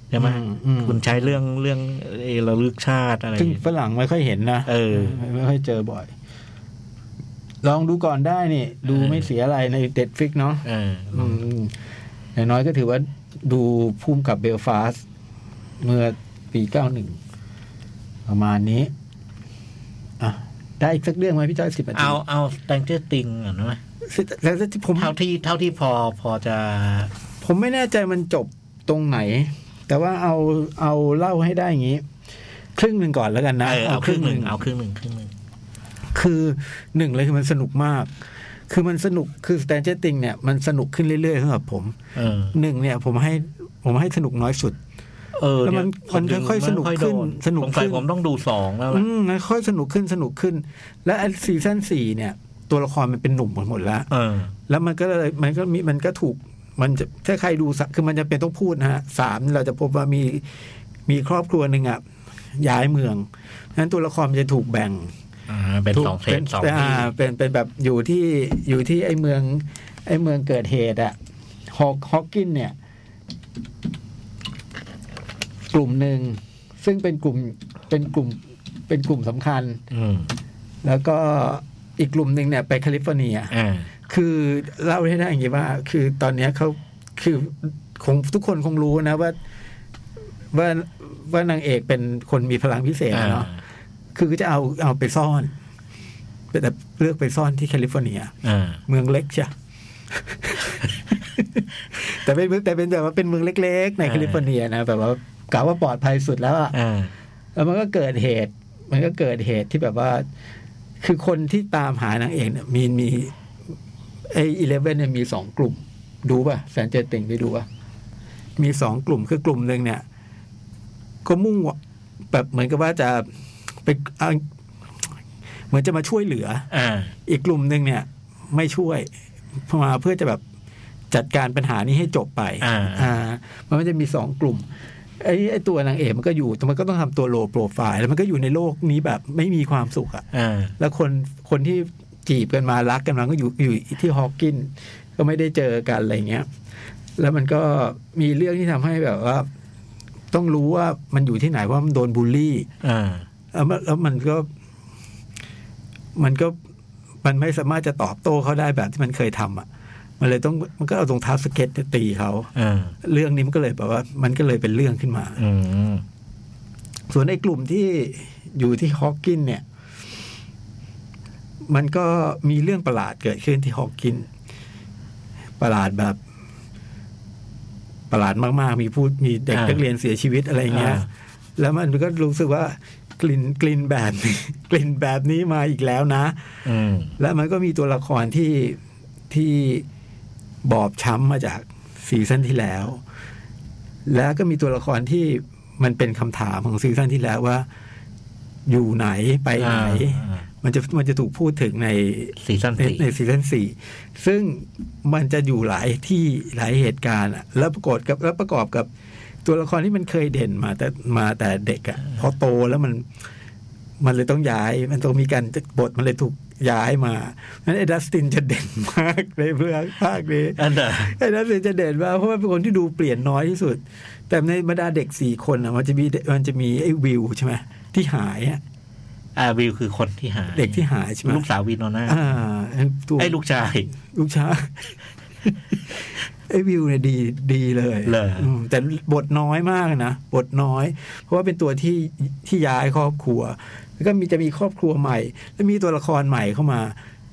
ใช่ไหม อืมอืม คุณใช้เรื่องเรื่องเอ่อระลึกชาติอะไร ซึ่งฝรั่งไม่ค่อยเห็นนะ เออ ไม่ไม่ค่อยเจอบ่อย ลองดูก่อนได้นี่ ดูไม่เสียอะไรในเด็ดฟิกเนาะ เออ อืมอย่างน้อยก็ถือว่าดูพุ่มกับเบลฟาสต์เมื่อปีเก้าหนึ่งประมาณนี้ อ่ะ ได้อีกสักเรื่องไหมพี่จ้อยสิบนาที เอาเอาแตงเจอร์ติงก่อนไหม แต่แต่ที่ผม เท่าที่เท่าที่พอพอจะ ผมไม่แน่ใจมันจบตรงไหน แต่ว่าเอาเอาเล่าให้ได้อย่างนี้ ครึ่งหนึ่งก่อนแล้วกันนะ เออเอาครึ่งหนึ่งเอาครึ่งหนึ่งครึ่งหนึ่ง คือหนึ่งเลยคือมันสนุกมาก คือมันสนุก คือสแตนเจติงเนี่ยมันสนุกขึ้นเรื่อยๆสำหรับผม เออ หนึ่งเนี่ยผมให้ผมให้สนุกน้อยสุด เออ แล้วมัน เดี๋ว มันค่อยๆ ผ ส ม นุก ไม่ ขึ้น โด สนุก สงสัย ขึ้น ผมต้องดูสองแล้วล่ะ อืมค่อยสนุกขึ้นสนุกขึ้น และไอ้ซีซั่นสี่เนี่ย ตัวละครมันเป็นหนุ่มหมดหมดแล้ว เออ แล้วมันก็เลยมันก็มีมันก็ถูกมันจะถ้าใครดูสะคือมันจะเป็นต้องพูดนะฮะสามเราจะพบว่ามีมีครอบครัวหนึ่งอ่ะย้ายเมืองนั้นตัวละครมันจะถูกแบ่ง อ่า เป็นสองเซนสองที่ อ่าเป็นเป็นแบบอยู่ที่อยู่ที่ไอ้เมือง ไอ้เมืองเกิดเหตุอะฮอกฮอกกินเนี่ย กลุ่มหนึ่งซึ่งเป็นกลุ่มเป็นกลุ่ม เป็นกลุ่มสำคัญ อืม แล้วก็อีกกลุ่มหนึ่งเนี่ยไปแคลิฟอร์เนีย อ่า คือเล่าให้ได้อย่างนี้ว่า คือตอนเนี้ยเขาคือคงทุกคนคงรู้นะว่าว่าว่านางเอกเป็นคนมีพลังพิเศษอะเนาะคือก็จะเอาเอาไปซ่อนแต่เลือกไปซ่อนที่แคลิฟอร์เนีย อ่า เมื [laughs] องเล็กใช่ แต่เป็นเมืองแต่เป็นแบบว่าเป็นเมืองเล็ก ๆ ใน อ่า แคลิฟอร์เนียนะแบบว่ากล่าวว่าปลอดภัยสุดแล้วอะ อ่า แล้วมันก็เกิดเหตุ มันก็เกิดเหตุที่แบบว่า คือคนที่ตามหานางเอกเนี่ยมีมีไออีเลเว่นเนี่ยมีสองกลุ่ม ดูป่ะแสนเจติงได้ดูป่ะมีสองกลุ่มคือกลุ่มหนึ่งเนี่ย ก็มุ่งหวังแบบเหมือนกับว่าจะไปเอาเหมือนจะมาช่วยเหลือ อ่า อีกกลุ่มหนึ่งเนี่ยไม่ช่วยมาเพื่อจะแบบจัดการปัญหานี้ให้จบไป อ่า มันก็จะมีสองกลุ่มไอ้ไอ้ตัวนางเอกมันก็อยู่แต่มันก็ต้องทำตัวโลโปรไฟล์แล้วมันก็อยู่ในโลกนี้แบบไม่มีความสุขอะ อ่า แล้วคนคนที่จีบกันมารักกันมาก็อยู่อยู่ที่ฮอกกินส์ก็ไม่ได้เจอกันอะไรเงี้ย แล้วมันก็มีเรื่องที่ทำให้แบบว่า ต้องรู้ว่ามันอยู่ที่ไหนว่ามันโดนบูลลี่ อ่า แล้วมันแล้วมันก็ มันก็มันไม่สามารถจะตอบโต้เขาได้แบบที่มันเคยทำอ่ะ มันเลยต้องมันก็เอารองเท้าสเก็ตเนี่ยตีเขา อ่า เรื่องนี้มันก็เลยแบบว่า มันก็เลยเป็นเรื่องขึ้นมา อืม ส่วนไอ้กลุ่มที่อยู่ที่ฮอกกินส์เนี่ย มันก็มีเรื่องประหลาดเกิดขึ้นที่ฮอกกินส์ประหลาดแบบ ประหลาดมากๆ มีพูดมีเด็ก อ่า นักเรียนเสียชีวิตอะไรเงี้ย อ่า แล้วมันก็รู้สึกว่ากลิ่นกลิ่นแบบนี้ [laughs] กลิ่นแบบนี้มาอีกแล้วนะ อืม แล้วมันก็มีตัวละครที่ที่บอบช้ำมาจากซีซั่นที่แล้ว แล้วก็มีตัวละครที่มันเป็นคำถามของซีซั่นที่แล้วว่า อยู่ไหนไปไหน อ่า มันจะมันจะถูกพูดถึงใน ซีซั่น ใน สี่ ในซีซั่นสี่ซึ่งมันจะอยู่หลายที่หลายเหตุการณ์อะแล้วประกอบกับแล้วประกอบกับตัวละครที่มันเคยเด่นมาแต่มาแต่เด็กอะพอโตแล้วมัน มันเลยต้องย้าย มันต้องมีการบทมันเลยถูกย้ายมานั้นไอ้ดัสตินจะเด่นมากในเรื่องภาคนี้ อันเดอร์ ไอ้ดัสตินจะเด่นมากเพราะว่าเป็นคนที่ดูเปลี่ยนน้อยที่สุด แต่ในบรรดาเด็กสี่คนอะมันจะมีมันจะมีไอ้วิวใช่ไหมที่หายอะ อ่าวิวคือคนที่หาย เด็กที่หายใช่ไหม ลูกสาววินโนน่า อ่าตัว ไอ้ยลูกชาย ลูกช้างไอ้วิวเนี่ยดีดีเลย เหรออื มแต่บทน้อยมากนะบทน้อย เพราะว่าเป็นตัวที่ที่ย้ายครอบครัว แล้วก็มีจะมีครอบครัวใหม่ แล้วมีตัวละครใหม่เข้ามา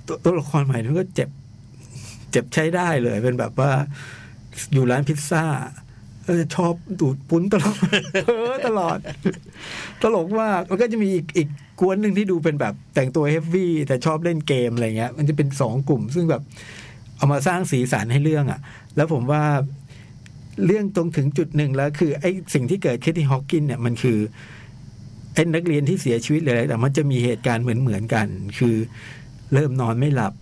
ตัวตัวละครใหม่นั้นก็เจ็บ เจ็บใช้ได้เลย เป็นแบบว่า อยู่ร้านพิซซ่าเออชอบดูดปุ้นตลอด [laughs] เพ้อตลอด ตลกมากแล้วก็จะมีอีกอีกกวนหนึ่งที่ดูเป็นแบบแต่งตัวเฮฟวี่แต่ชอบเล่นเกมอะไรเงี้ย มันจะเป็นสองกลุ่ม ซึ่งแบบ เอามาสร้างสีสันให้เรื่องอะ่ะ แล้วผมว่าเรื่องตรงถึงจุดหนึ่งแล้ว คือไอ้สิ่งที่เกิดขึ้นที่ฮอกกินเนี่ยมันคือไอ้นักเรียนที่เสียชีวิตหรืออะไรแต่มันจะมีเหตุการณ์เหมือนเหมือนๆกัน คือ เริ่มนอนไม่หลับ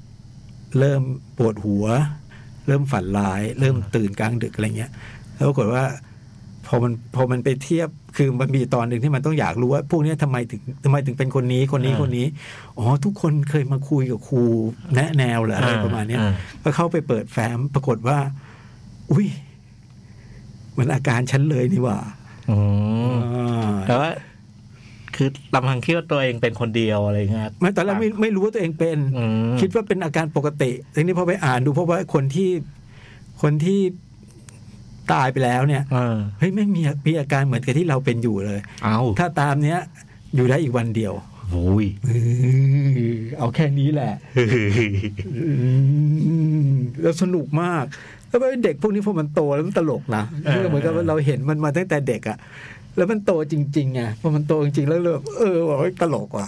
เริ่มปวดหัว เริ่มฝันร้าย เริ่มตื่นกลางดึกอะไรเงี้ย แล้วปรากฏว่า พอมันพอมันไปเทียบคือมันมีตอนหนึ่งที่มันต้องอยากรู้ว่า พวกเนี้ยทำไมถึงทำไมถึงเป็นคนนี้คนนี้ อ่า คนนี้อ๋อทุกคนเคยมาคุยกับครูแนะแนวเหรืออะไรประมาณเนี้ย อ่ ก็เข้าไปเปิดแฟ้มปรากฏว่า อุ้ยมันอาการฉันเลยนี่หว่า อืม เอ แต่ อ ว่า คือลำพังคิดว่าตัวเองเป็นคนเดียวอะไรเงี้ย ไม่ตอนแรกไม่ไม่รู้ว่าตัวเองเป็น อืม คิดว่าเป็นอาการปกติทีนี้พอไปอ่านดูเพราะว่าคนที่คนที่ตายไปแล้วเนี่ย เออ เฮ้ยไม่มีมีอาการเหมือนกับที่เราเป็นอยู่เลย เอา ถ้าตามเนี้ย อยู่ได้อีกวันเดียว โอ้ย เออเอาแค่นี้แหละ อืมแล้วสนุกมาก แล้วเป็นเด็กพวกนี้พอมันโตแล้วมันตลกนะ เออ เหมือนกับว่าเราเห็นมันมาตั้งแต่เด็กอะแล้วมันโตจริงๆไงพอมันโตจริงๆแล้วเราแบบเออว่ะเฮ้ยตลกว่ะ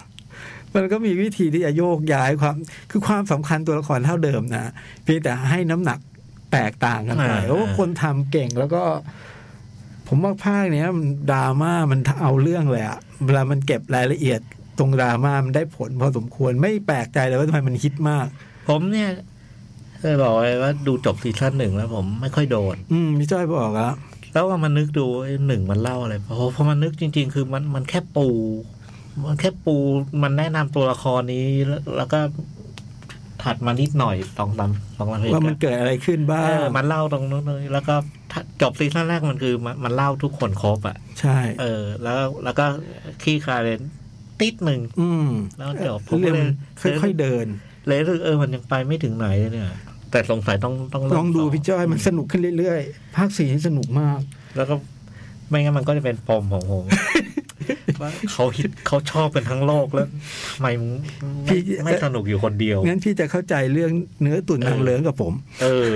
มันก็มีวิธีที่จะโยกย้ายความ คือความสำคัญตัวละครเท่าเดิมนะเพียงแต่ให้น้ำหนักแตกต่างกันไปเพราะว่าคนทำเก่งแล้วก็ ผมว่าภาคเนี้ยมันดราม่ามันเอาเรื่องเลยอะเวลามันเก็บรายละเอียดตรงดราม่ามันได้ผลพอสมควรไม่แปลกใจเลยว่าทำไมมันฮิตมาก ผมเนี่ยเคยบอกไว้ว่าดูจบซีซั่นหนึ่งแล้วผมไม่ค่อยโดน อืมพี่จ้อยบอกแล้ว แล้วก็มันนึกดูไอ้หนึ่งมันเล่าอะไรเพราะเพราะมันนึกจริง ๆ คือมันมันแค่ปู มันแค่ปูมันแนะนำตัวละครนี้แล้วแล้วก็ถัดมานิดหน่อยสองสามสองสามเหตุ ว่ามั กาน รณ์ เกิดอะไรขึ้นบ้า เอง อมันเล่าตรงนู้นเลยแล้วก็ถ้าจบซีซั่นแรกมันคือมันมันเล่าทุกคนครบอ่ะ ใช่ เออ แล้วแล้วก็ขี้คลายเลย ติดหนึ่ง อืม แล้วเดี๋ยวผม เรื่อง เลย มันค่อยๆเดิน เลยรู้สึกเออมันยังไปไม่ถึงไหนเลยเนี่ย แต่สงสัยต้องต้อง ลองดู ต่ พี่จ้อยมันสนุกขึ้นเรื่อยๆ ภาคสี่นี่สนุกมาก แล้วก็ไม่งั้นมันก็จะเป็นปมของผมว่าเขาฮิตเขาชอบกันทั้งโลกแล้วทำไมมึง พี่ ไม่ไม่สนุกอยู่คนเดียว งั้นพี่จะเข้าใจเรื่องเนื้อตุ่นนางเหลืองกับผม เออ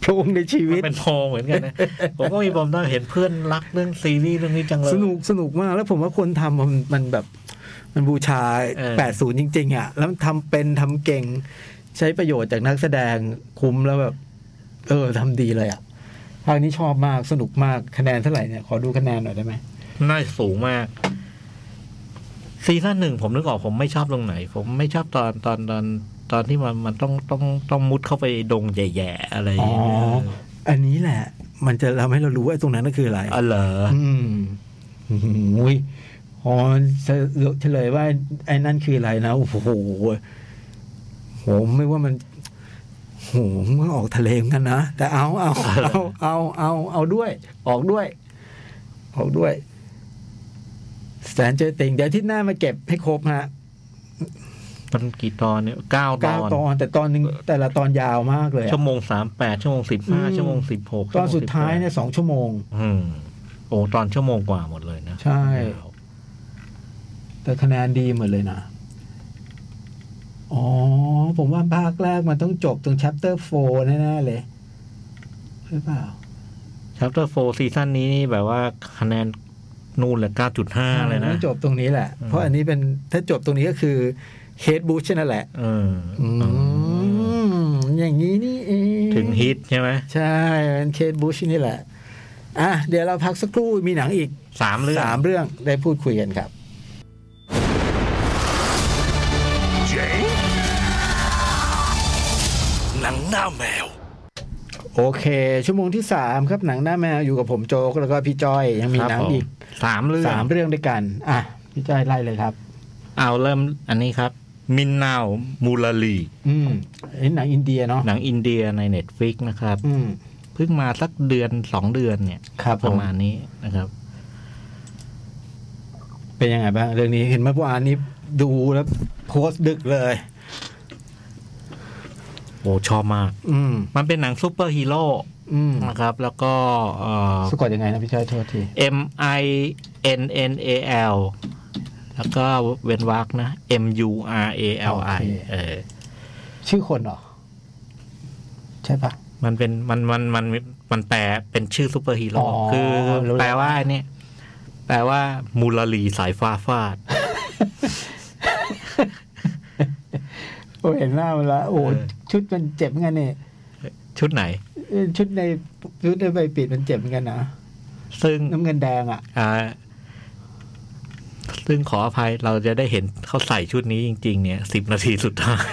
โพรงในชี มั วิต นเป็นโพงเหมือนกันนะ ผมก็มีปมด้อยเห็นเพื่อนรักเรื่องซีรีส์เรื่องนี้จังเลย สนุกสนุกมากแล้วผมว่าคนทำมันมันแบบ มันบูชา เออ 80 จริง ๆ อ่ะ แล้วมันทำเป็นทำเก่ง ใช้ประโยชน์จากนักแสดงคุ้มแล้วแบบ เออทำดีเลยอ่ะ ภาคนี้ชอบมากสนุกมากคะแนนเท่าไหร่เนี่ย ขอดูคะแนนหน่อยได้ไหม น่าจะสูงมาก ซีซั่นหนึ่งผมนึกออกผมไม่ชอบตรงไหน ผมไม่ชอบตอนตอนตอนตอนที่มันมันต้องต้องต้องมุดเข้าไปดงแย่ๆอะไรอ อ๋อ ย่างเงี้ย อันนี้แหละ มันจะทำให้เรารู้ว่าไอ้ตรงนั้นก็คืออะไร อ๋อเหรอ อืมอุ้ยพอเฉลยว่าไอ้นั่นคืออะไรนะ โอ้โหผมไม่ว่ามันโหเมื่อออกทะเลเหมือนกันนะ แต่เอาเอาเอาเอาเอาเอาด้วย ออกด้วย ออกด้วยแสนเจอติงเดี๋ยวอาที่หน้ามาเก็บให้ครบฮะ มันกี่ตอนเนี่ยเก้าต เก้า อน ตอน แต่ตอนหนึ่งแต่ละตอนยาวมากเลยอะ ชั่วโมงสามแปดชั่วโมงสิบห้า อืม ชั่วโมงสิบหก ตอนสุดท้ายเนี่ยสองชั่วโมง อืมโอ้ตอนชั่วโมงกว่าหมดเลยนะ ใช่ แต่คะแนนดีหมดเลยนะ อ๋อ ผมว่าภาคแรกมันต้องจบตรง chapter 4 แน่ ๆ เลย หรือเปล่า ชัปเตอร์โฟซีซั่นนี้นี่แบบว่าคะแนนนู่นเลยเก้าจุดห้าเลย มั นะ นจบตรงนี้แหละ อืม เพราะอันนี้เป็นถ้าจบตรงนี้ก็คือ head b u s h นั่นแหละ เอออ อืม อย่างนี้นี่เอง ถึงฮิตใช่ไหม ใช่เป็น head b u s h นี่แหละ อ่ะ เดี๋ยวเราพักสักครู่มีหนังอีก สามเรื่อง สามเรื่องได้พูดคุยกันครับ หนังหน้าแมว โอเค ชั่วโมงที่สามครับหนังหน้าแมวอยู่กับผมโจกแล้วก็พี่จอยยังมี ครับ หนัง ผม อีก สามเรื่อง สามเรื่องด้วยกัน อ่ะ พี่จ้อยไล่เลยครับ เอาเริ่มอันนี้ครับ มินนาวมูลลี อืมเห็นหนังอินเดียเนาะ หนังอินเดียใน Netflix นะครับ อืม เพิ่งมาสักเดือนสองเดือนเนี่ย ครับผ ประ ม มาณนี้นะครับ เป็นยังไงบ้าง เรื่องนี้เห็นเมื่อวานนี้ดูแล้วโพสต์ดึกเลย โอ้ชอบมาก อืม มันเป็นหนังซูเปอร์ฮีโร่ อืม นะครับ แล้วก็เอ่อ สะกดยังไงนะพี่จ้อยโทษที M I N N A L แล้วก็เว้นวรรคนะ M U R A L โอ I เค เออ ชื่อคนเหรอ ใช่ปะ มันเป็นมันมันมันมันแปลเป็นชื่อซูเปอร์ฮี อ๋ โร่ อ คือ รู้แล้ว แปลว่าเนี่ยแปลว่ามูลลีสายฟ้าฟาด โอ้เห็นหน้ามันละโอ้ เออ ชุดมันเจ็บเหมือนกันเนี่ย ชุดไหน เอ้ยชุดในชุดในใบปิดมันเจ็บเหมือนกันนะ ซึ่ง น้ำเงินแดงอ่ะ อ่าซึ่งขออภัยเราจะได้เห็นเขาใส่ชุดนี้จริง ๆ เนี่ยสิบนาทีสุดท้าย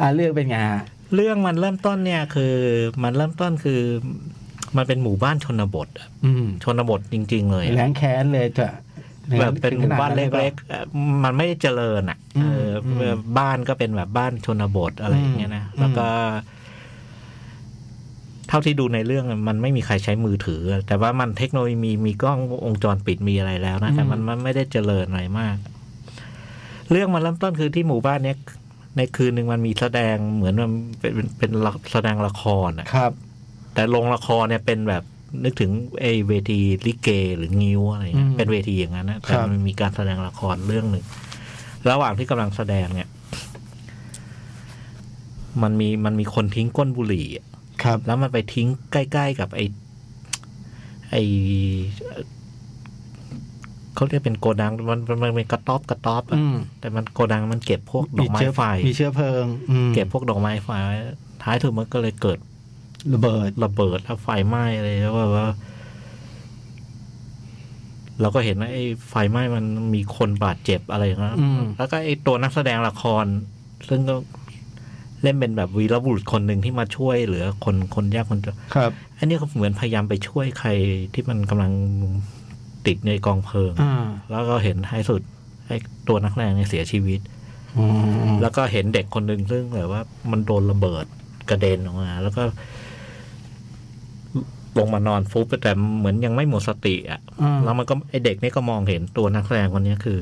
อ่ะเรื่องเป็นไงฮะ เรื่องมันเริ่มต้นเนี่ยคือ มันเริ่มต้นคือ มันเป็นหมู่บ้านชนบทอะ อืม ชนบทจริง ๆ เลยอะ แหลงแค้นเลยจ้ะ แบบเป็นหมู่บ้านเล็ก ๆ ๆเอ่อมันไม่ได้เจริญอ่ะเอออ ม เออบ้านก็เป็นแบบบ้านชนบทอะไรอย่างเงี้ยนะ อืม แล้วก็ เท่าที่ดูในเรื่องมันไม่มีใครใช้มือถือ แต่ว่ามันเทคโนโลยีมีมีกล้องวงจรปิดมีอะไรแล้วนะ แต่มันมันไม่ได้เจริญอะไรมาก เรื่องมันเริ่มต้นคือที่หมู่บ้านเนี้ย ในคืนหนึ่งมันมีแสดงเหมือนมันเป็นเป็นเป็นละแสดงละครอ่ะ ครับ แต่โรงละครเนี่ยเป็นแบบนึกถึงไอเวทีลิเกหรืองิ้วอะไรเงี้ย อืม เป็นเวทีอย่างนั้นนะแต่ ครับ มันมีการแสดงละครเรื่องหนึ่งระหว่างที่กำลังแสดงเนี่ย มันมีมันมีคนทิ้งก้นบุหรี่อะ ครับ แล้วมันไปทิ้งใกล้ ๆ กับไอไอเขาเรียกเป็นโกดังมันมันมันเป็นกระต๊อบกระต๊อบอะ อืม แต่มันโกดังมันเก็บพวกดอกไม้ไฟ มีเชื้อเพลิงอืม เก็บพวกดอกไม้ไฟท้ายสุดมันก็เลยเกิด ระเบิด ระเบิดแล้วไฟไหม้อะไรแล้วแบบว่า เราก็เห็นว่าไอ้ไฟไหม้มันมีคนบาดเจ็บอะไรอย่างเงี้ย อืม แล้วก็ไอ้ตัวนักแสดงละคร ซึ่งก็เล่นเป็นแบบวีรบุรุษคนหนึ่งที่มาช่วยเหลือคนคนยากคนจน ครับ อันนี้ก็เหมือนพยายามไปช่วยใครที่มันกำลังติดในกองเพลิง อ่า แล้วก็เห็นท้ายสุดไอ้ตัวนักแสดงเนี่ยเสียชีวิต อืม แล้วก็เห็นเด็กคนหนึ่งซึ่งแบบว่า มันโดนระเบิดกระเด็นออกมา แล้วก็ ลงมานอนฟุบแต่เหมือนยังไม่หมดสติอ่ะ อ่า แล้วมันก็ไอเด็กนี่ก็มองเห็นตัวนักแสดงคนนี้คือ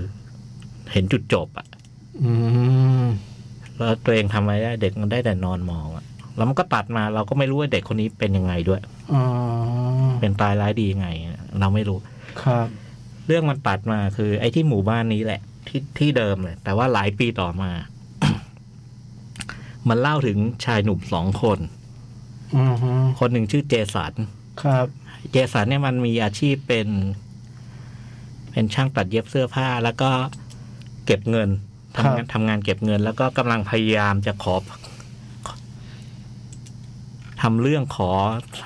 เห็นจุดจบอ่ะ อืม แล้วตัวเองทำอะไรได้เด็กมันได้แต่นอนมองอะแล้วมันก็ตัดมาเราก็ไม่รู้ว่าเด็กคนนี้เป็นยังไงด้วย อ๋อ เป็นตายร้ายดียังไงอะเราไม่รู้ ครับ เรื่องมันตัดมาคือ ไอ้ที่หมู่บ้านนี้แหละ ที่ที่เดิมเลย แต่ว่าหลายปีต่อมา [coughs] มันเล่าถึงชายหนุ่มสองคน อือฮึ คนหนึ่งชื่อเจสัน ครับ เจสันเนี่ยมันมีอาชีพเป็น เป็นช่างตัดเย็บเสื้อผ้า แล้วก็เก็บเงิน ครับ ทำงานทำงานเก็บเงิน แล้วก็กำลังพยายามจะขอทำเรื่องขอ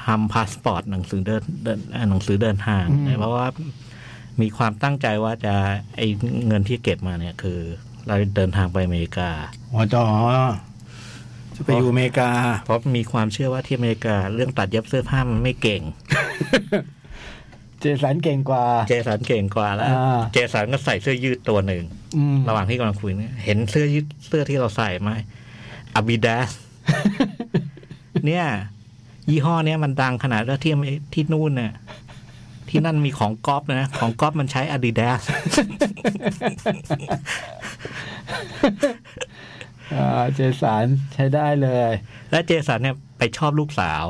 ทำพาสปอร์ตหนังสือเดินเดินเอ่อหนังสือเดินทางนะเพราะว่ามีความตั้งใจว่าจะไอเงินที่เก็บมาเนี่ยคือ เราเดินทางไปอเมริกา อ๋อจอจะไปอยู่อเมริกา เพราะมีความเชื่อว่าที่อเมริกา เรื่องตัดเย็บเสื้อผ้ามันไม่เก่ง เจสันเก่งกว่า [laughs] เจสันเก่งกว่าแล้ว อ่า เจสันก็ใส่เสื้อยืดตัวหนึ่ง อืม ระหว่างที่กำลังคุยเนี่ยเห็นเสื้อยืดเสื้อที่เราใส่ไหมอาบิดาส เนี่ย ยี่ห้อเนี้ยมันดังขนาดว่าที่ไม่ที่นู่นน่ะที่นั่นมีของก๊อฟนะ ของก๊อฟมันใช้อาดิดาส อ่าเจสันใช้ได้เลย [laughs] และเจสันเนี่ยไปชอบลูกสาว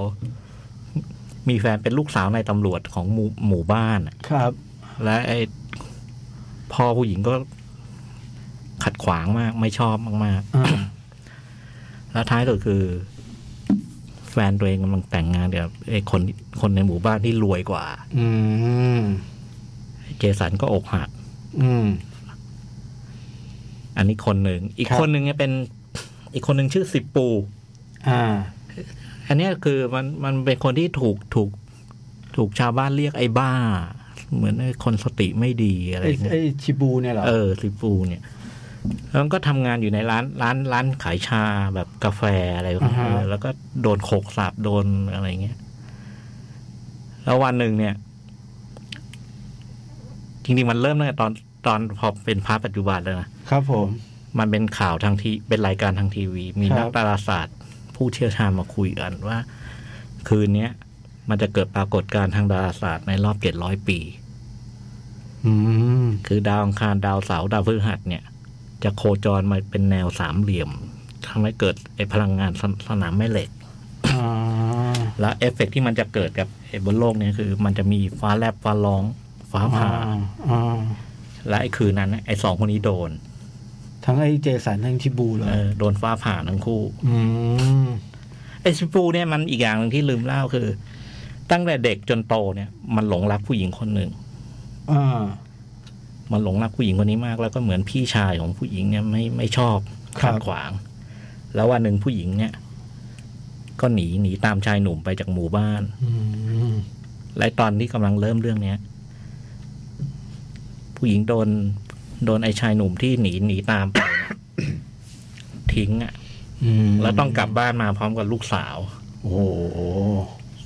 มีแฟนเป็นลูกสาวในายตำรวจของหมู่หมู่บ้านน่ะ ครับ และไอ้พ่อผู้หญิงก็ขัดขวางมาก ไม่ชอบมากๆ อ่า แล้วท้ายสุดคือ แฟนตัวเองกำลังแต่งงานกับไอ้คนคนในหมู่บ้านที่รวยกว่า อืม เจสันก็อกหัก อืม อันนี้คนหนึ่ง อีก ครับ คนหนึ่งเนี่ยเป็น อีกคนหนึ่งชื่อสิบปู อ่า อันเนี้ยคือมันมันเป็นคนที่ถูกถูก ถูกชาวบ้านเรียกไอ้บ้า เหมือนไอ้คนสติไม่ดีอะไร ไอ้ เงี้ ไอ้ ย ชิบูเนี่ยเหรอ เออสิบปูเนี่ย แล้วมันก็ทำงานอยู่ในร้านร้านร้านขายชาแบบกาแฟอะไรพวกนี้เออแล้วก็โดนโขกสาบโดนอะไรเงี้ย แล้ววันหนึ่งเนี่ย จริงๆมันเริ่มตั้งแต่ตอนตอนพอเป็นพระปัจจุบันแล้วนะ ครับผม มันเป็นข่าวทางทีเป็นรายการทางทีวี มี ครับ นักดาราศาสตร์ ผู้เชี่ยวชาญมาคุยกันว่า คืนเนี้ย มันจะเกิดปรากฏการณ์ทางดาราศาสตร์ในรอบเจ็ดร้อยปี อืม คือดาวอังคารดาวเสาร์ดาวพฤหัสเนี่ย จะโคจรมาเป็นแนวสามเหลี่ยมทำให้เกิดไอพลังงานสสนามแม่เหล็ก อ่า แล้วเอฟเฟกต์ที่มันจะเกิดกับไอบนโลกเนี่ยคือ มันจะมีฟ้าแลบฟ้าร้อง ฟ้าผ่า อ่า และไอคืนนั้นน่ะไอสองคนนี้โดน ทั้งไอ้เจสันทั้งชิบูเลย เออโดนฟ้าผ่าทั้งคู่ อืม ไอ้ชิปูเนี่ยมันอีกอย่างหนึ่งที่ลืมเล่าคือ ตั้งแต่เด็กจนโตเนี่ย มันหลงรักผู้หญิงคนหนึ่ง อ่า มันหลงรักผู้หญิงคนนี้มาก แล้วก็เหมือนพี่ชายของผู้หญิงเนี่ยไม่ไม่ชอบ ครั ขั บ ดขวาง แล้ววันหนึ่งผู้หญิงเนี่ย ก็หนีหนีตามชายหนุ่มไปจากหมู่บ้าน อืม และตอนที่กำลังเริ่มเรื่องเนี้ย ผู้หญิงโดนโดนไอ้ชายหนุ่มที่หนีหนีตามไปเนี่ย ทิ้งอ่ะ อืม แล้วต้องกลับบ้านมาพร้อมกับลูกสาว โอ้โห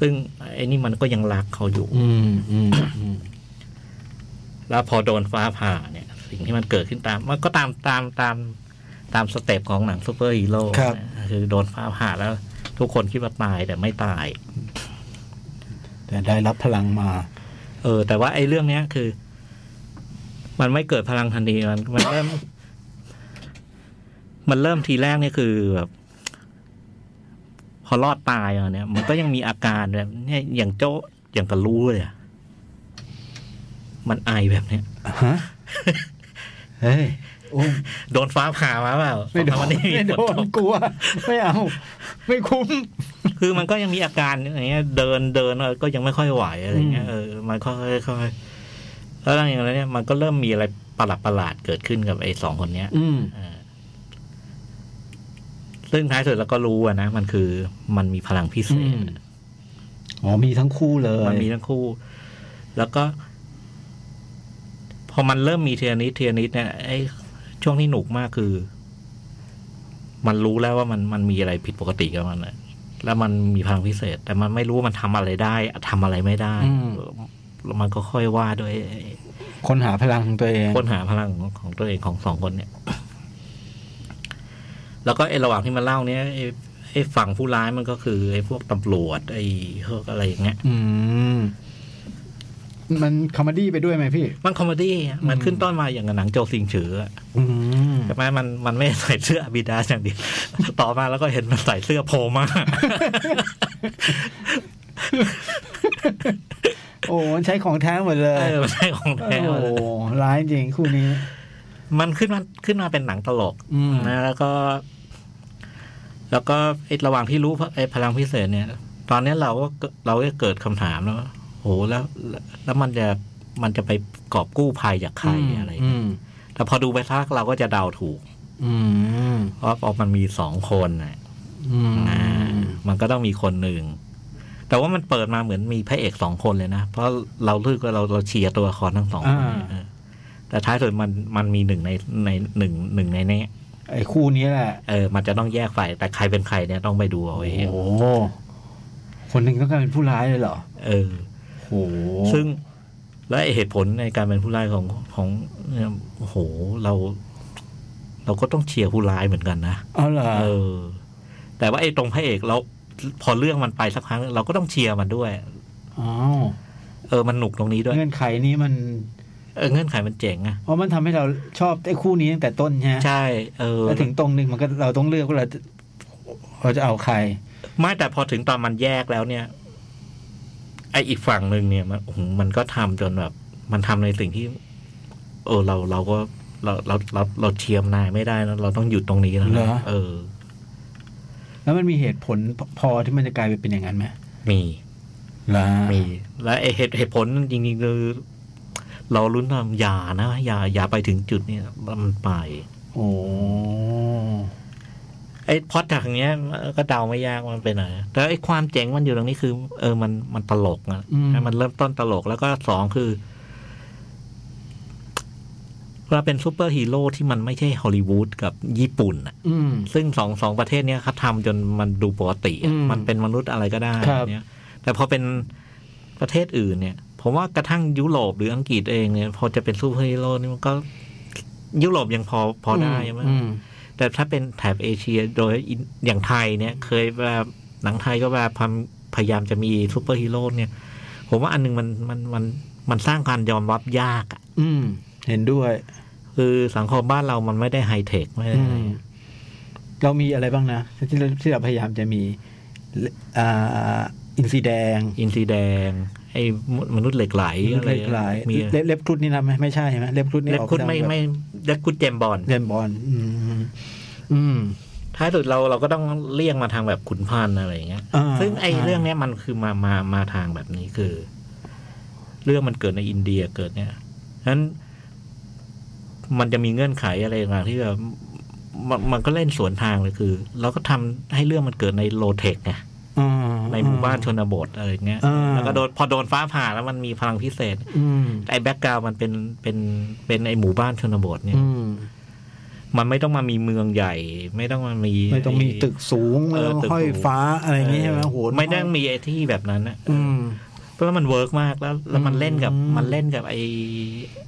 ซึ่งไอ้นี่มันก็ยังรักเขาอยู่ อืม อืม อืม แล้วพอโดนฟ้าผ่าเนี่ย สิ่งที่มันเกิดขึ้นตาม มันก็ตามตามตามตามสเต็ปของหนังซูเปอร์ฮีโร่ ครับ นะคือโดนฟ้าผ่าแล้ว ทุกคนคิดว่าตายแต่ไม่ตาย แต่ได้รับพลังมา เออ แต่ว่าไอ้เรื่องเนี้ยคือ มันไม่เกิดพลังทันทีมันมันเริ่ม มันเริ่มทีแรกเนี่ยคือแบบพอรอดตายอ่ะเนี่ย มันก็ยังมีอาการแบบเนี่ยอย่างโจ้อย่างกระรู้เลยอะมันไอแบบเนี้ย ฮะ เฮ้ยโอ้ย โดนฟ้าผ่ามาเปล่า ไม่โด สองสามวันนนี้ ไม่โด ฝ น ตก กลัว ไม่เอา ไม่คุ้ม คือมันก็ยังมีอาการอย่างเงี้ย เดินเดินเออก็ยังไม่ค่อยไหวอะไรเงี้ย อืม เออมันค่อยๆค่อยๆแล้วหลังจากนั้นเนี่ยมันก็เริ่มมีอะไรประหลาดประหลาดๆเกิดขึ้นกับไอ้สองคนเนี้ย อืม เออซึ่งท้ายสุดเราก็รู้อะนะมันคือมันมีพลังพิเศ อื ษ ม อ๋อมีทั้งคู่เลย มันมีทั้งคู่ แล้วก็ พอมันเริ่มมีเทียนิดเทียนิดเนี่ยไอ้ช่วงที่หนุกมากคือ มันรู้แล้วว่ามันมันมีอะไรผิดปกติกับมันน่ะแล้วมันมีพลังพิเศษ แต่มันไม่รู้ว่ามันทำอะไรได้ทำอะไรไม่ได้ อืม แล้วมันก็ค่อยว่าด้วย คนหาพลังของตัวเอง ค้นหาพลังของของตัวเองของสองคนเนี่ย แล้วก็ไอ้ระหว่างที่มันเล่าเนี้ยไอ้ไ ไอ้ฝั่งผู้ร้ายมันก็คือไอ้พวกตำรวจไอ้พวกอะไรอย่างเงี้ย อืม มันคอมเมดี้ไปด้วยไหมพี่ มันคอมเมดี้อะมันขึ้นต้นมาอย่างกับหนังโจซิงเฉออะ อืม ใช่ไหมมันมันไม่ใส่เสื้ออาบิดาสอย่างเดียว [laughs] ต่อมาแล้วก็เห็นมันใส่เสื้อโพมา โอ้มันใช้ของแท้หมด [laughs] เล เอย อมันใช่ของแท้ โอ้ร้ายจริงคู่นี้ มันขึ้นมาขึ้นมาเป็นหนังตลก อืม นะแล้วก็ แล้วก็ไอ้ระหว่างที่รู้พไอ้พลังพิเศษเนี่ย ตอนเนี้ยเราก็เกิดเราก็เกิดคำถามแล้วว่าโหแล้ว แล้วมันจะมันจะไปกอบกู้ภัยจากใครอะไรอย่าง อื เงี้ย ม แต่พอดูไปทักเราก็จะเดาถูก อืม เพราะว่ามันมีสองคนน่ะ อืม อ่ามันก็ต้องมีคนหนึ่งแต่ว่ามันเปิดมาเหมือนมีพระเอกสองคนเลยนะเพราะเราลึกว่าเราเราเชียร์ตัวละครทั้งสองคนเนี่ย อ่า เออแต่ท้ายสุดมันมันมีหนึ่งในในหนึ่งหนึ่งในเนี้ย ไอ้คู่นี้แหละ เออ มันจะต้องแยกฝ่าย แต่ใครเป็นใครเนี่ยต้องไปดูเอา โอ้ เอง โห คนหนึ่งต้องกลายเป็นผู้ร้ายเลยเหรอ เออ โอ้โห ซึ่ง และเหตุผลในการเป็นผู้ร้ายของของเนี่ยโอ้โห เรา เราก็ต้องเชียร์ผู้ร้ายเหมือนกันนะ เอาเหรอ เออ แต่ว่าไอ้ตรงพระเอกเราพอเรื่องมันไปสักพักเราก็ต้องเชียร์มันด้วย อ้าว เออ มันหนุกตรงนี้ด้วย เงื่อนไขนี้มัน เออ เงื่อนไขมันเจ๋งอะ เพราะมันทำให้เราชอบไอ้คู่นี้ตั้งแต่ต้นใช่ไหม ใช่ เออ แล้วถึงตรงหนึ่งมันก็เราต้องเลือกว่าเราจะเราจะเอาใคร ไม่แต่พอถึงตอนมันแยกแล้วเนี่ย ไออีกฝั่งหนึ่งเนี่ย มันโอ้โหมันก็ทำจนแบบ มันทำในสิ่งที่ เออ เราเราก็เราเราเราเราเทียมนายไม่ได้นะเราต้องหยุดตรงนี้แล้ว เหร นะ อ เออ แล้วมันมีเหตุผลพอที่มันจะกลายไปเป็นอย่างนั้นไหม มี ล่ะ มี และไอเหตุเหตุผลจริงๆคือเราลุ้นว่าอย่านะอย่าอย่าไปถึงจุดเนี่ยแล้วมันไป โอ้ ไอ้พล็อดจากอย่างเนี้ยก็เดาไม่ยากว่ามันเป็นอะไรแต่ไอ้ความเจ๋งมันอยู่ตรงนี้คือ เออมันมันตลกนะให้มันเริ่มต้นตลกแล้วก็สองคือเราเป็นซูเปอร์ฮีโร่ที่มันไม่ใช่ฮอลลีวูดกับญี่ปุ่นน่ะ อืม ซึ่งสองสองประเทศเนี้ยเขาทำจนมันดูปกติอะ อืม มันเป็นมนุษย์อะไรก็ได้ ครับ เนี่ยแต่พอเป็นประเทศอื่นเนี่ยผมว่ากระทั่งยุโรปหรืออังกฤษเองเนี่ย พอจะเป็นซูเปอร์ฮีโร่นี่มันก็ ยุโรปยังพอพอได้ใช่ไหม ม แต่ถ้าเป็นแถบเอเชียโดยอินอย่างไทยเนี่ย เคยแบบหนังไทยก็แบบพยพยายามจะมีซูเปอร์ฮีโร่เนี่ย ผมว่าอันหนึงมันมันมันมันสร้างการยอมรับยากอะ อืม เห็นด้วย คือสังคมบ้านเรามันไม่ได้ไฮเทคไม่ได้ อื อะไร มเรามีอะไรบ้างนะที่เราที่เราพยายามจะมีอ่าอินซีแดง อินซีแดง ไอ้มนุษย์เหล็กไหลอะไร เล็กหลาย มี เล็บเล็บครุฑนี่นะไหมไม่ใช่ไหมเล็บครุฑนี่ เล็ก ออก คุณ ทาง ไม่ แบบ ไม่เล็กคุณเจมส์บอล เล่นบอลอืม อืม ท้ายสุดเราเราก็ต้องเลี่ยงมาทางแบบขุนพันธ์อะไรอย่างเงี้ย อ่า ซึ่งไอ้ า เรื่องเนี้ยมันคือมามามาทางแบบนี้คือ เรื่องมันเกิดในอินเดียเกิดเนี่ยฉะนั้น มันจะมีเงื่อนไขอะไรต่างๆที่แบบมันมันก็เล่นสวนทางเลยคือ เราก็ทำให้เรื่องมันเกิดในโลเทคไง อ่า ในหมู่บ้านชนบทอะไรเงี้ย อ่า แล้วก็โดนพอโดนฟ้าผ่าแล้วมันมีพลังพิเศษ อืม ไอ้แบ็กกราวมันเป็นเป็นเป็นไอ้หมู่บ้านชนบทเนี่ย อืม มันไม่ต้องมามีเมืองใหญ่ ไม่ต้องมามี ไม่ต้องมีตึกสูง เอ ไม่ อ ต้อง ตึก ห้อย สูง ฟ้าอะไรอย่างงี้ใช่ไหมโหน ไม่ต้องมีไอ้ที่แบบนั้นนะ อืม เพราะว่ามันเวิร์กมากแล้ว แล้วมันเล่นกับ อืม มันเล่นกับไอ้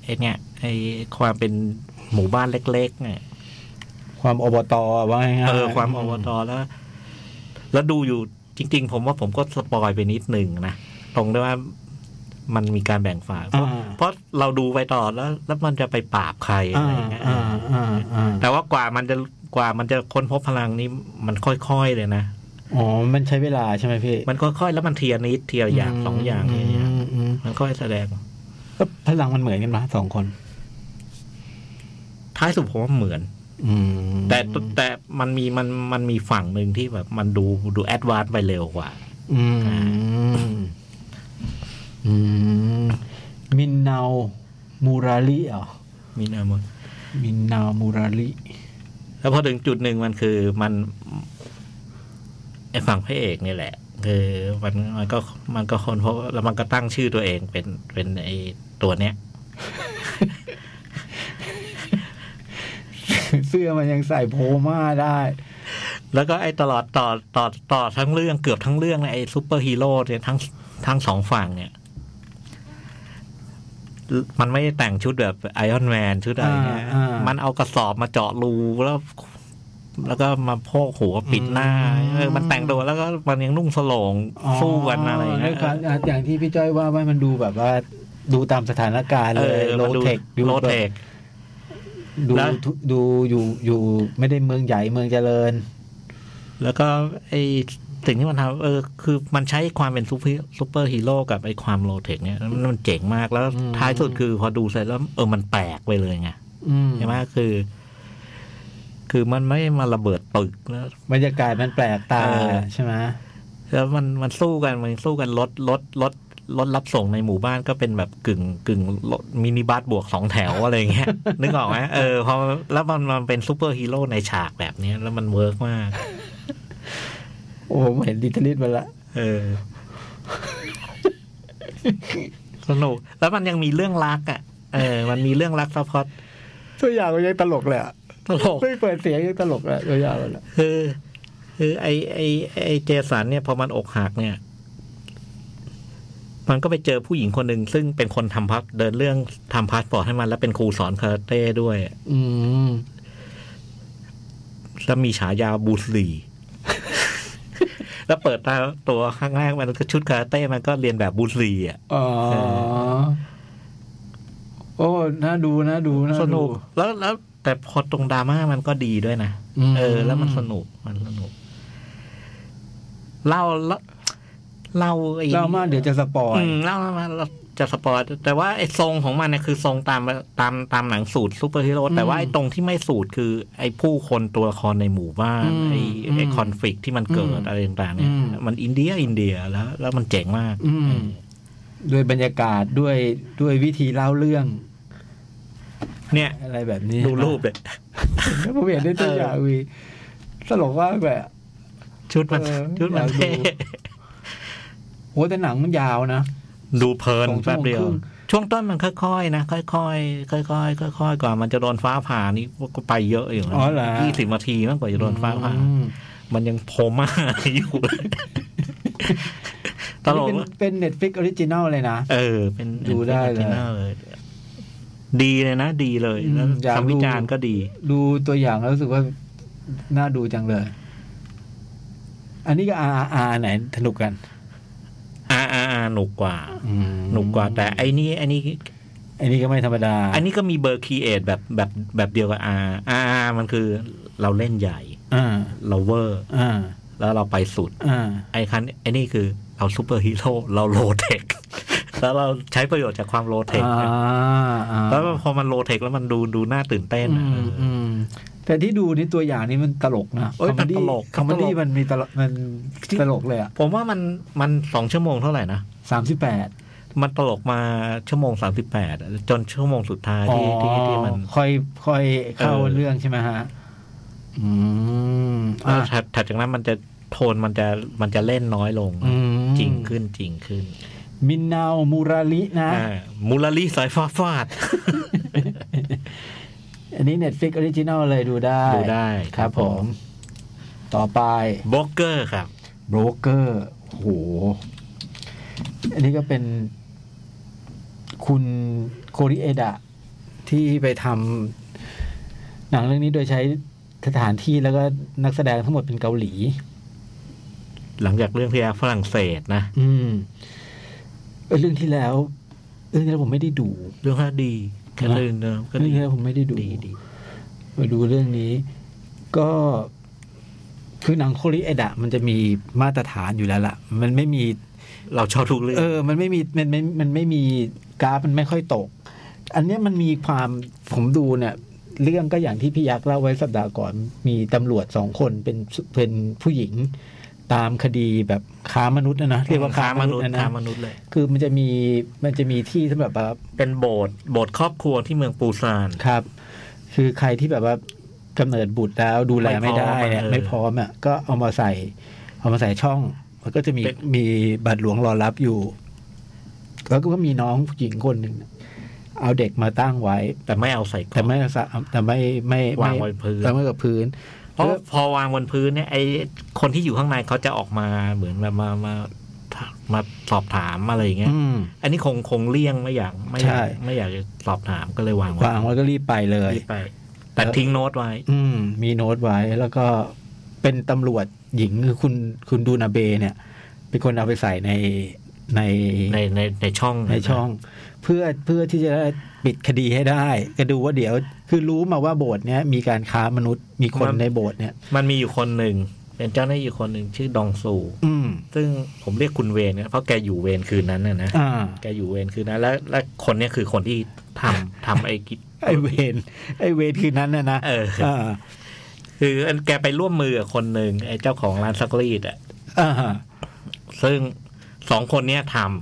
ไอ้เนี่ยไอ้ความเป็นหมู่บ้านเล็กๆเนี่ย ความอบตว่าง่ายๆ เออความอวตารแล้ว แล้วดูอยู่จริง ๆ ผมว่าผมก็สปอยไปนิดหนึ่งนะ ตรงด้วยว่ามันมีการแบ่งฝ่ายเพราะ อ่า เพราะเราดูไปต่อแล้ว แล้วมันจะไปปราบใครอะ อ่า ไรอย่างเงี้ย อ่าอ่าอ่า แต่ว่ากว่ามันจะกว่ามันจะค้นพบพลังนี้มันค่อยๆเลยนะ อ๋อมันใช้เวลาใช่ไหมพี่ มันค่อยๆแล้วมันเทียนิดเทียอย่างสองอย่าง ม ทีละอย่าง มอืม มันค่อยแสดง แล้วพลังมันเหมือนกันไหมสองคน ท้ายสุดผมว่าเหมือน อืม แต่แต่มันมีมันมันมีฝั่งหนึ่งที่แบบมันดูดูแอดวานซ์ไปเร็วกว่า อืมอืมมินนาวมูราลิเหรอ มีนะมัน มินนาวมูราลิ แล้วพอถึงจุดหนึ่งมันคือมันไอฝั่งพระเอกนี่แหละ คือมันมันก็มันก็คนพบแล้วมันก็ตั้งชื่อตัวเองเป็นเป็นไอตัวเนี้ย [laughs] เสื้อมันยังใส่โพม่าได้ แล้วก็ไอตลอดต่อต่อต่อทั้งเรื่องเกือบทั้งเรื่องเนี่ยไอซูเปอร์ฮีโร่เนี่ยทั้งทั้งสองฝั่งเนี่ย มันไม่ได้แต่งชุดแบบไอออนแมนชุดอะไรเงี้ย อ่าอ่ามั มันเอากระสอบมาเจาะรูแล้ว แล้วก็มาโพกหัวปิดหน้า อืม เออมันแต่งตัวแล้วก็มันยังนุ่งสโลงสู้กันอะไรอย่าง เรื่ เงี้ อย งการอ่ะอย่างที่พี่จ้อยว่าว่ามันดูแบบว่าดูตามสถานการณ์ เอ เล อย โล มันดู เทคดู โล แบบ เทค ดู แล้ว ทุดูอยู่อยู่ไม่ได้เมืองใหญ่เมืองเจริญ แล้วก็ไอสิ่งที่มันทำเออคือมันใช้ความเป็นซูเปอร์ซูเปอร์ฮีโร่กับไอความโลเทคเนี่ยมันมันเจ๋งมากแล้ว อืม ท้ายสุดคือพอดูเสร็จแล้วเออมันแปลกไปเลยไง อืม ใช่ไหมคือ คือมันไม่มาระเบิดตึกแล้ว บรรยากาศมันแปลกตา เออ ใช่ไหม แล้วมันมันสู้กันมันสู้กันรถรถรถรถรับส่งในหมู่บ้านก็เป็นแบบกึ่งกึ่งรถมินิบัสบวกสองแถว อะไรอย่างเงี้ย นึกออกไหมเออพอแล้วมันมันเป็นซูเปอร์ฮีโร่ในฉากแบบเนี้ยแล้วมันเวิร์กมาก โอ้ผมเห็นดิทลิตมาละ เออ สนุก แล้วมันยังมีเรื่องรักอ่ะ เออ มันมีเรื่องรักซัพพอร์ต ตัวอย่างมันยังตลกเลยอะ ตลก ไม่เปิดเสียงยังตลกเลยตัวอย่างมันอะ คือคือไอไอไอเจสันเนี่ยพอมันอกหักเนี่ย มันก็ไปเจอผู้หญิงคนหนึ่งซึ่งเป็นคนทำพัสเดินเรื่องทำพาสปอร์ตให้มัน แล้วเป็นครูสอนคาราเต้ด้วย อืม แล้วมีฉายาบูสลี [laughs] แล้วเปิดตาตัวข้างแรกมันก็ชุดคาราเต้มันก็เรียนแบบบูสลีอ่ะ อ๋อ โอ้ น่าดู น่าดู น่าดู สนุก แล้วแล้วแต่พอตรงดราม่ามันก็ดีด้วยนะ ม เออ แล้วมันสนุกมันสนุก เล่าเล่าเล่าไอ้ เล่ามากเดี๋ยวจะสปอย อืมเล่ามาเราจะสปอยแต่ว่าไอ้ทรงของมันเนี่ยคือทรงตามตามตามหนังสูตรซูเปอร์ฮีโร่แต่ว่า อืม ไอ้ตรงที่ไม่สูตรคือ ไอ้ผู้คนตัวละครในหมู่บ้าน อืม ไอ้ไอ้ อืม คอนฟ lict ที่มันเกิด อืม อะไรต่างๆเนี่ย อืม มันอินเดียอินเดียแล้ว แล้วมันเจ๋งมาก อืม ด้วยบรรยากาศด้วยด้วยวิธีเล่าเรื่อง เนี่ย อะไรแบบนี้ ดูรูปเลย ผมเห็นได้ตัวอย่างวีตลกมากแบบ ชุดมัน เออ ชุดมัน อยากดู เท่ โอ้แต่หนังมันยาวนะ ดูเพลิน สองชั่วโมง แป๊บเดีย คว รึ่ง ช่วงต้นมันค่อยๆนะค่อยๆค่อยๆค่อยๆก่อนมันจะโดนฟ้าผ่านี่ก็ไปเยอะอยู่นะ อ๋อเหรอ ยี่สิบนาทีมากกว่าจะโดนฟ้าผ่า อืม มันยังโพม่าอยู่เลยตลก นี่เป็น มาก เป็นเน็ตฟิกออริจินอลเลยนะ เออ เป็น ดูได้ ป็น เลย ที่น่าเลย ดีเลยนะ ดีเลย อืม แล้ว อยากดู คำวิจารณ์ก็ดี ดูตัวอย่างแล้วรู้สึกว่า น่าดูจังเลย อันนี้ก็อาอาไหนสนุกกัน อ่าอ่าอ่าหนุกกว่า อืม หนุกกว่า แต่ไอ้นี่ไอ้นี่ อันนี้ก็ไม่ธรรมดา ไอ้นี่ก็มีเบอร์คีเอทแบบแบบแบบเดียวกับอาอามันคือเราเล่นใหญ่ อ่า เราเวอร์ อ่า แล้วเราไปสุด อ่า ไอ้คันไอ้นี่คือเราซูเปอร์ฮีโร่เราโลเทค [laughs] แล้วเราใช้ประโยชน์จากความโลเทค อ่าอ่า แล้วพอมันโลเทคแล้วมันดูดูน่าตื่นเต้น อื อะ มอืมแต่ที่ดูนี่ตัวอย่างนี้มันตลกนะ เอ้ยมันตลก คอมเมดี้ มัน มันมีตลกมันตลกเลยอ่ะ ผมว่ามันมันสองชั่วโมงเท่าไหร่นะ สามสิบแปด มันตลกมาชั่วโมงสามสิบแปดจนชั่วโมงสุดท้าย อ๋อ ที่ที่ที่มัน ค่อยค่อยเข้า เออ เรื่องใช่ไหมฮะ อืมอ่ะ แล้วถัดถัดจากนั้นมันจะโทนมันจะมันจะเล่นน้อยลง อืม จริงขึ้นจริงขึ้น มินนาวมูราลินะ อ่ามูลลีสายฟ้าฟาด อันนี้เน็ตฟิกออริจินอลเลยดูได้ ดูได้ ครับ ผม ต่อไป บล็อกเกอร์ครับ โบรกเกอร์โห อันนี้ก็เป็นคุณโคริเอดะ ที่ไปทำหนังเรื่องนี้โดยใช้สถานที่แล้วก็นักแสดงทั้งหมดเป็นเกาหลี หลังจากเรื่องที่แล้วฝรั่งเศสนะ อืมเอ้ยเรื่องที่แล้ว เรื่องที่แล้วผมไม่ได้ดู เรื่องน่าดีก็เรื่องเดิมก็ เรื่อง ดี ที่แล้วผมไม่ได้ดู ดีดี มาดูเรื่องนี้ ก็คือหนังโคริเอดะ มันจะมีมาตรฐานอยู่แล้วล่ะ มันไม่มี เราชอบทุกเรื่อง เออ มันไม่มี มันไม่มันไม่มีกราฟมันไม่ค่อยตก อันเนี้ยมันมีความผมดูเนี่ย เรื่องก็อย่างที่พี่ยักษ์เล่าไว้สัปดาห์ก่อน มีตำรวจสองคนเป็นเป็นผู้หญิง ตามคดีแบบค้ามนุษย์นะนะเรียกว่าค้ามนุษย์นะนะ ค้ามนุษย์เลย คือมันจะมีมันจะมีที่สำหรับแบบ เป็นโบสถ์โบสถ์ครอบครัวที่เมืองปูซาน ครับ คือใครที่แบบว่ากำเนิดบุตรแล้วดูแลไม่ได้เนี่ย ไม่ ไม่พ พร้ ร้อ อ ม ม อ่ะก็เอามาใส่ เอามาใส่ช่อง มันก็จะมี เป็น มีบัตรหลวงรอรับอยู่ แล้วก็มีน้องผู้หญิงคนหนึ่งเนี่ยเอาเด็กมาตั้งไว้ แต่ไม่เอาใส่กล่ แต่ อง ไม่สะแต่ไม่ไม่ วาง ม่ ไว้พื้น แต่ไม่กับพื้น เพราะพอวางบนพื้นเนี่ยไอคนที่อยู่ข้างในเขาจะออกมาเหมือนแบบมามามามาสอบถามอะไรอย่างเงี้ย อืม อันนี้คงคงเลี่ยงไม่อยากไม่อยา ใช่ กไม่อยากจะสอบถามก็เลยวางไว้ วางไว้ก็รีบไปเลย รีบไป แต่ทิ้งโน้ตไว้ อืม มีโน้ตไว้แล้วก็เป็นตำรวจหญิงคือคุณคุณดูนาเบเนี่ย เป็นคนเอาไปใส่ในใน ในในในช่อง ในช่อง เพื่อเพื่อที่จะได้ปิดคดีให้ได้ ก็ดูว่าเดี๋ยว คือรู้มาว่าโบสถ์เนี้ยมีการค้ามนุษย์มีคนในโบสถ์เนี่ย มันมีอยู่คนหนึ่ง เป็นเจ้าหน้าที่อยู่คนหนึ่งชื่อดองซู อืม ซึ่งผมเรียกคุณเวนนะเพราะแกอยู่เวนคืนนั้นน่ะนะ อ่า แกอยู่เวนคืนนั้นแล้วและคนเนี้ยคือคนที่ทำทำไอ้กิจ ไอเวนไอเวนคืนนั้นนะนะ เออ อ่า คืออันแกไปร่วมมือกับคนหนึ่งไอ้เจ้าของร้านซักรีดอ่ะ อ่า ซึ่งสองคนเนี้ยทำ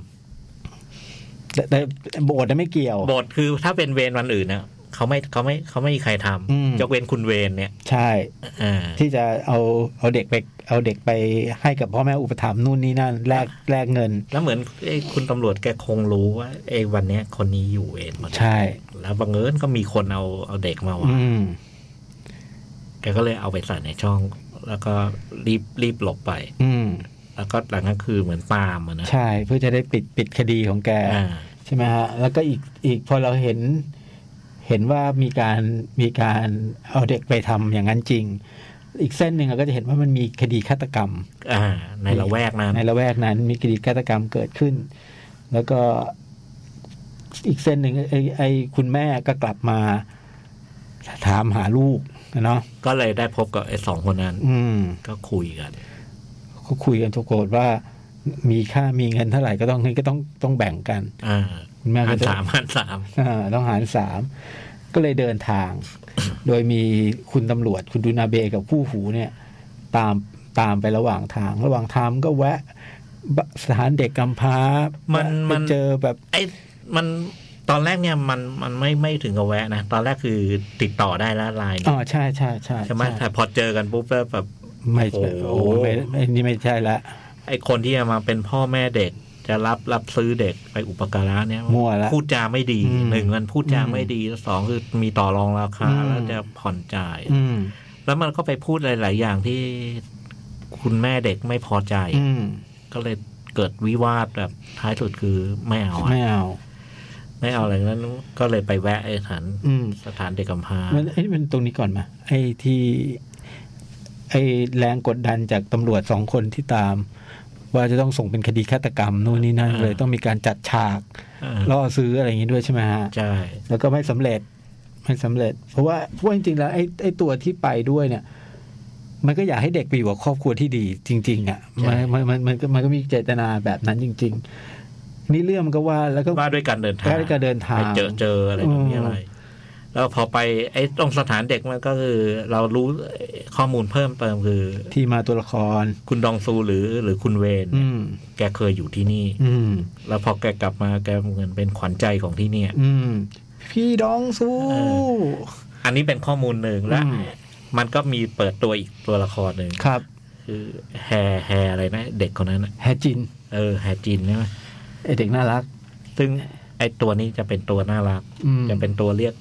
แต่แต่โบสถ์น่ะไม่เกี่ยว บทคือถ้าเป็นเวนวันอื่นนะเขาไม่เขาไม่เขาไม่มีใครทำ อืม ยกเว้นคุณเวนเนี่ย ใช่ อ่า ที่จะเอาเอาเด็กไปเอาเด็กไปให้กับพ่อแม่อุปถัมภ์นู่นนี่นั่นแลกแลกเงิน แล้วเหมือนไอ้คุณตำรวจแกคงรู้ว่าไอ้วันเนี้ยคนนี้อยู่เวรหมด ใช่ แล้วบังเอิญก็มีคนเอาเอาเด็กมาวาง อืม แกก็เลยเอาไปใส่ในช่อง แล้วก็รีบรีบหลบไป อืม แล้วก็หลังนั้นคือเหมือนตามอะนะ ใช่เพื่อจะได้ปิดปิดคดีของแก อ่า ใช่ไหมฮะ แล้วก็อีกอีกพอเราเห็น เห็นว่ามีการมีการเอาเด็กไปทำอย่างนั้นจริง อีกเส้นหนึ่งเราก็จะเห็นว่ามันมีคดีฆาตกรรม อ่า ในละแวกนั้น ในละแวกนั้นมีคดีฆาตกรรมเกิดขึ้น แล้วก็อีกเส้นหนึ่งไอ้ไอ้คุณแม่ก็กลับมาถามหาลูกนะเนาะ ก็เลยได้พบกับไอ้สองคนนั้น อืม ก็คุยกัน ก็คุยกันทุกโกฏว่า มีค่ามีเงินเท่าไหร่ก็ต้องก็ต้องต้องแบ่งกัน อ่า คุณแม่ อั ก็ น จะ สามอันสาม อ่า [laughs] ต้องหารสามก็เลยเดินทาง โดยมีคุณตำรวจคุณดูนาเบกับผู้หูเนี่ย ตามตามไประหว่างทาง ระหว่างทางก็แวะบสถานเด็กกำพร้า มัน ไป มัน เจอแบบ ไอ้มันตอนแรกเนี่ยมันมันไม่ไม่ถึงกับแวะนะ ตอนแรกคือติดต่อได้แล้วไลน์ อ๋อใช่ใช่ใช่ ใช่ไหมแต่พอเจอกันปุ๊บแล้วแบบ ไม่ใช่ โอ้โห โอ้โหไม่ไม่นี่ไม่ใช่ละ ไอ้คนที่จะมาเป็นพ่อแม่เด็ก จะรับรับซื้อเด็กไปอุปการะเนี่ย มั่วละ พูดจาไม่ดี อืม หนึ่งมันพูดจาไม่ดีแล้วสองคือมีต่อรองราคา อืม แล้วจะผ่อนจ่าย อืม แล้วมันก็ไปพูดหลาย ๆ อย่างที่คุณแม่เด็กไม่พอใจ อืม ก็เลยเกิดวิวาทแบบท้ายสุดคือไม่เอาอะ ไม่เอา ไม่เอาอะไรนั้นก็เลยไปแวะไอ้สถาน อืม สถานเด็กกำพร้า มันไอ้ยมันตรงนี้ก่อนมาไอ้ที่ ไอ้แรงกดดันจากตำรวจสองคนที่ตาม ว่าจะต้องส่งเป็นคดีฆาตกรรมนู่นนี่นั่นเลยต้องมีการจัดฉาก อ่า ล่อซื้ออะไรอย่างนี้ด้วยใช่ไหมฮะ ใช่ แล้วก็ไม่สำเร็จไม่สำเร็จ เพราะว่าเพราะว่าจริงๆแล้วไอ้ไอ้ตัวที่ไปด้วยเนี่ย มันก็อยากให้เด็กไปอยู่กับครอบครัวที่ดี จริง ๆ อ่ะ ใช่ มันมันมันมันก็มันก็มีเจตนาแบบนั้นจริง ๆ นี่เรื่องมันก็ว่าแล้วก็ ว่าด้วยการเดินทาง ว่าด้วยการเดินทาง ไปเจอเจออะไรแบบนี้ อืม อะไร แล้วพอไปไอ้ตรงสถานเด็กมันก็คือ เรารู้ข้อมูลเพิ่มเติมคือ ที่มาตัวละคร คุณดองซูหรือหรือคุณเวน อื เนี่ย ม แกเคยอยู่ที่นี่ อืม แล้วพอแกกลับมาแกเหมือนเป็นขวัญใจของที่เนี่ย อืม พี่ดองสู้ อันนี้เป็นข้อมูลหนึ่งและ อืม มันก็มีเปิดตัวอีกตัวละครหนึ่ง ครับ คือแฮแฮอะไรนะ เด็กคนนั้นน่ะ แฮจิน เออแฮจินใช่ไหม ไอเด็กน่ารัก ซึ่งไอตัวนี้จะเป็นตัวน่ารัก อืม จะเป็นตัวเรียก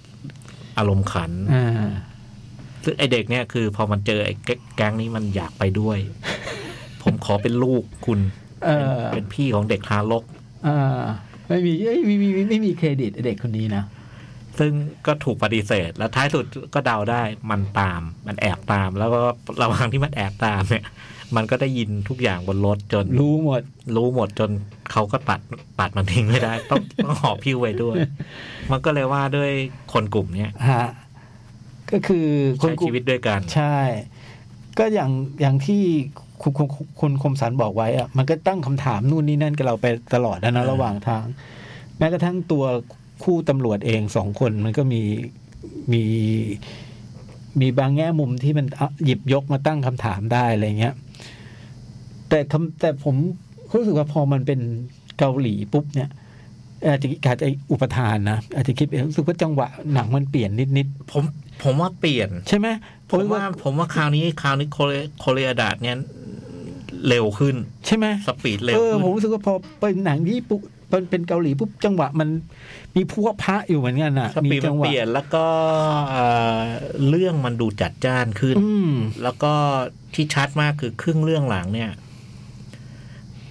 อารมณ์ขัน อ่า ซึ่งไอเด็กเนี่ยคือพอมันเจอไอแก๊งแก๊งนี้มันอยากไปด้วย [laughs] ผมขอเป็นลูกคุณ เอ เป็น อ เป็นพี่ของเด็กทารก อ่าไม่มีเอ้ยไม่มีไม่มีเครดิตไอ้เด็กคนนี้นะ ซึ่งก็ถูกปฏิเสธ แล้วท้ายสุดก็เดาได้มันตาม มันแอบตาม แล้วก็ระหว่างที่มันแอบตามเนี่ย มันก็ได้ยินทุกอย่างบนรถจน รู้หมด รู้หมดจนเขาก็ตัดตัดมันทิ้งไม่ได้ [laughs] ต้องต้องหอบพิ้วไปด้วย มันก็เลยว่าด้วยคนกลุ่มเนี้ย ฮะก็คือค ใช้ นกลุ่ ชี ม วิตด้วยกัน ใช่ ก็อย่างอย่างที่คุณคุณคุณคมสันบอกไว้อะมันก็ตั้งคำถามนู่นนี่นั่นกับเราไปตลอดนะนะ อ่า ระหว่างทาง แม้กระทั่งตัวคู่ตำรวจเองสองคนมันก็มีมีมีบางแง่มุมที่มันอ่ะหยิบยกมาตั้งคำถามได้อะไรเงี้ย แต่คำแต่ผมรู้สึกว่าพอมันเป็นเกาหลีปุ๊บเนี่ยอาจจะอาจจะอุปทานนะอาจจะคิดเองรู้สึกว่าจังหวะหนังมันเปลี่ยนนิดๆ ผมผมว่าเปลี่ยน ใช่ไหม ผมว่าผมว่าคราวนี้คราวนี้โคเรโคเรียดาดเนี่ยเร็วขึ้น ใช่ไหม สปีดเร็ว เออ ขึ้น ผมรู้สึกว่าพอเป็นหนังญี่ปุ่นเป็นเป็นเกาหลีปุ๊บจังหวะมันมีพวกพระอยู่เหมือนกันอ่ะ สปี มี ด จั มัน หวะ เปลี่ยนแล้วก็เอ่อเรื่องมันดูจัดจ้านขึ้น อืม แล้วก็ที่ชัดมากคือครึ่งเรื่องหลังเนี่ย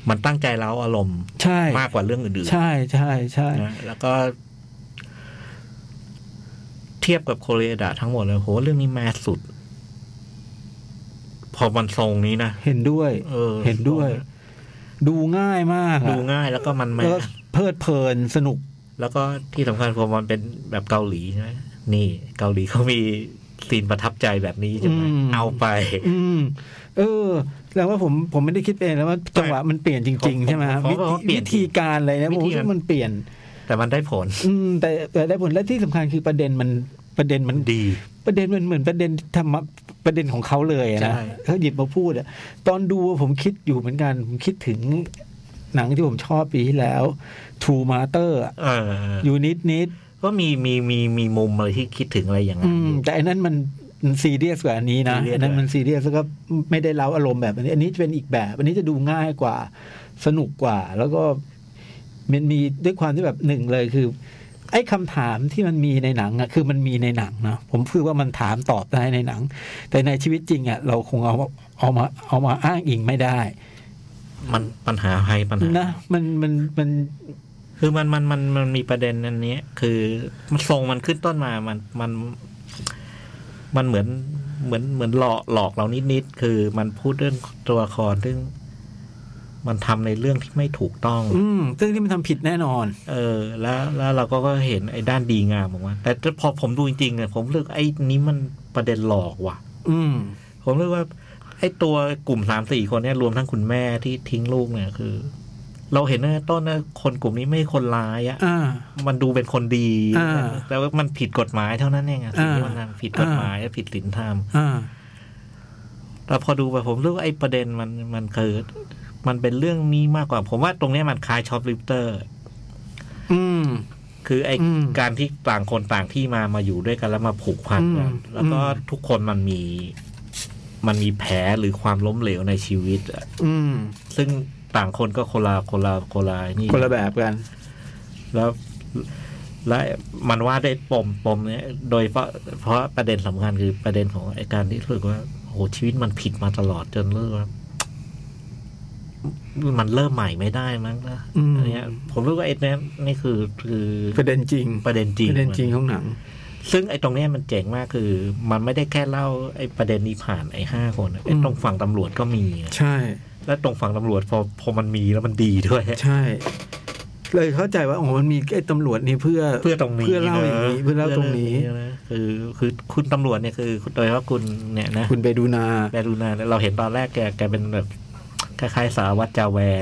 มันตั้งใจเล้าอารมณ์ ใช่ มากกว่าเรื่องอื่น ใช่ใช่ใช่ ๆนะแล้วก็ เทียบกับโคเรดะทั้งหมดเลยโหเรื่องนี้แมสสุด พอมันทรงนี้นะ เห็นด้วย เออ เห็นด้วย ดูง่ายมากอะ ดูง่ายแล้วก็มันแม แล้วก็ ส เพลิดเพลินสนุก แล้วก็ที่สำคัญพอมันเป็นแบบเกาหลีใช่ไหมนี่เกาหลีเขามีซีนประทับใจแบบนี้ใช่ไหม อืม เอาไป อืม เออ แล้วว่าผมผมไม่ได้คิดเองแล้วว่าจังหวะมันเปลี่ยนจริง ๆ ใช่ไหมฮะ ผม วิ ผม ธี ว่าเปลี่ยน วิธีการอะไรนะ วิ ผม ธี ว่า การ มันเปลี่ยน แต่มันได้ผล อืม แต่แต่ได้ผลและที่สำคัญคือประเด็นมันประเด็นมัน ดี ประเด็นมันเหมือนประเด็นธรรมะประเด็นของเขาเลยอะนะ ใช่ เขาหยิบมาพูดอะตอนดูผมคิดอยู่เหมือนกัน ผมคิดถึงหนังที่ผมชอบปีที่แล้ว True Master อะ เออ อยู่นิดนิด ก็มีมีมีมีมุมอะไรที่คิดถึงอะไรอย่าง ๆ นั้ อื น ม อยู่ แต่อันนั้นมันซีเรียสกว่าอันนี้นะ ซีเรียส อันนั้นมันซีเรียสแล้วก็ไม่ได้เล้าอารมณ์แบบอันนี้ อันนี้จะเป็นอีกแบบ อันนี้จะดูง่ายกว่า สนุกกว่า แล้วก็มันมีด้วยความที่แบบหนึ่งเลยคือ ไอ้คำถามที่มันมีในหนังอะคือมันมีในหนังนะผมพูดว่ามันถามตอบได้ในหนัง แต่ในชีวิตจริงอะเราคงเอามาเอามาเอามาอ้างอิงไม่ได้ มันปัญหาไฮปัญหา นะมันมันมัน คือมันมันมันมันมีประเด็นอันเนี้ย คือมันทรงมันขึ้นต้นมามันมัน มันเหมือนเหมือนเหมือนหลอกหลอกเรานิดนิดๆคือมันพูดเรื่องตัวละครซึ่งมันทำในเรื่องที่ไม่ถูกต้อง อืมซึ่งที่มันทำผิดแน่นอน เออ แล้วแล้วเราก็ก็เห็นไอ้ด้านดีงามของมันแต่ถ้าพอผมดูจริงๆเนี่ยผมรู้สึกไอ้นี้มันประเด็นหลอกว่ะ อืม ผมรู้สึกว่า ไอ้ตัวกลุ่มสามสี่คนเนี่ยรวมทั้งคุณแม่ที่ทิ้งลูกเนี่ยคือ เราเห็นตั้งแต่ต้นนะคนกลุ่มนี้ไม่ใช่คนร้ายอะ อ่า มันดูเป็นคนดี อ่า แล้วมันผิดกฎหมายเท่านั้นเองอะสิ่งที่ อ่ามั มันทำผิดกฎหมายและผิดศีลธรรม อ่า แต่พอดูไปผมรู้ว่าไอ้ประเด็นมันมันคือมันเป็นเรื่องนี้มากกว่า ผมว่าตรงเนี้ยมันคล้ายชอปลิฟเตอร์ อืม คือไอ้ อืม การที่ต่างคนต่างที่มามาอยู่ด้วยกันแล้วมาผูกพันกัน อืม แล้วก็ทุกคนมันมี มันมีแผลหรือความล้มเหลวในชีวิตอะ อืม ซึ่งต่างคนก็คนละคนละคนละนี่ คนละแบบกัน แล้วและมันว่าได้ปมปมเนี้ยโดยเพราะเพราะประเด็นสำคัญคือประเด็นของไอการที่รู้สึกว่าโอ้โหชีวิตมันผิดมาตลอดจนรู้สึกว่ามันเริ่มใหม่ไม่ได้มั้งนะ อืม นเนี้ยผมรู้ว่าไอ้เนี้ยนี่คือคือ ประเด็นจริง ประเด็นจริง ประเด็นจริง มั ของหนัง นซึ่งไอ้ตรงเนี้ยมันเจ๋งมากคือ มันไม่ได้แค่เล่าไอ้ประเด็นนี้ผ่านไอ้ห้าคนนะไอ้ อืม ตรงฝั่งตำรวจก็มีนะ ใช่ และตรงฝั่งตำรวจพอพอมันมีแล้วมันดีด้วย ใช่ เลยเข้าใจว่าโอ้โหมันมีไอ้ตำรวจนี่เพื่อ เพื่อตรงนี้ เพื่อเล่าอย่างนี้ ะ เพื่อเล่าตรงนี้ เพื่อเล่าอย่างนี้นะคือคือคุณตำรวจเนี่ยคือโดยเฉพาะคุณเนี่ยนะ คุณไปดูนา แบรูนาเนี่ยเราเห็นตอนแรกแกแกเป็นแบบคล้ายๆสารวัตรจาแว [laughs] ร์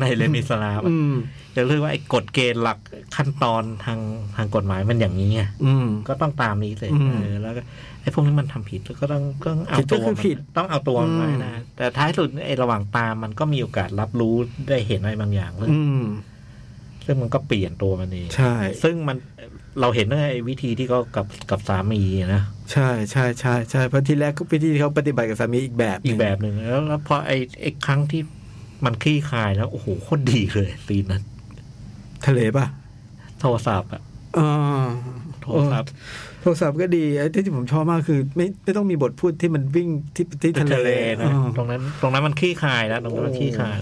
ในเรมิสลาบ อืม จะเรียกว่าไอ้กฎเกณฑ์หลักขั้นตอนทางทางกฎหมายมันอย่างนี้ไง อืม ก็ต้องตามนี้เลย อืม เออแล้วก็ไอ้พวกนี้มันทำผิดแล้วก็ต้องก็ต้องเอา ผิดก็ ตัว คือ มัน ผิด ต้องเอาตัวมันไว้ อืม นะแต่ท้ายสุดไอ้ระหว่างตามมันก็มีโอกาสรับรู้ได้เห็นอะไรบางอย่างซึ่ง อืม ซึ่งมันก็เปลี่ยนตัวมันเอง ใช่ ซึ่งมันเราเห็นได้ไอ้วิธีที่เขากับกับสามีนะ ใช่ ใช่ ใช่ ใช่ เพราะที่แรกก็ไปที่เขาปฏิบัติกับสามีอีกแบบห อี นึ่ ก ง แบบหนึ่งแล้วแล้วพอไอ้ไอ้ครั้งที่มันคลี่คลายแล้ว โอ้โหโคตรดีเลยซีนนั้น ทะเลป่ะ โทรศัพท์อะ อ่า โทรศัพท์ โทรศัพท์ก็ดีไอ้ที่ผมชอบมากคือ ไม่ไม่ต้องมีบทพูดที่มันวิ่งที่ที่ทะ ทะ เล เลนะ อ่า ตรงนั้น ตรงนั้นมันคลี่คลายแล้วตรงนั้นมันคลี่คลาย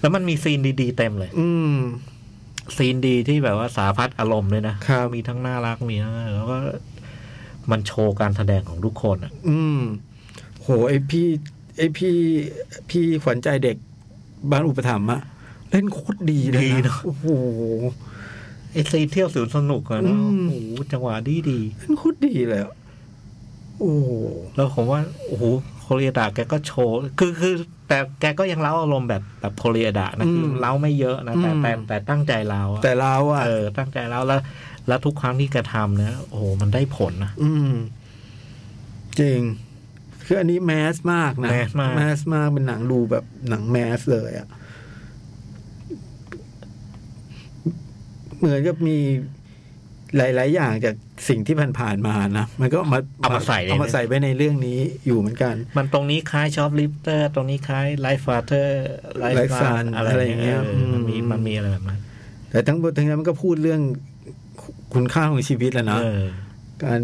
แล้วมันมีซีนดีๆเต็มเลย อืม ซีนดีที่แบบว่าสารพัดอารมณ์เลยนะครับ มีทั้งน่ารักมีทั้งแล้วก็มันโชว์การแสดงของทุกคนอะ อืม โหไอพี่ไอพี่พี่ขวัญใจเด็กบ้านอุปถัมภ์อะเล่นโคตรดีเลยนะโอ้โห ไอ้ซีนเที่ยวสวนสนุกอะนะ อื โอ้ ม โหจังหวะดีดีๆ เล่นโคตรดีเลยอะโอ้โห แล้วผมว่าโอ้โหโคเรียดะแกก็โชว์คือคือ แต่แกก็ยังเล้าอารมณ์แบบแบบโคเรียดะนะคือเล้าไม่เยอะนะแต่แต่แต่ตั้งใจเล้าอะ แต่เราอะ เออตั้งใจเล้าแล้ว แล้วทุกครั้งที่แกทำเนี่ยโอ้โหมันได้ผลนะ อืม จริง คืออันนี้แมสมากนะ แมสมาก แมสมากเป็นหนังดูแบบหนังแมสเลยอะเหมือนกับมีหลาย ๆ อย่างจากสิ่งที่ผ่านๆมานะมันก็มา เอามาใส่ เอามาใส่ไว้ในเรื่องนี้อยู่เหมือนกัน มันตรงนี้คล้ายชอปลิฟเตอร์ ตรงนี้คล้ายไลฟ์ฟาเตอร์ไล Life ฟ์ซาน Sun อะไรอย่างเงี้ย อะไร เอออย่างเงี้ยมันมี อืม มันมีอะไรแบบนั้น แต่ทั้งหมดทั้งนั้นมันก็พูดเรื่องคุคุณค่าของชีวิตแหล้วนะ เออ การ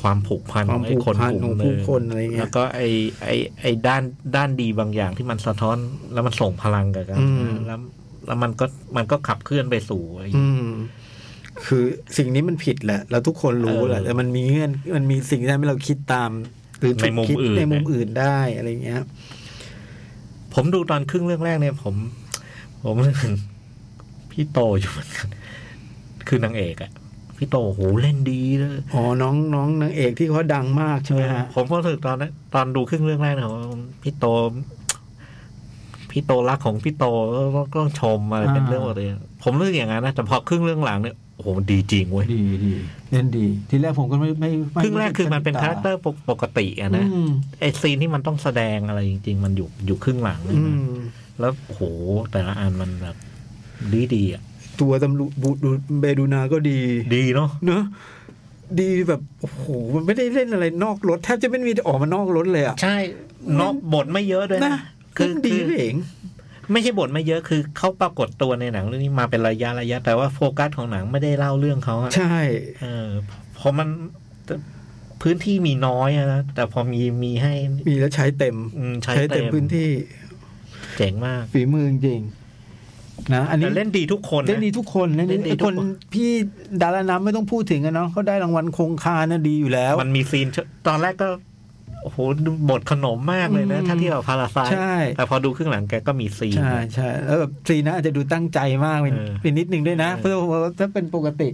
ความผูกพัน ค ข วา อ ม งไอ้คนกลุ่ม ผูกพันของ ห ผู้ นึ่ง คนอะไรเงี้ย แล้วก็ไอ้ไอ้ไอ้ด้านด้านดีบางอย่างที่มันสะท้อนแล้วมันส่งพลังกับกัน อืม แล้วแล้วมันก็มันก็ขับเคลื่อนไปสู่ไอ้ อืม คือสิ่งนี้มันผิดแหละ เราทุกคนรู้แหละ เออ แต่มันมีเงื่อนมันมีสิ่งที่ทำให้เราคิดตาม หรือถูก ในมุม คิด อื่น ในมุมอื่นได้อะไรอย่างเงี้ย ผมดูตอนครึ่งเรื่องแรกเนี่ยผม ผมรู้สึกพี่โตอยู่เหมือนกัน คือนางเอกอะพี่โตโอ้โหเล่นดีเลย อ๋อ น้องน้องนางเอกที่เขาดังมากใช่ไหมฮะ ผมก็รู้สึกตอนนั้นตอนดูครึ่งเรื่องแรกเนี่ยผมพี่โต พี่โตรักของพี่โตก็ต้องชมอะไรเป็น อ่า เรื่องปกติผมรู้สึกอย่างนั้นนะแต่พอครึ่งเรื่องหลังเนี่ยโอ้โหดีจริงเว้ย ดีดีเล่นดี ทีแรกผมก็ไม่ไม่ไม่ ครึ่งแรกคือมันเป็นคาแรคเตอร์ปกติอะนะ อืม ไอซีนที่มันต้องแสดงอะไรจริง ๆ มันอยู่อยู่ครึ่งหลังเลย อื นะ ม แล้วโอ้โหแต่ละอันมันแบบดีดีๆอะ ตัวตำรวจบูดูเบดูนาก็ดี ดีเนาะ เนอะดีแบบ โอ้โห มันไม่ได้เล่นอะไรนอกรถ แทบจะไม่มีออกมานอกรถเลยอะ ใช่เนาะบทไม่เยอะด้วย นะ นะ คือดี คือ เอง ไม่ใช่บทไม่เยอะคือเขาปรากฏตัวในหนังเรื่องนี้มาเป็นระยะระยะ แต่ว่าโฟกัสของหนังไม่ได้เล่าเรื่องเขาอะ ใช่ เออพอมันพื้นที่มีน้อยอะนะแต่พอมีมีให้ มีแล้วใช้เต็ม อืมใช้ ใช้ เต็ เต็ม ม พื้นที่ เจ๋งมาก ฝีมือจริงๆนะ อันนี้ แต่เล่นดีทุกคนนะ เล่นดีทุกคนเล่น เล่นดี ดี ทุ ค ก น คน พี่ดาราน้ำไม่ต้องพูดถึงอะเนาะเขาได้รางวัลคงคานะดีอยู่แล้ว มันมีซีนเชตอนแรกก็โอ้โหบทขนมมากเลยนะ อืม ถ้าเที่ยวพาราไซ ใช่ แต่พอดูครึ่งหลังแกก็มีซีน ใช่ใช่แล้วแบบซีนะอาจจะดูตั้งใจมากเป็น เออ เป็นนิดนึงด้วยนะ เออ เพราะว่าถ้าเป็นปกติ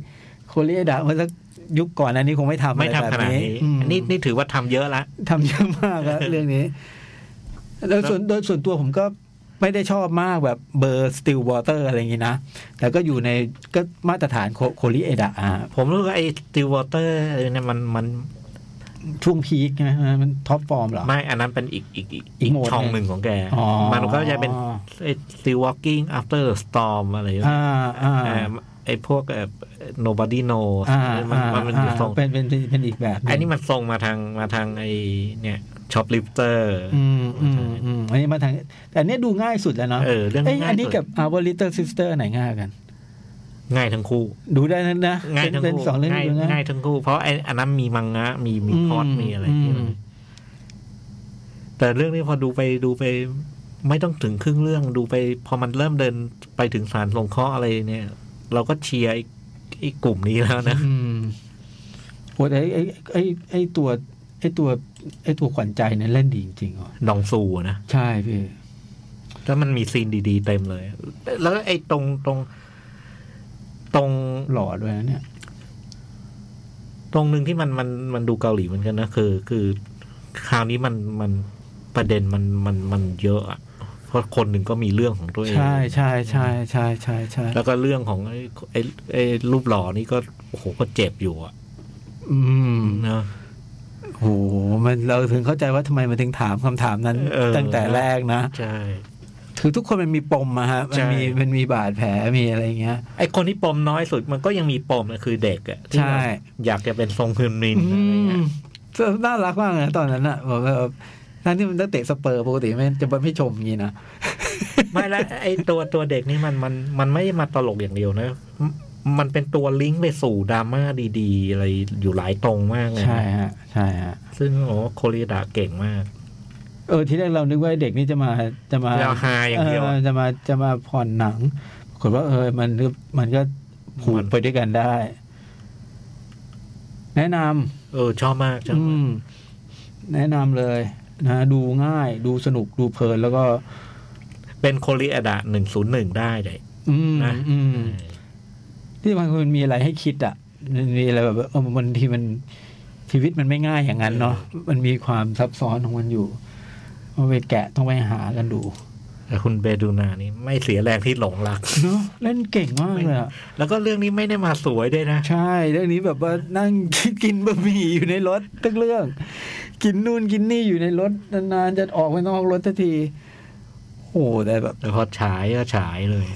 โคเรียดะเมื่อสักยุคก่อนอันนี้คงไม่ทำอะ ไม่ ไร ทำ แบบ ขนาด นี้ นี้ อืม อันนี่นี่ถือว่าทำเยอะละ ทำเยอะมากอะเรื่องนี้แล้วส่วนโดยส่วนตัวผมก็ไม่ได้ชอบมากแบบเบอร์สติลวอเตอร์อะไรอย่างงี้นะ แต่ก็อยู่ในก็มาตรฐานโคลิเอดะอ่ะ ผมรู้สึกว่าไอ้ติวอเตอร์เนี่ยมันมัน ช่วงพีคใช่ไหมมันท็อปฟอร์มเหรอ ไม่อันนั้นเป็นอีกอีกอีก อีกโหมด ช่อง ห ห นึ่ นึ่ ง งของแก อ๋อ มันก็จะเป็นไอ้ still walking after the storm อะไรอย่างเงี้ย อ่าอ่า เอ่อไอ้พวกแบบ nobody knows อ่า มัน อ่า มันเป็นอยู่ทรง เป็นเป็นเป็นเป็นอีกแบบหง อันนี้มันทรงมาทางมาทางไอ้เนี่ยช็อปลิฟเตอร์ อืมอืมอืมอันนี้มาทางแต่อันเนี้ยดูง่ายสุดแล้วเนาะ เออเรื่อง เอ้ย ง่าย อันนี้ สุด กับ Our Little Sister ไหนง่ายกัน ง่ายทั้งคู่ ดูได้นั้นนะ ง่าย เป็น ทั้ง เป็น คู่ สองเรื่อง ง่าย ดู ง่า ง่าย ย ทั้งคู่ เพราะไอ้อันนั้นมีมังงะมีมี อืม พอดมีอะไร อืม ที่มันแต่เรื่องนี้พอดูไปดูไป ไม่ต้องถึงครึ่งเรื่องดูไป พอมันเริ่มเดินไปถึงสารสงเคราะห์อะไรเนี่ย เราก็เชียร์ไอ้ไอ้กลุ่มนี้แล้วนะ อืมโอ้แต่ไอ้ไอ้ไอ้ไอ้ตัวไอ้ตัวไอ้ตัวขวัญใจเนี่ยเล่นดีจริงๆอ่ะ ดองซูอะนะ ใช่พี่ แล้วมันมีซีนดีๆเต็มเลย แล้วไอ้ตรงตรง ตรง หล่อด้วยนะเนี่ย ตรงหนึ่งที่มันมันมันดูเกาหลีเหมือนกันนะคือคือคราวนี้มันมันประเด็นมันมันมันเยอะอะเพราะคนหนึ่งก็มีเรื่องของตัวเอง ใช่ใช่ใช่ใช่ใช่ใช่ แล้วก็เรื่องของไอ้ไอ้ไอ้รูปหล่อนี่ก็โอ้โหก็เจ็บอยู่อะ อืม นะ โอ้โหมันเราถึงเข้าใจว่าทำไมมันถึงถามคำถามนั้น เออ ตั้งแต่แรกนะ ใช่ คือทุกคนมันมีปมอะฮะ มันมี ใช่ มันมีบาดแผลมีอะไรเงี้ย ไอ้คนที่ปมน้อยสุดมันก็ยังมีปมนะคือเด็กอะที่ ใช่ อยากจะเป็นทรงคืนนินอะอืไร ม เงี้ย น่ารักมากนะตอนนั้นอะแบบแบบทั้งที่มันตั้งเตะสเปอร์ปกติไม่จะไม่ชมอย่างนี้นะ ไม่และไอ้ตัวตัวเด็กนี่มันมันมันไม่ได้มาตลกอย่างเดียวนะมมันเป็นตัวลิงก์ไปสู่ดราม่าดีๆ อะไรอยู่หลายตรงมากเลยนะ ใช่ฮะ ใช่ฮะ ซึ่งโอ้โคเรียดาเก่งมาก เออ ที่แรกเรานึกว่าเด็กนี่จะมาจะมา จะฮาอย่างเดียวอะ อจะมาจะมาผ่อนหนังปรากฏว่าเออมันก็มันก็ผูกไปด้วยกันได้ แนะนำ เออ ชอบมากชอบ อื มาก มแนะนำเลยนะ ดูง่ายดูสนุกดูเพลินแล้วก็ เป็นโคเรียดาหนึ่งศูนย์หนึ่งได้เลย อืม นะ อืมที่บางคนมีอะไรให้คิดอ่ะมันมีอะไรแบบเออบางทีมันชีวิตมันไม่ง่ายอย่างนั้นเนาะมันมีความซับซ้อนของมันอยู่ต้องไปแกะต้องไปหากันดู แต่คุณเบดูนานี่ไม่เสียแรงที่หลงรัก เนาะเล่นเก่งมากเลยอะ แล้วก็เรื่องนี้ไม่ได้มาสวยด้วยนะ ใช่เรื่องนี้แบบว่านั่ง กินบะหมี่อยู่ในรถทุกเรื่อง กินนู่นกินนี่อยู่ในรถนานๆจะออกไปนอกรถทันทีโอ้โหแต่แบบ แต่พอฉายก็ฉายเลย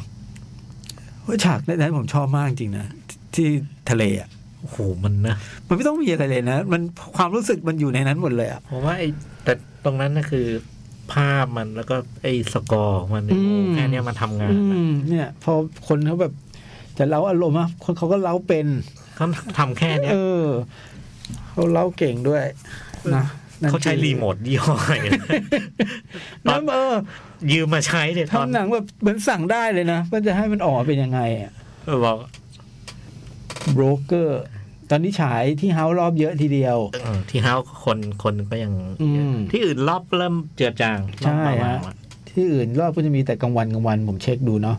เฮ้ยฉากนั้นผมชอบมากจริงนะทที่ทะเลอ่ะ โอ้โห มันนะ มันไม่ต้องมีอะไรเลยนะ มันความรู้สึกมันอยู่ในนั้นหมดเลยอ่ะ ผมว่าไอ้แต่ตรงนั้นน่ะคือ ภาพมันแล้วก็ไอ้สกอร์ของมันเนี่ย อืม โอ้แค่เนี้ยมันทำงาน อื นะ มเนี่ย พอคนเขาแบบ จะเล้าอารมณ์อ่ะคนเขาก็เล้าเป็น เขาทำแค่เนี้ย เออเขาเล้าเก่งด้วยนะนั่น เขาใช้ คือ รีโมทยี่ห้ออะไร [laughs] นะตอ นั่ น นเออ ยืมมาใช้เนี่ยตอน ทำหนังแบบเหมือนสั่งได้เลยนะว่าจะให้มันออกมาเป็นยังไงอ่ะ เออบอก โบรกเกอร์ ตอนนี้ฉายที่เฮาส์รอบเยอะทีเดียว เออที่เฮาคนคนก็ยัง อืม ที่อื่นรอบเริ่มเจือจาง ใช่ รอบ ฮะ เบาๆอะ ที่อื่นรอบก็จะมีแต่กลางวันกลางวันผมเช็คดูเนาะ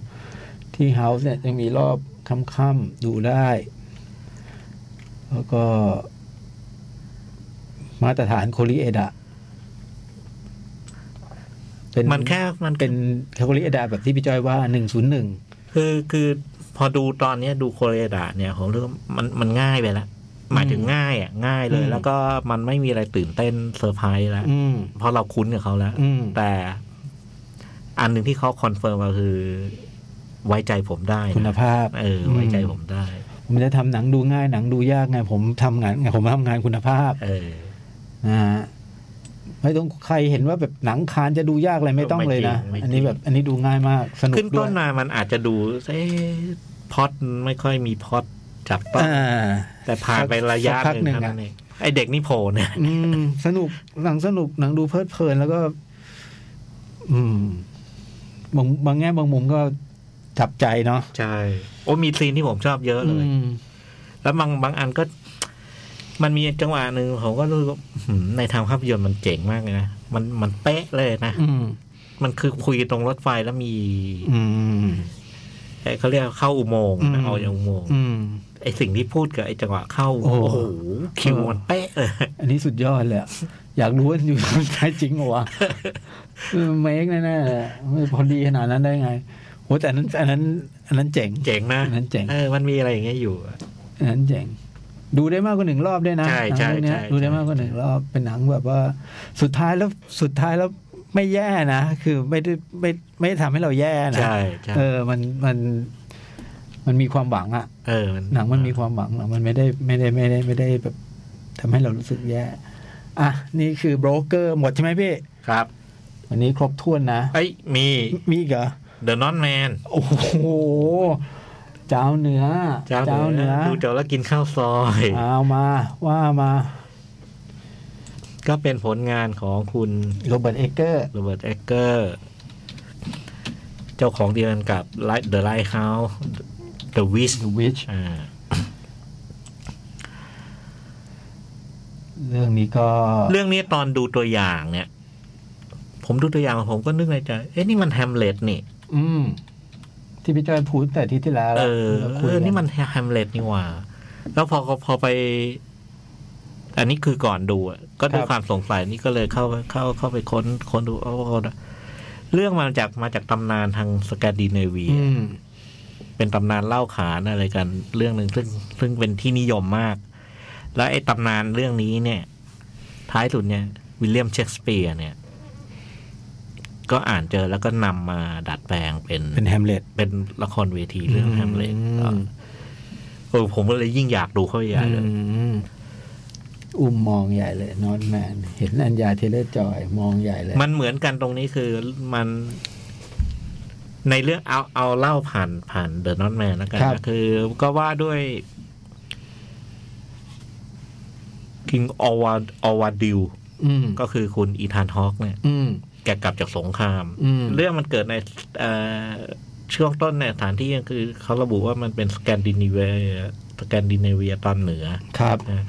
ที่เฮาส์เนี่ยยังมีรอบค่ำๆดูได้ แล้วก็ มาตรฐานโคลิเอดะเป็น มันแค่มัน เป็นโคลิเอดะแบบที่พี่จอยว่าหนึ่งศูนย์หนึ่ง คือคือพอดูตอนเนี้ยดูโคเรดาเนี่ยผมรู้ว่ามันมันง่ายไปละหมายถึงง่ายอ่ะง่ายเล อื ย ม แล้วก็มันไม่มีอะไรตื่นเต้นเซอร์ไพรส์แล้ว อืม เพราะเราคุ้นกับเขาแล้ว อืม แต่อันหนึ่งที่เขาคอนเฟิร์มมาคือ ไว้ใจผมได้นะ คุณภาพ เอออ ม ไว้ใจผมได้ ผมจะทำหนังดูง่ายหนังดูยากไงผมทำงานไงผมทำงานคุณภาพ เออ นะฮะไม่ต้องใครเห็นว่าแบบหนังคานจะดูยากอะไรไม่ต้องเลยนะ อันนี้แบบอันนี้ดูง่ายมากสนุก ขึ้น ด้ ต้ วน ย มามันอาจจะดูเอ๊ะพล็อดไม่ค่อยมีพล็อดจับต้อง อ่า แต่ผ่านไประยะ สักพัก หนึ่ง หนึ่เท่างอะ นั้นเองไอเด็กนี่โผล่เนี่ย อืมสนุกหนังสนุกหนังดูเพลิดเพลินแล้วก็ อืมบางบางแง่บางมุมก็จับใจเนาะ ใช่ โอ้มีซีนที่ผมชอบเยอะเลย อืม แล้วบางบางอันก็ มันมีจังหวะหนึ่งผมก็รู้สึกว่าหืมในทางภาพยนตร์มันเจ๋งมากเลยนะมันมันเป๊ะเลยนะ อืม มันคือคุยตรงรถไฟแล้วมี อืม ไอ้เขาเรียกเข้าอุโมงค์ อืม นะเอาอย่างอุโมงค์ อืม ไอสิ่งที่พูดกับไอจังหวะเข้า โอ้ โอ้ โห โหคิวมันเป๊ะเลย อันนี้สุดยอดเลยอะอยากรู้ว่าอยู่ตรงท้ายจริงเหรอวะ [laughs] เมคแน่ๆเลยไม่พอดีขนาดนั้นได้ไงโหแต่อันนั้นอันนั้น อันนั้นเจ๋ง เจ๋งนะ อันนั้นเจ๋ง ออมันมีอะไรอย่างเงี้ยอยู่อะ อันนั้นเจ๋ง ดูได้มากกว่าหนึ่งรอบด้วยนะ ใช่ใช่ หนังเรื่องเนี้ย ใช่ ดูได้มากกว่าหนึ่งรอบเป็นหนังแบบว่า สุดท้ายแล้วสุดท้ายแล้วไม่แย่นะคือไม่ได้ไม่ไม่ได้ทำให้เราแย่นะ ใช่ใช่ เออมันมันมันมีความหวังอะ เออ หนังมันมีความหวังหนังมันไม่ได้ไม่ได้ไม่ได้ไม่ได้แบบทำให้เรารู้สึกแย่อ่ะนี่คือโบรกเกอร์หมดใช่ไหมพี่ ครับ วันนี้ครบถ้วนนะ ไอยมี มีอีกเหรอ เดอะนอนแมน โอ้โห เจ้าเหนือ เจ้าเห เห นื นื อ อ ดูจบแล้วกินข้าวซอย เอามาว่ามา ก็เป็นผลงานของคุณ โรเบิร์ตเอเกอร์ โรเบิร์ตแอคเกอร์ เจ้าของเดียวกันกับ Light- The Lighthouse The Wish วิช อ่า เรื่องนี้ก็ เรื่องนี้ตอนดูตัวอย่างเนี่ย ผมดูตัวอย่างผมก็นึกในใจ เอ๊ะนี่มันแฮมเล็ตนี่ อืม ที่พี่จ้อยพูดแต่อาที่ที่แล้ว เออ ราคุ เอยอ กั นี่มันแฮมเล็ตนี่หว่า แล้วพอพอไป อันนี้คือก่อนดูอะก็ด้วยความสงสัยนี่ก็เลยเข้าเข้าเข้าไปค้นค้นดูเอาเอาเอาเรื่องมาจากมาจากตำนานทางสแกนดิเนเวีย อืม เป็นตำนานเล่าขานอะไรกัน เรื่องหนึ่งซึ่งซึ่งเป็นที่นิยมมาก แล้วไอ้ตำนานเรื่องนี้เนี่ย ท้ายสุดเนี่ยวิลเลียมเชกสเปียร์เนี่ย ก็อ่านเจอแล้วก็นำมาดัดแปลงเป็น เป็นแฮมเล็ต เป็นละครเวทีเรื่องแฮมเล็ตก็ เออผมก็เลยยิ่งอยากดูเข้าไปใหญ่เลย อุ้มมองใหญ่เลยนอนแมน เห็นอัญญาเทเลอร์จอย มองใหญ่เลย มันเหมือนกันตรงนี้คือมันในเรื่องเอาเอาเล่าผ่านผ่านเดอะนอตแมนแล้วกัน ครับ ก็คือก็ว่าด้วยคิงอวาอวาดิว อืม ก็คือคุณอีธานฮอกเนี่ย อืม แกกลับจากสงคราม อืม เรื่องมันเกิดในเอ่อช่วงต้นในยสถานที่ก็คือเขาระบุว่ามันเป็นสแกนดิเนเวียสแกนดิเนเวียตอนเหนือ ครับ นะ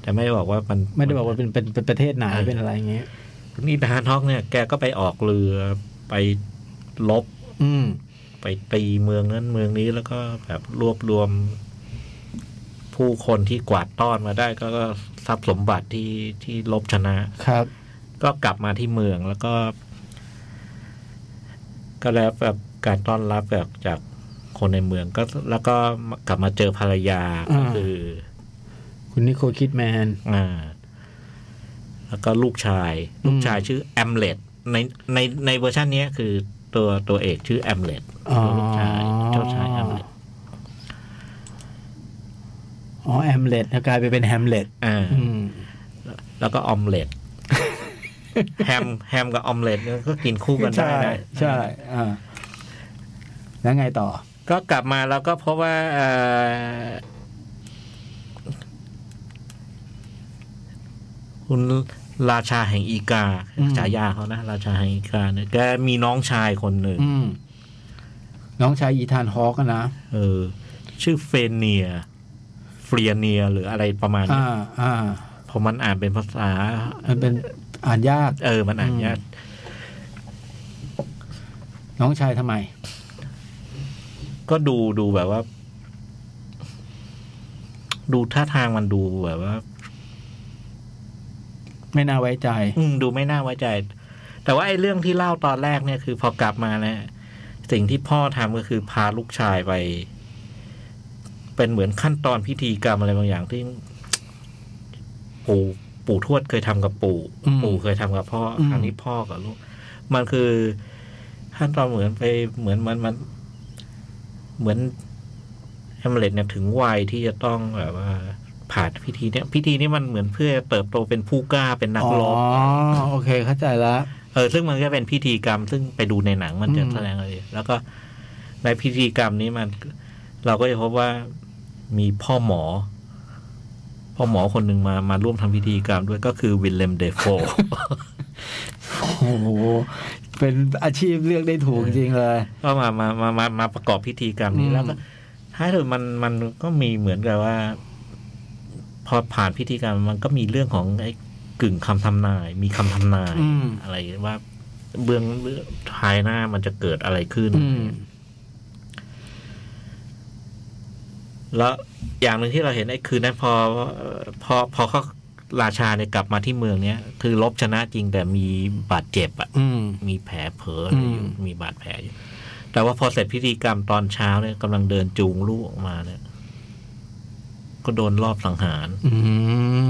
แต่ไม่ได้บอกว่ามัน ไม่ได้บอกว่าเป็นเป็นเป็นประเทศไหนเป็นอะไรอย่างเงี้ย คุณอีธานฮอกเนี่ยแกก็ไปออกเรือไปลบ อืม ไปตีเมืองนั้นเมืองนี้แล้วก็แบบรวบรวม ผู้คนที่กวาดต้อนมาได้ก็ก็ทรัพย์สมบัติที่ที่ลบชนะ ครับ ก็กลับมาที่เมืองแล้วก็ ก็แล้วแบบการต้อนรับแบบจากคนในเมืองก็ แล้วก็กลับมาเจอภรรยาก็คือ คุณนิโคลคิดแมน อ่า แล้วก็ลูกชาย อืม ลูกชายชื่อแอมเลตในในในเวอร์ชันเนี้ยคือตัวตัวเอกชื่อแอมเลต อ๋อ ลูกชายเจ้าชายแอมเลต อ๋อแอมเล็ตกลายไปเป็นแฮมเล็ต อ่า อืม แล้วก็ออม [laughs] เลตแฮมแฮมกับออมเลตเนี่ยก็กินคู่กันได้ ใช่ นะ ใช่อ่าแล้วไงต่อ ก็กลับมาแล้วก็เพราะว่าเอ่อคุณราชาแห่งอีกา อืม ฉายาเขานะ ราชาแห่งอีกาเนี่ยแกมีน้องชายคนหนึ่ง อืม น้องชายอีธานฮอกอะนะ เออ ชื่อเฟเนีย ฟรีเนีย หรืออะไรประมาณเนี้ อ่าย อ่า เพอมันอ่านเป็นภาษา มันเป็นอ่านยาก เออ มันอ่านยาก น้องชายทำไม ก็ดูดูแบบว่า ดูท่าทางมันดูแบบว่า ไม่น่าไว้ใจ อืมดูไม่น่าไว้ใจ แต่ว่าไอ้เรื่องที่เล่าตอนแรกเนี่ยคือพอกลับมาเนี่ยสิ่งที่พ่อทำก็คือพาลูกชายไป เป็นเหมือนขั้นตอนพิธีกรรมอะไรบางอย่างที่ ปู่ปู่ทวดเคยทำกับปู่ อืม ปู่เคยทำกับพ่ออ ม ครั้งนี้พ่อกับลูก มันคือขั้นตอนเหมือนไปเหมือนมันมัน เหมือนแฮมเล็ตเนี่ยถึงวัยที่จะต้องแบบว่า ผ่านพิธีเนี่ยพิธีนี้มันเหมือนเพื่อเติบโตเป็นผู้กล้าเป็นนัก อ๋อ รบ โอเค เข้าใจละ เออซึ่งมันก็เป็นพิธีกรรม ซึ่งไปดูในหนังมันจะ อืม แสดงเลย แล้วก็ในพิธีกรรมนี้มัน เราก็จะพบว่ามีพ่อหมอ พ่อหมอคนหนึ่งมามาร่วมทำพิธีกรรมด้วยก็คือวิลเลมเดฟโฟ โอ้โห เป็นอาชีพเลือกได้ถูกจริงๆเลย [laughs] ก็มามามามามาประกอบพิธีกรรมนี้ อืม แล้วก็ท้ายสุดมันมันก็มีเหมือนกับว่า พอผ่านพิธีกรรมมันก็มีเรื่องของไอ้กึ่งคำทำนาย มีคำทำนาย อืม อะไรว่าเบื้องภายหน้ามันจะเกิดอะไรขึ้น อืม แล้วอย่างหนึ่งที่เราเห็นไอ้คืนนั้นพอเอ่อพอพอเขาราชาเนี่ยกลับมาที่เมืองเนี้ย คือลบชนะจริงแต่มีบาดเจ็บอ่ะ อืม มีแผลเผลออะไรอยู่ อืม มีบาดแผลอยู่ แต่ว่าพอเสร็จพิธีกรรมตอนเช้าเนี่ยกำลังเดินจูงลูกออกมาเนี่ย ก็โดนรอบสังหาร อื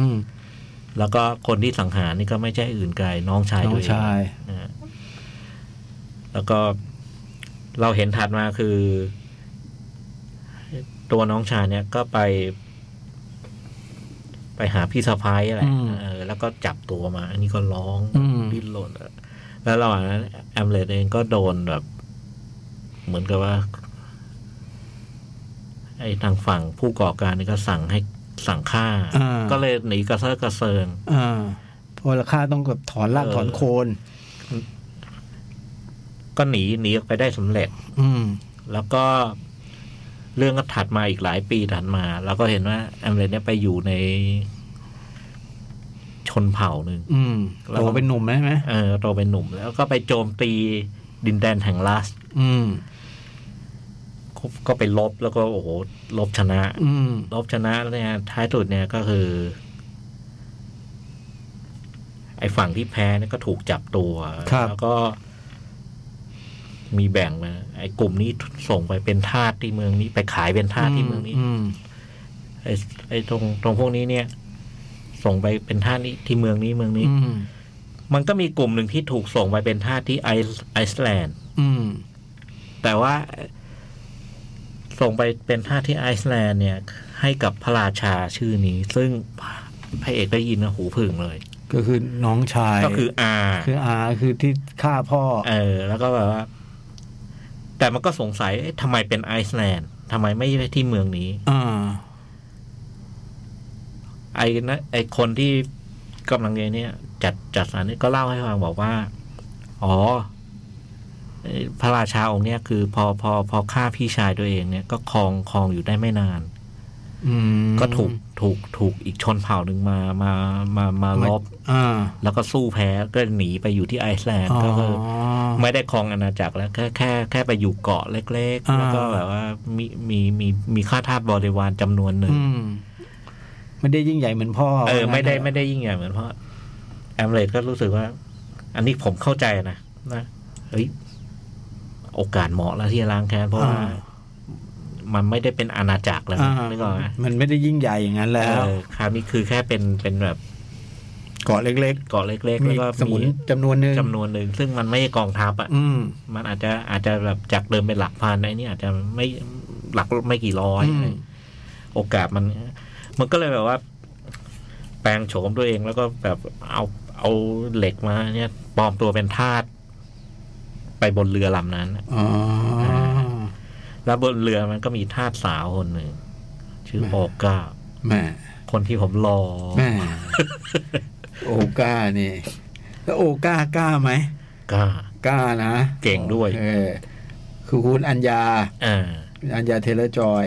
ม แล้วก็คนที่สังหารนี่ก็ไม่ใช่อื่นไกลน้องชาย น้อ ตั ง วเอง ชาย นะฮะแล้วก็เราเห็นถัดมาคือ ตัวน้องชายเนี่ยก็ไป ไปหาพี่สะพ้ายแหละ อืม เออแล้วก็จับตัวมา อันนี้ก็ร้อง อืม ดิ้นรนอะแล้วระหว่างนั้นแอมเลตเองก็โดนแบบ เหมือนกับว่า ไอ้ทางฝั่งผู้ก่อการนี่ก็สั่งให้สั่งฆ่า อ่า ก็เลยหนีกระเซาะกระเซิง อ่าเพอราคาต้องแบบถอนราก เออ ถอนโคน ก็หนีหนีออกไปได้สำเร็จ อืม แล้วก็เรื่องก็ถัดมาอีกหลายปีถัดมาเราก็เห็นว่าแอมเลนเนี่ยไปอยู่ในชนเผ่าหนึ่ง อืม แล้ว โตเป็นหนุ่มใช่ไหม เออโตเป็นหนุ่มแล้วก็ไปโจมตีดินแดนแห่งลัส อืม ก็ก็ไปลบแล้วก็โอ้โหลบชนะ อืม ลบชนะแล้วเนี่ยท้ายสุดเนี่ยก็คือ ไอ้ฝั่งที่แพ้เนี่ยก็ถูกจับตัว ครับ แล้วก็ มีแบ่งมาไอ้กลุ่มนี้ส่งไปเป็นทาสที่เมืองนี้ ไปขายเป็นทาสที่เมืองนี้ ม ไอ้ไอ้ตรงตรงพวกนี้เนี่ย ส่งไปเป็นท่าสนี้ที่เมืองนี้เมืองนี้ อืม มันก็มีกลุ่มหนึ่งที่ถูกส่งไปเป็นท่าสที่ไอซ์ไอซ์แลนด์ อืม แต่ว่า ส่งไปเป็นท่าสที่ไอซ์แลนด์เนี่ย ให้กับพระราชาชื่อนี้ ซึ่งพระเอกได้ยินนะหูผึ่งเลย ก็คือน้องชาย ก็คืออา คืออาคือที่ฆ่าพ่อ เออ แล้วก็แบบว่า แต่มันก็สงสัยเอ๊ะทำไมเป็นไอซ์แลนด์ทำไมไม่ใช่ที่เมืองนี้ อ่า ไอ้นะไอ้คนที่กำลังเรียนเนี่ย จัดจัดสรรนี่ก็เล่าให้ฟังบอกว่า อ๋อไอ้พระราชาองค์เนี่ยคือพอพอพอฆ่าพี่ชายตัวเองเนี่ยก็ครองครองอยู่ได้ไม่นาน อืม ก็ถูกถูกถูกอีกชนเผ่าหนึ่งมามามามาลบ อ่า แล้วก็สู้แพ้ก็หนีไปอยู่ที่ไอซ์แลนด์ อ๋อ ก็คือ ไม่ได้ครองอาณาจักรแล้วแค่แค่แค่ไปอยู่เกาะเล็ก อ่า ๆ แล้วก็แบบว่ามีมีมีมีค่าทาสบริวารจำนวนหนึ่ง อืมไม่ได้ยิ่งใหญ่เหมือนพ่อ เออ ว่างั้น ไม่ได้ ถะ ไม่ได้ยิ่งใหญ่เหมือนเพราะแอมเลดก็รู้สึกว่า อันนี้ผมเข้าใจนะนะเฮ้ยโอกาสเหมาะแล้วที่จะล้างแค้นเพราะว่ามันไม่ได้เป็นอาณาจักรแล้ว อ่า นึกออกไหม มันไม่ได้ยิ่งใหญ่อย่างนั้นแล้ว เออคราวนี้คือแค่เป็นเป็นแบบ เกาะเล็ก เกาะเล็ก ๆ ๆ มี แล้วก็ สมุนจำนวนหนึ่ง จำนวนหนึ่ง ซึ่งมันไม่ใช่กองทัพอ่ะ อืม มันอาจจะอาจจะแบบจากเดิมเป็นหลักพันไอ้นี่อาจจะไม่หลักไม่กี่ร้อย อืม อะไรโอกาสมัน มันก็เลยแบบว่า แปลงโฉมตัวเองแล้วก็แบบเอาเอาเหล็กมาเนี่ยปลอมตัวเป็นทาสไปบนเรือลำนั้น อ๋อ แล้วบนเรือมันก็มีทาสสาวคนหนึ่ง ชื่อ แหม่ โอก้า แหม่ คนที่ผมรอ แหม่โอก้านี่ แล้วโอก้ากล้าไหม ก้า กล้านะ เก่งด้วย เออคือคุณอัญญา อ่า คุณอัญญาเทเลอร์จอย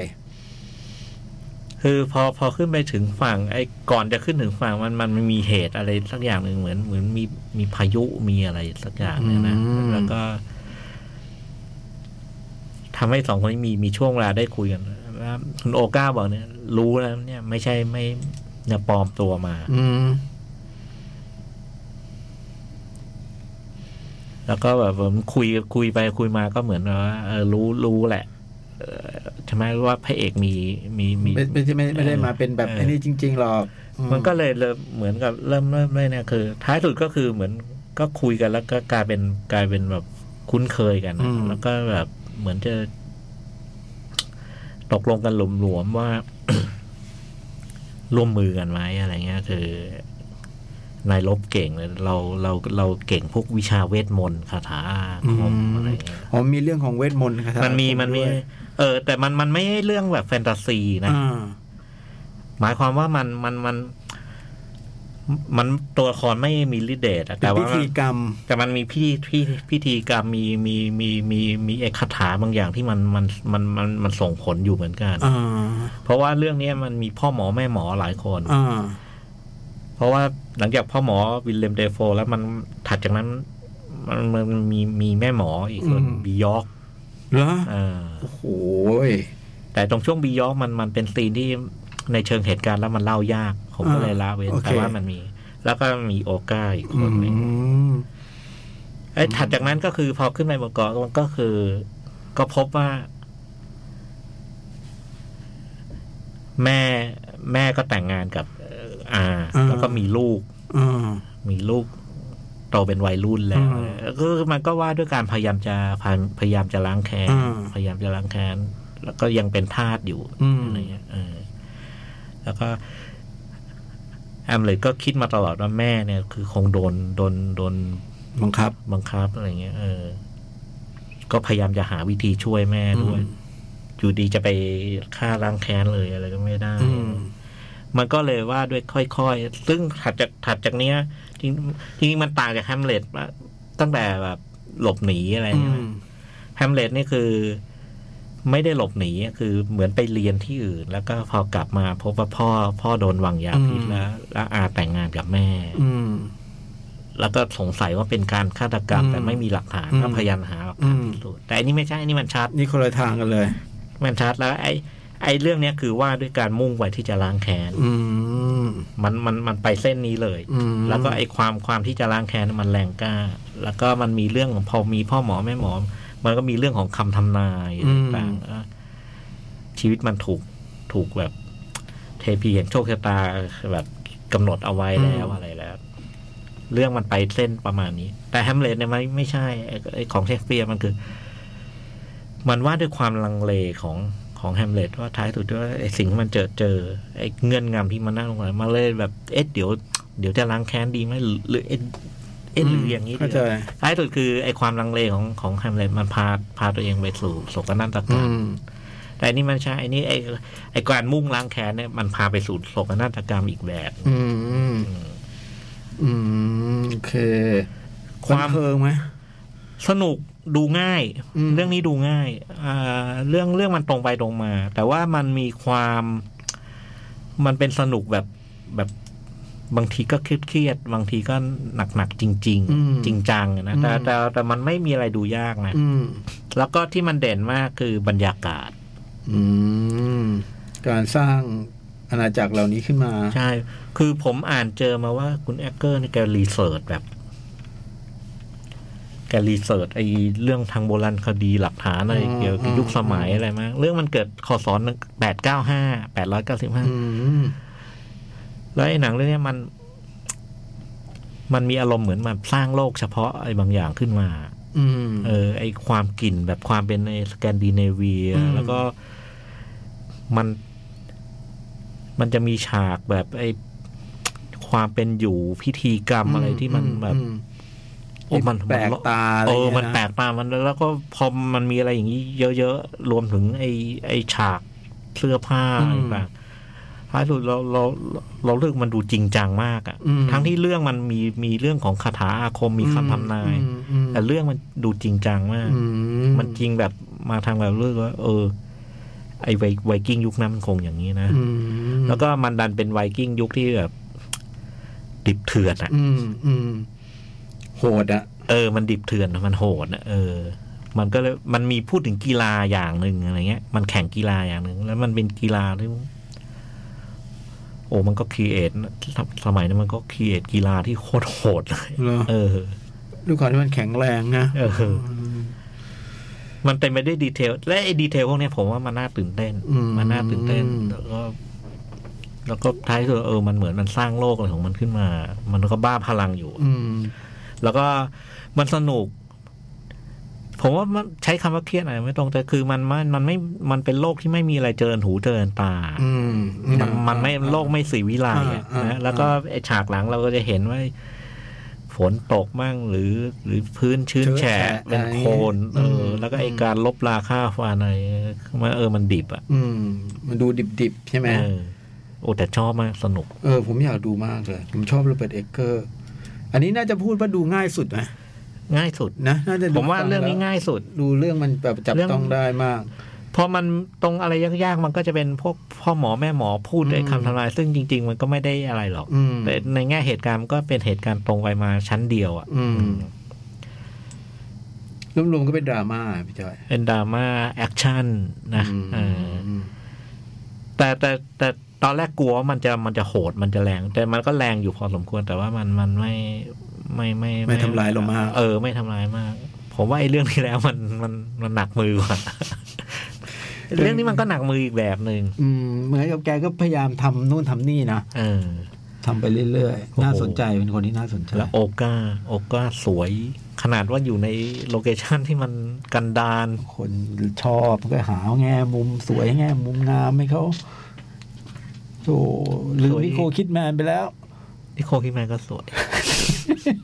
คือพอพอขึ้นไปถึงฝั่งไอ้ก่อนจะขึ้นถึงฝั่งมันมันมีเหตุอะไรสักอย่างหนึ่งเหมือนเหมือนมีมีพายุมีอะไรสักอย่างเนี่ยนะ อืม แล้วก็ทำให้สองคนนี้มีมีช่วงเวลาได้คุยกันแล้วคุณโอก้าบอกเนี่ย รู้แล้วเนี่ย ไม่ใช่ไม่เนี่ยปลอมตัวมา อืม แล้วก็แบบผมคุยคุยไปคุยมาก็เหมือนว่าเออรู้รู้แหละเออใช่ไหมว่าพระเอกมีมีมี ไม่ไม่ไม่ไม่ได้มาเป็นแบบ เออ ไอ้นี่จริง ๆ หรอกอื มันก็เลยเริ่มเหมือนกับเริ่มเริ่มเลยเนี่ยคือ ท้ายสุดก็คือเหมือนก็คุยกันแล้วก็กลายเป็นกลายเป็นแบบคุ้นเคยกันนะแล้วก็แบบเหมือนจะ ตกลงกันหลวมๆว่า [coughs] ร่วมมือกันไหมอะไรเงี้ย คือนายลบเก่งเลยเราเราเราเก่งพวกวิชาเวทมนต์คาถาอาคมอะไรเงี้ย อ๋อมีเรื่องของเวทมนต์คาถา มันมีมันมี ด้วย เออ แต่มันมันไม่ใช่เรื่องแบบแฟนตาซีนะ อ่า หมายความว่ามันมันมัน มันตัวละครไม่มีฤทธิ์เดชอะ เป็น แต่ พิ ว่า ธีกรรม แต่มันมีพิธีพิธีกรรมมีมีมีมีมีเอกคาถาบางอย่างที่มันมันมันมันมันส่งผลอยู่เหมือนกัน อ่า เพราะว่าเรื่องเนี้ยมันมีพ่อหมอแม่หมอหลายคน อ่า เพราะว่าหลังจากพ่อหมอวิลเลมเดโฟ แล้วมันถัดจากนั้น มันมันมีมีแม่หมออีกคน อืม บียอก เหรอ อ่า โอ้โหย แต่ตรงช่วงบียอกมันมันเป็นซีนที่ในเชิงเหตุการณ์แล้วมันเล่ายาก ผมก็ อ่า เลยละเว้น โอเค แต่ว่ามันมี แล้วก็มีโอก้าอีกค อื นหนึ่ง ม ไอ้ยถัดจากนั้นก็คือพอขึ้นไปบนเกาะมันก็คือ ก็พบว่า แม่แม่ก็แต่งงานกับเอ่ออา อ่า แล้วก็มีลูก อ่า มีลูกโตเป็นวัยรุ่นแล้ว อืม ก็คือมันก็ว่าด้วยการพยายามจะพยพยายามจะล้างแค้น อืม พยายามจะล้างแค้นแล้วก็ยังเป็นทาสอยู่ อืม อะไรเงี้ยเออแล้วก็แอมเลยก็คิดมาตลอดว่าแม่เนี่ย คือคงโดนโดนโดน บังคับ บังคับอะไรเงี้ยเออ ก็พยายามจะหาวิธีช่วยแม่ด้วย อืม อยู่ดีจะไปฆ่าล้างแค้นเลยอะไรก็ไม่ได้ อืม มันก็เลยว่าด้วยค่อยๆ ซึ่งถัดจากถัดจากเนี้ยจริงจริงๆมันต่างจากแฮมเล็ตมากตั้งแต่แบบหลบหนีอะไร อื ใช่ไหม ม แฮมเล็ตนี่คือไม่ได้หลบหนีคือเหมือนไปเรียนที่อื่น แล้วก็พอกลับมาพบว่าพ่อพ่อโดนวางยาพิษ อืม แล้ว แล้วอาแต่งงานกับแม่ อืม แล้วก็สงสัยว่าเป็นการฆาตกรรม อืม แต่ไม่มีหลักฐาน อืม ก็พยายามหาหลักฐาน อืม พิสูจน์แต่อันนี้ไม่ใช่อันนี้มันชัด นี่คนละทางกันเลย มันชัดแล้ว ไอ้ไอ้เรื่องเนี้ยคือว่าด้วยการมุ่งไปที่จะล้างแค้น อืม มันมันมันไปเส้นนี้เลย อืม แล้วก็ไอ้ความความที่จะล้างแค้นมันแรงกล้า แล้วก็มันมีเรื่องของพอมีพ่อหมอแม่หมอ มันก็มีเรื่องของคำทำนายต่างๆเออชีวิตมันถูกถูกแบบ เทพีแห่งโชคชะตาแบบกำหนดเอาไว้แล้ว อืม อะไรแล้ว เรื่องมันไปเส้นประมาณนี้ แต่แฮมเล็ตเนี่ยมันไม่ใช่ไอ้ไอ้ของเชคสเปียร์มันคือ มันว่าด้วยความลังเลของของแฮมเล็ตว่าท้ายสุดว่าไอ้สิ่งที่มันเจอเจอไอ้เงื่อนงำที่มันน่าลงไหลมาเลยแบบเอ๊ะเดี๋ยว เดี๋ยวจะล้างแค้นดีไหมหรือหรือเอ๊ะเอ๊ะหรืออย่างนี้ดี เข้าใจ ท้ายสุดคือไอ้ความลังเลของของแฮมเล็ตมันพาพาตัวเองไปสู่โศกนาฏกร อื รม ม แต่อันนี่มันใช่ไอ้นี่ไอ้ไอ้การมุ่งล้างแค้นเนี่ยมันพาไปสู่โศกนาฏกรรมอีกแบบ อืม อืม โอเค ความ บันเพิงไหม สนุกดูง่าย อืม เรื่องนี้ดูง่ายอ่าเรื่องเรื่องมันตรงไปตรงมา แต่ว่ามันมีความมันเป็นสนุกแบบแบบบางทีก็เครียดเครียดๆบางทีก็หนักหนักๆจริง ๆ จ อืม ริงจังอะนะแต่ อืม แต่แต่มันไม่มีอะไรดูยากนะ อืม แล้วก็ที่มันเด่นมากคือบรรยากาศ อืม การสร้างอาณาจักรเหล่านี้ขึ้นมา ใช่ คือผมอ่านเจอมาว่าคุณแอคเกอร์ในยแกรีเสิร์ชแบบ แกรีเสิร์ชไอ้เรื่องทางโบราณคดีหลักฐานอะไร อืม เกี่ยวกับยุคสมัย อืม อะไรมากเรื่องมันเกิดคศแปดเก้าห้าแปดร้อยเก้าสิบห้า อืม แล้วไอ้หนังเรื่องเนี้ยมัน มันมีอารมณ์เหมือนมันสร้างโลกเฉพาะไอ้บางอย่างขึ้นมา อืม เออไอความกลิ่นแบบความเป็นในสแกนดิเนเวีย อืม แล้วก็มัน มันจะมีฉากแบบไอความเป็นอยู่พิธีกรรมอะไรที่มันแบบ อืม โอ้มัน แปลกตาอะไร เออ เงี้ยนะ มันแปลกตามันแล้วก็พอมันมีอะไรอย่างนี้เยอะๆ รวมถึงไอไอฉากเสื้อผ้าอะไรต่างท้ายสุดเราเราเราเลือกมันดูจริงจังมากอะ อืม ทั้งที่เรื่องมันมีมีเรื่องของคาถาอาคมมีคำทำนาย อืมอืม แต่เรื่องมันดูจริงจังมาก อืม มันจริงแบบมาทางแบบรู้สึกว่าเออ ไอ้ไวไวกิ้งยุคนั้นมันคงอย่างนี้นะ อืม แล้วก็มันดันเป็นไวกิ้งยุคที่แบบดิบเถื่อนอะ อืมอืมโหดอะ เออ มันดิบเถื่อน มันโหดอะเออ มันก็เลยมันมีพูดถึงกีฬาอย่างหนึ่งอะไรเงี้ย มันแข่งกีฬาอย่างหนึ่ง แล้วมันเป็นกีฬาที่ โอ้ มันก็ครีเอทสมัยนั้นมันก็ครีเอทกีฬาที่โคตรโหดเลย เหรอ เออ ด้วยความที่มันแข็งแรงนะ เออ มันเต็มไปด้วยดีเทล และไอ้ดีเทลพวกเนี้ยผมว่ามันน่าตื่นเต้น อื มันน่าตื่นเต้น แล้วก็ แล้วก็ท้ายสุดเออ มันเหมือนมันสร้างโลกอะไรของมันขึ้นมา มันก็บ้าพลังอยู่ อืม แล้วก็มันสนุก ผมว่ามันใช้คำว่าเครียดอะไรไม่ตรงแต่คือมันมันมันไม่มันเป็นโลกที่ไม่มีอะไรเจริญหูเจริญตา อืมอื มันมันไม่โลกไม่สีวิไลอะ อ่าอ่า นะแล้วก็ไอ้ฉากหลังเราก็จะเห็นว่าฝนตกมั่งหรือหรือพื้นชื้นแฉะเป็นโคลนเออ แล้วก็ไอ้การลบราค่าฟันอะไรมันเออมันดิบอ่ะ อืม มันดูดิบๆ ใช่ไหม เออโอ้แต่ชอบมากสนุก เออ ผมอยากดูมากเลย ผมชอบโรเบิร์ตเอเกอร์ อันนี้น่าจะพูดว่าดูง่ายสุดไหม ง่ายสุด นะน่าจะดู ผมว่าเรื่องนี้ ฟัแล้ว ง่ายสุด ดูเรื่องมันแบบจับ เรื่อง ต้องได้มาก พอมันตรงอะไรยากๆ มันก็จะเป็นพวกพ่อหมอแม่หมอพูดไอ้คำทำนายซึ่งจริง ๆ มันก็ไม่ได้อะไรหรอก อืม แต่ในแง่เหตุการณ์มันก็เป็นเหตุการณ์ตรงไปมาชั้นเดียวอะ่ะ อืม รวมๆก็เป็นดราม่าพี่จอย เป็นดราม่าแอคชั่นนะ อืม เออแต่แต่แต่ตอนแรกกลัวว่ามันจะมันจะโหดมันจะแรง แต่มันก็แรงอยู่พอสมควร แต่ว่ามันมันไม่ไม่ไม่ ไม่ทำลายเรามาก เออ ไม่ทำลายมาก ผมว่าไอ้เรื่องที่แล้วมันมันมันหนักมือกว่า เรื่องนี้มันก็หนักมืออีกแบบหนึ่ง อืม เหมือนกับแกก็พยายามทำนู่นทำนี่นะ เออ ทำไปเรื่อย โอ้โห ๆ น่าสนใจ เป็นคนที่น่าสนใจ แล้วโอกาโอกาสวย ขนาดว่าอยู่ในโลเคชันที่มันกันดาน คนชอบก็หาแง่มุมสวยแง่มุมงามให้เขาโอ้ลืมวิโคคิดแมนไปแล้ว ที่โคคิแมนก็สวย [laughs]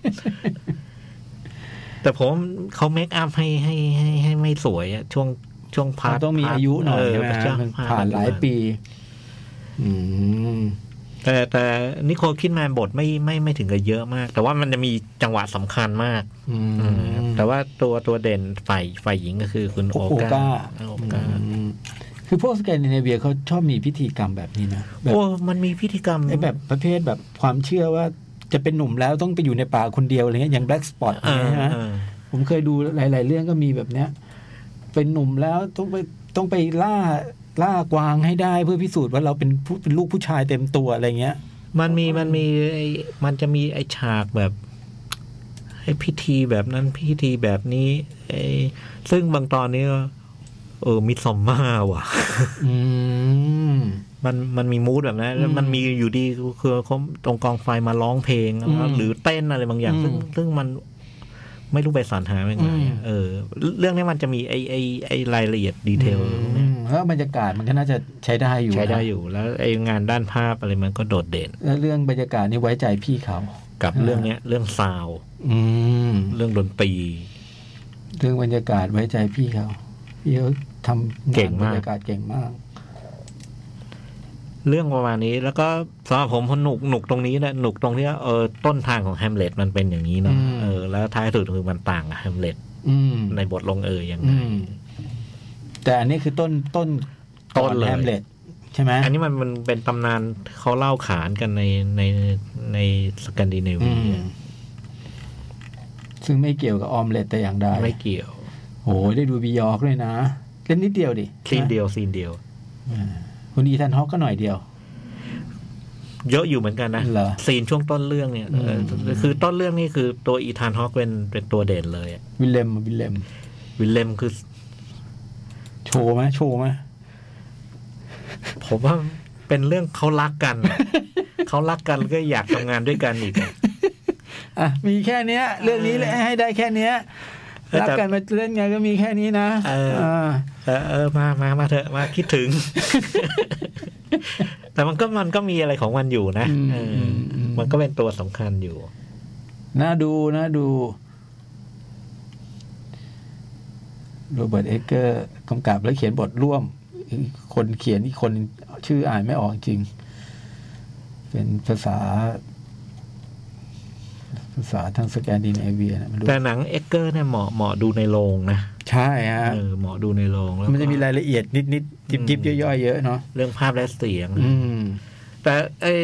แต่ผมเขาเมคอัพให้ให้ให้ให้ไม่สวยอะช่วงช่วงพาร์ท ต้องมีอายุหน่อยใช่ไหม เช่วง มัน พร์ท ผ่านหลายปี อืม แต่แต่นิโคลคิดแมนบทไม่ไม่ไม่ถึงกับเยอะมาก แต่ว่ามันจะมีจังหวะสำคัญมาก อื อืม ม แต่ว่าตัวตัวเด่นฝ่ายฝ่ายหญิงก็คือคุณโอ โอก า ก้า โอกา อืมคือพวกสแกนดิเนเวียเขาชอบมีพิธีกรรมแบบนี้นะ แบบ โอ้มันมีพิธีกรรม ไอ้แบบประเภทแบบความเชื่อว่าจะเป็นหนุ่มแล้วต้องไปอยู่ในป่าคนเดียวอะไรเงี้ยอย่างแบล็กสปอต เออ ใช่ไหม เออ ผมเคยดูหลาย ๆ เรื่องก็มีแบบเนี้ย เป็นหนุ่มแล้วต้องไปต้องไปล่าล่ากวางให้ได้เพื่อพิสูจน์ว่าเราเป็นผู้เป็นลูกผู้ชายเต็มตัวอะไรเงี้ย มันมีมันมีไอ้มันจะมีไอ้ฉากแบบไอ้พิธีแบบนั้นพิธีแบบนี้ไอ้ซึ่งบางตอนนี้ก็เออมิดซอมมาว่ะ [laughs] อืม มันมันมีมูดแบบนั้นแล้วมันมีอยู่ดีคือเขาตรงกองไฟมาร้องเพลงแล้วก็ อืม หรือเต้นอะไรบางอย่าง อืม ซึ่งซึ่งมันไม่รู้ไปสรรหาเป็นไง อืม เออ เรื่องนี้มันจะมีไอ้ไอ้ไอ้รายละเอียดดีเทลพวก อื เนี้ย มแล้วบรรยากาศมันก็น่าจะใช้ได้อยู่นะ ใช้ได้อยู่แล้วไอ้งานด้านภาพอะไรมันก็โดดเด่น แล้วเรื่องบรรยากาศนี่ไว้ใจพี่เขา กับเรื่องเนี้ย เรื่องซาวด์ อืม เรื่องดนตรี เรื่องบรรยากาศไว้ใจพี่เขาพี่เขาทำ เก่งมาก บรรยากาศเก่งมาก เรื่องประมาณนี้แล้วก็สำหรับผมหนุกหนุกตรงนี้นะหนุกตรงที่ว่าเออต้นทางของแฮมเล็ตมันเป็นอย่างนี้เนาะ อืม เออแล้วท้ายสุดคือมันต่างกับแฮมเล็ต อืม ในบทลงเอยยังไง อืม แต่อันนี้คือต้นต้น ต้นเลย แฮมเล็ตใช่ไหม อันนี้มันมันเป็นตำนานเขาเล่าขานกันในในในสแกนดิเน อื เวี ม ย ซึ่งไม่เกี่ยวกับออมเล็ตแต่อย่างใด ไม่เกี่ยว โอ้ยได้ดูบียอร์กด้วยนะเล่นนิดเดียวดิ ซีนเดียวซีนเดียว คุณอีธันฮอกก็หน่อยเดียว เยอะอยู่เหมือนกันนะ เหรอ ซีนช่วงต้นเรื่องเนี่ยเอออคือต้นเรื่องนี่คือตัวอีธานฮอกเป็นเป็นตัวเด่นเลยอะ วิลเลมวิลเลม วิลเลมคือ โชว์ไหมโชว์ไหม ผมว่าเป็นเรื่องเขารักกันอะ เขารักกันก็อยากทำงานด้วยกันอีกอะ อ่ะมีแค่เนี้ย เรื่องนี้เลยให้ได้แค่เนี้ย เออ รัก แต่ กันมาเล่นไงก็มีแค่นี้นะ เอออ่ า เออเออมามามาเถอะมาคิดถึง [laughs] แต่มันก็มันก็มีอะไรของมันอยู่นะ อืม เอออ มอืม มันก็เป็นตัวสำคัญอยู่ น่าดูน่าดูโรเบิร์ตเอเกอร์กำกับและเขียนบทร่วมอีกคนเขียนอีกคนชื่ออ่านไม่ออกจริง เป็นภาษา ภาษาทางสแกนดิเนเวียนะไม่รู้ แต่หนังเอ็กเกอร์เนี่ยเหมาะเหมาะดูในโรงนะ ใช่ฮะ เออเหมาะดูในโรงแล้วก็ มันจะมีรายละเอียดนิดๆจิบๆย่อยๆเยอะเนาะ เรื่องภาพและเสียง อืม แต่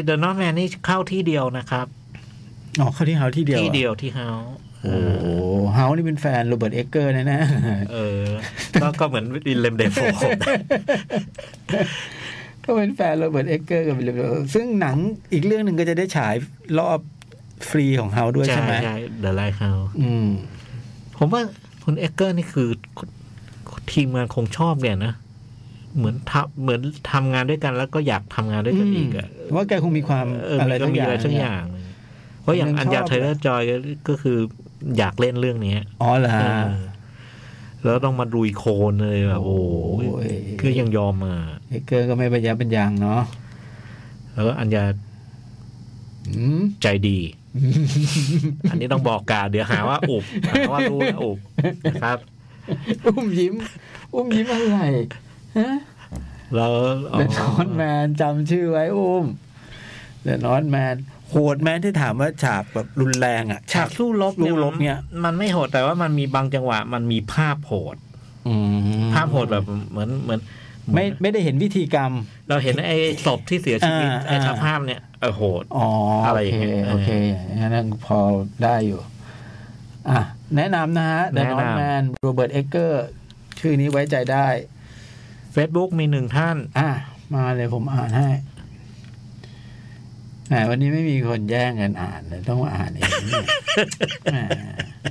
เดอะนอตแมนนี่เข้าที่เดียวนะครับ อ๋อเข้าที่เฮาที่เดียวอะ ที่เดียวที่เฮาส์ โอ้โหเฮานี่เป็นแฟนโรเบิร์ตเอ็กเกอร์แน่ เออก็ก็เหมือนดินเลมเดฟโฟ ๆ [laughs] ก็เป็นแฟนโรเบิร์ตเอ็กเกอร์กันไปเลยซึ่งหนังอีกเรื่องหนึ่งก็จะได้ฉายรอบฟรีของเฮาด้วย ใช่ ใช่ไหม ใช่เดอะไลท์เฮาส์ อืม ผมว่าคุณเอ็กเกอร์นี่คือทีมงานคงชอบเนี่ยนะ เหมือนทับเหมือนทำงานด้วยกันแล้วก็อยากทำงานด้วยกันอีกอะ มว่าแกคงมีความ เออ อะไร มันก็ ทั้ง มี อย่าง อะไรสักอย่าง เพราะอย่างอันยาเทเลอร์จอยก็คืออยากเล่นเรื่องเนี้ย อ๋อเหรอฮะ แล้วต้องมาดุยโคลนเลยแบบโอ้โห โอ้ย คือยังยอมมา เอกเกอร์ก็ไม่ปัญญาเป็นยางเนาะ แล้วก็อัญญา อืม ใจ [laughs] ดี อันนี้ต้องบอกกาเดี๋ยวหาว่าอุบหาว่ารู้นะอุบนะครับ อุ้มยิ้ม อุ้มยิ้มอะไรฮะ แล้วอ๋อ เดนอนแมนจำชื่อไว้อุ้มเดนอนแมนโหดแมนที่ถามว่าฉากแบบรุนแรงอ่ะ ฉา ฉาก กสู้รบ สู้รบเนี่ย มันมันไม่โหดแต่ว่ามันมีบางจังหวะ มันมีภาพโหด อื ภาพโหดแบบเหมือนเหมือน ไม่ไม่ได้เห็นวิธีกรรม เราเห็นไอ้ศพที่เสียชีวิต อ่า ไอ้ อ่า สภาพเนี่ยเออโหด อ๋ออะ อะไรอย่างเงี้ย โอเคงั้นพอได้อยู่ อ่ะ แนะนำนะฮะเด แนะ น นำ อนแมนโรเบิร์ตเอกเกอร์ชื่อนี้ไว้ใจได้ Facebook มีหนึ่งท่าน อ่ะ มาเลยผมอ่านให้แหมวันนี้ไม่มีคนแย่งกันอ่านเลยต้องมาอ่านเอง [laughs] เนี่ยแหม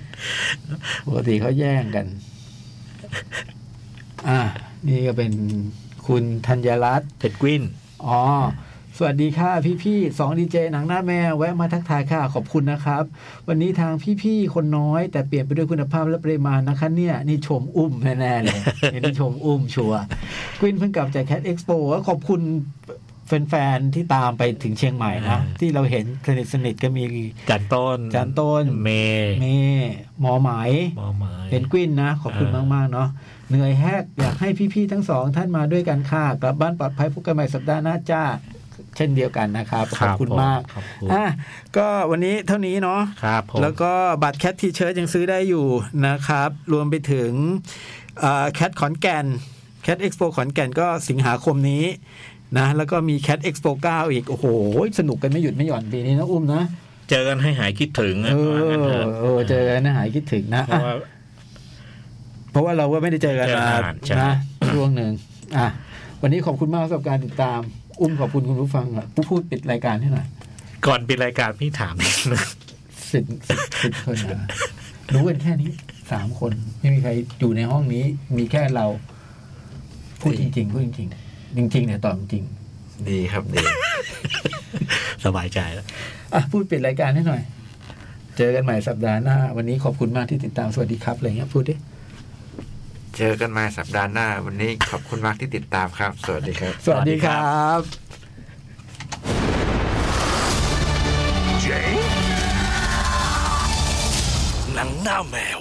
ปกติเขาแย่งกัน อ่ะ นี่ก็เป็นคุณธัญรัตน์ เพดกวิน อ๋อ สวัสดีค่ะพี่ๆสองดีเจหนังหน้าแม่แวะมาทักทายค่ะขอบคุณนะครับ วันนี้ทางพี่ๆคนน้อย แต่เปลี่ยนไปด้วยคุณภาพและปริมาณนะคะเนี่ย นี่ชมอุ้มแน่ๆเลย [laughs] เนี่ยนี่ชมอุ้มชัวร์กวินเพิ่งกลับจากแคดเอ็กซ์โปขอบคุณแฟนๆที่ตามไปถึงเชียงใหม่นะ อ่า ที่เราเห็นสนิทสนิทๆก็มี จันต้น จันต้น เมย์ เมหมอไหม หมอหมาย เพนกวินนะ ขอบคุณ เออ มาก ๆ เนาะเหนื่อยแฮกอยากให้พี่ ๆ ทั้งสองท่านมาด้วยกันค่ะ กลับบ้านปลอดภัยพบกันใหม่สัปดาห์หน้าจ้า เช่นเดียวกันนะครับ ขอบคุณมาก ขอบคุณ อ่ะก็วันนี้เท่านี้เนาะ ครับผม แล้วก็บัตรแคททีเชิ t ยังซื้อได้อยู่นะครับ รวมไปถึงแคทขอนแก่นแคทเอ็กซ์โปขอนแก่นก็สิงหาคมนี้นะ แล้วก็มีแคทเอ็กซ์โปเก้าอีก โอ้โห สนุกกันไม่หยุดไม่หย่อนปีนี้นะอุ้มนะ เจอกันให้หายคิดถึง เอ อะว่างั้นถ อเออเจอกันนะหายคิดถึงนะ เพราะว่าอ่ะเพราะว่าเราก็ไม่ได้เจอกันเจอมากันนานใช่ นะช่วงหนึ่งอ่ะวันนี้ขอบคุณมากสำหรับการติดตาม อุ้มขอบคุณคุณผู้ฟังอ่ะผู้พูดปิดรายการให้หน่อย ก่อนปิดรายการพี่ถามนิดนึง [laughs] สิบสิบสิบคนนะรู้กันแค่นี้สามคน ไม่มีใครอยู่ในห้องนี้ มีแค่เรา พูดจริงๆพูดจริงๆจริงๆเนี่ยตอบจริง ดีครับดี สบายใจแล้ว ๆอ่ะพูดปิดรายการให้หน่อย เจอกันใหม่สัปดาห์หน้า วันนี้ขอบคุณมากที่ติดตามสวัสดีครับอะไรเงี้ยพูดดิ เจอกันมาสัปดาห์หน้า วันนี้ขอบคุณมากที่ติดตามครับ สวัสดีครับ สวัสดีหนัครับงหน้าแมว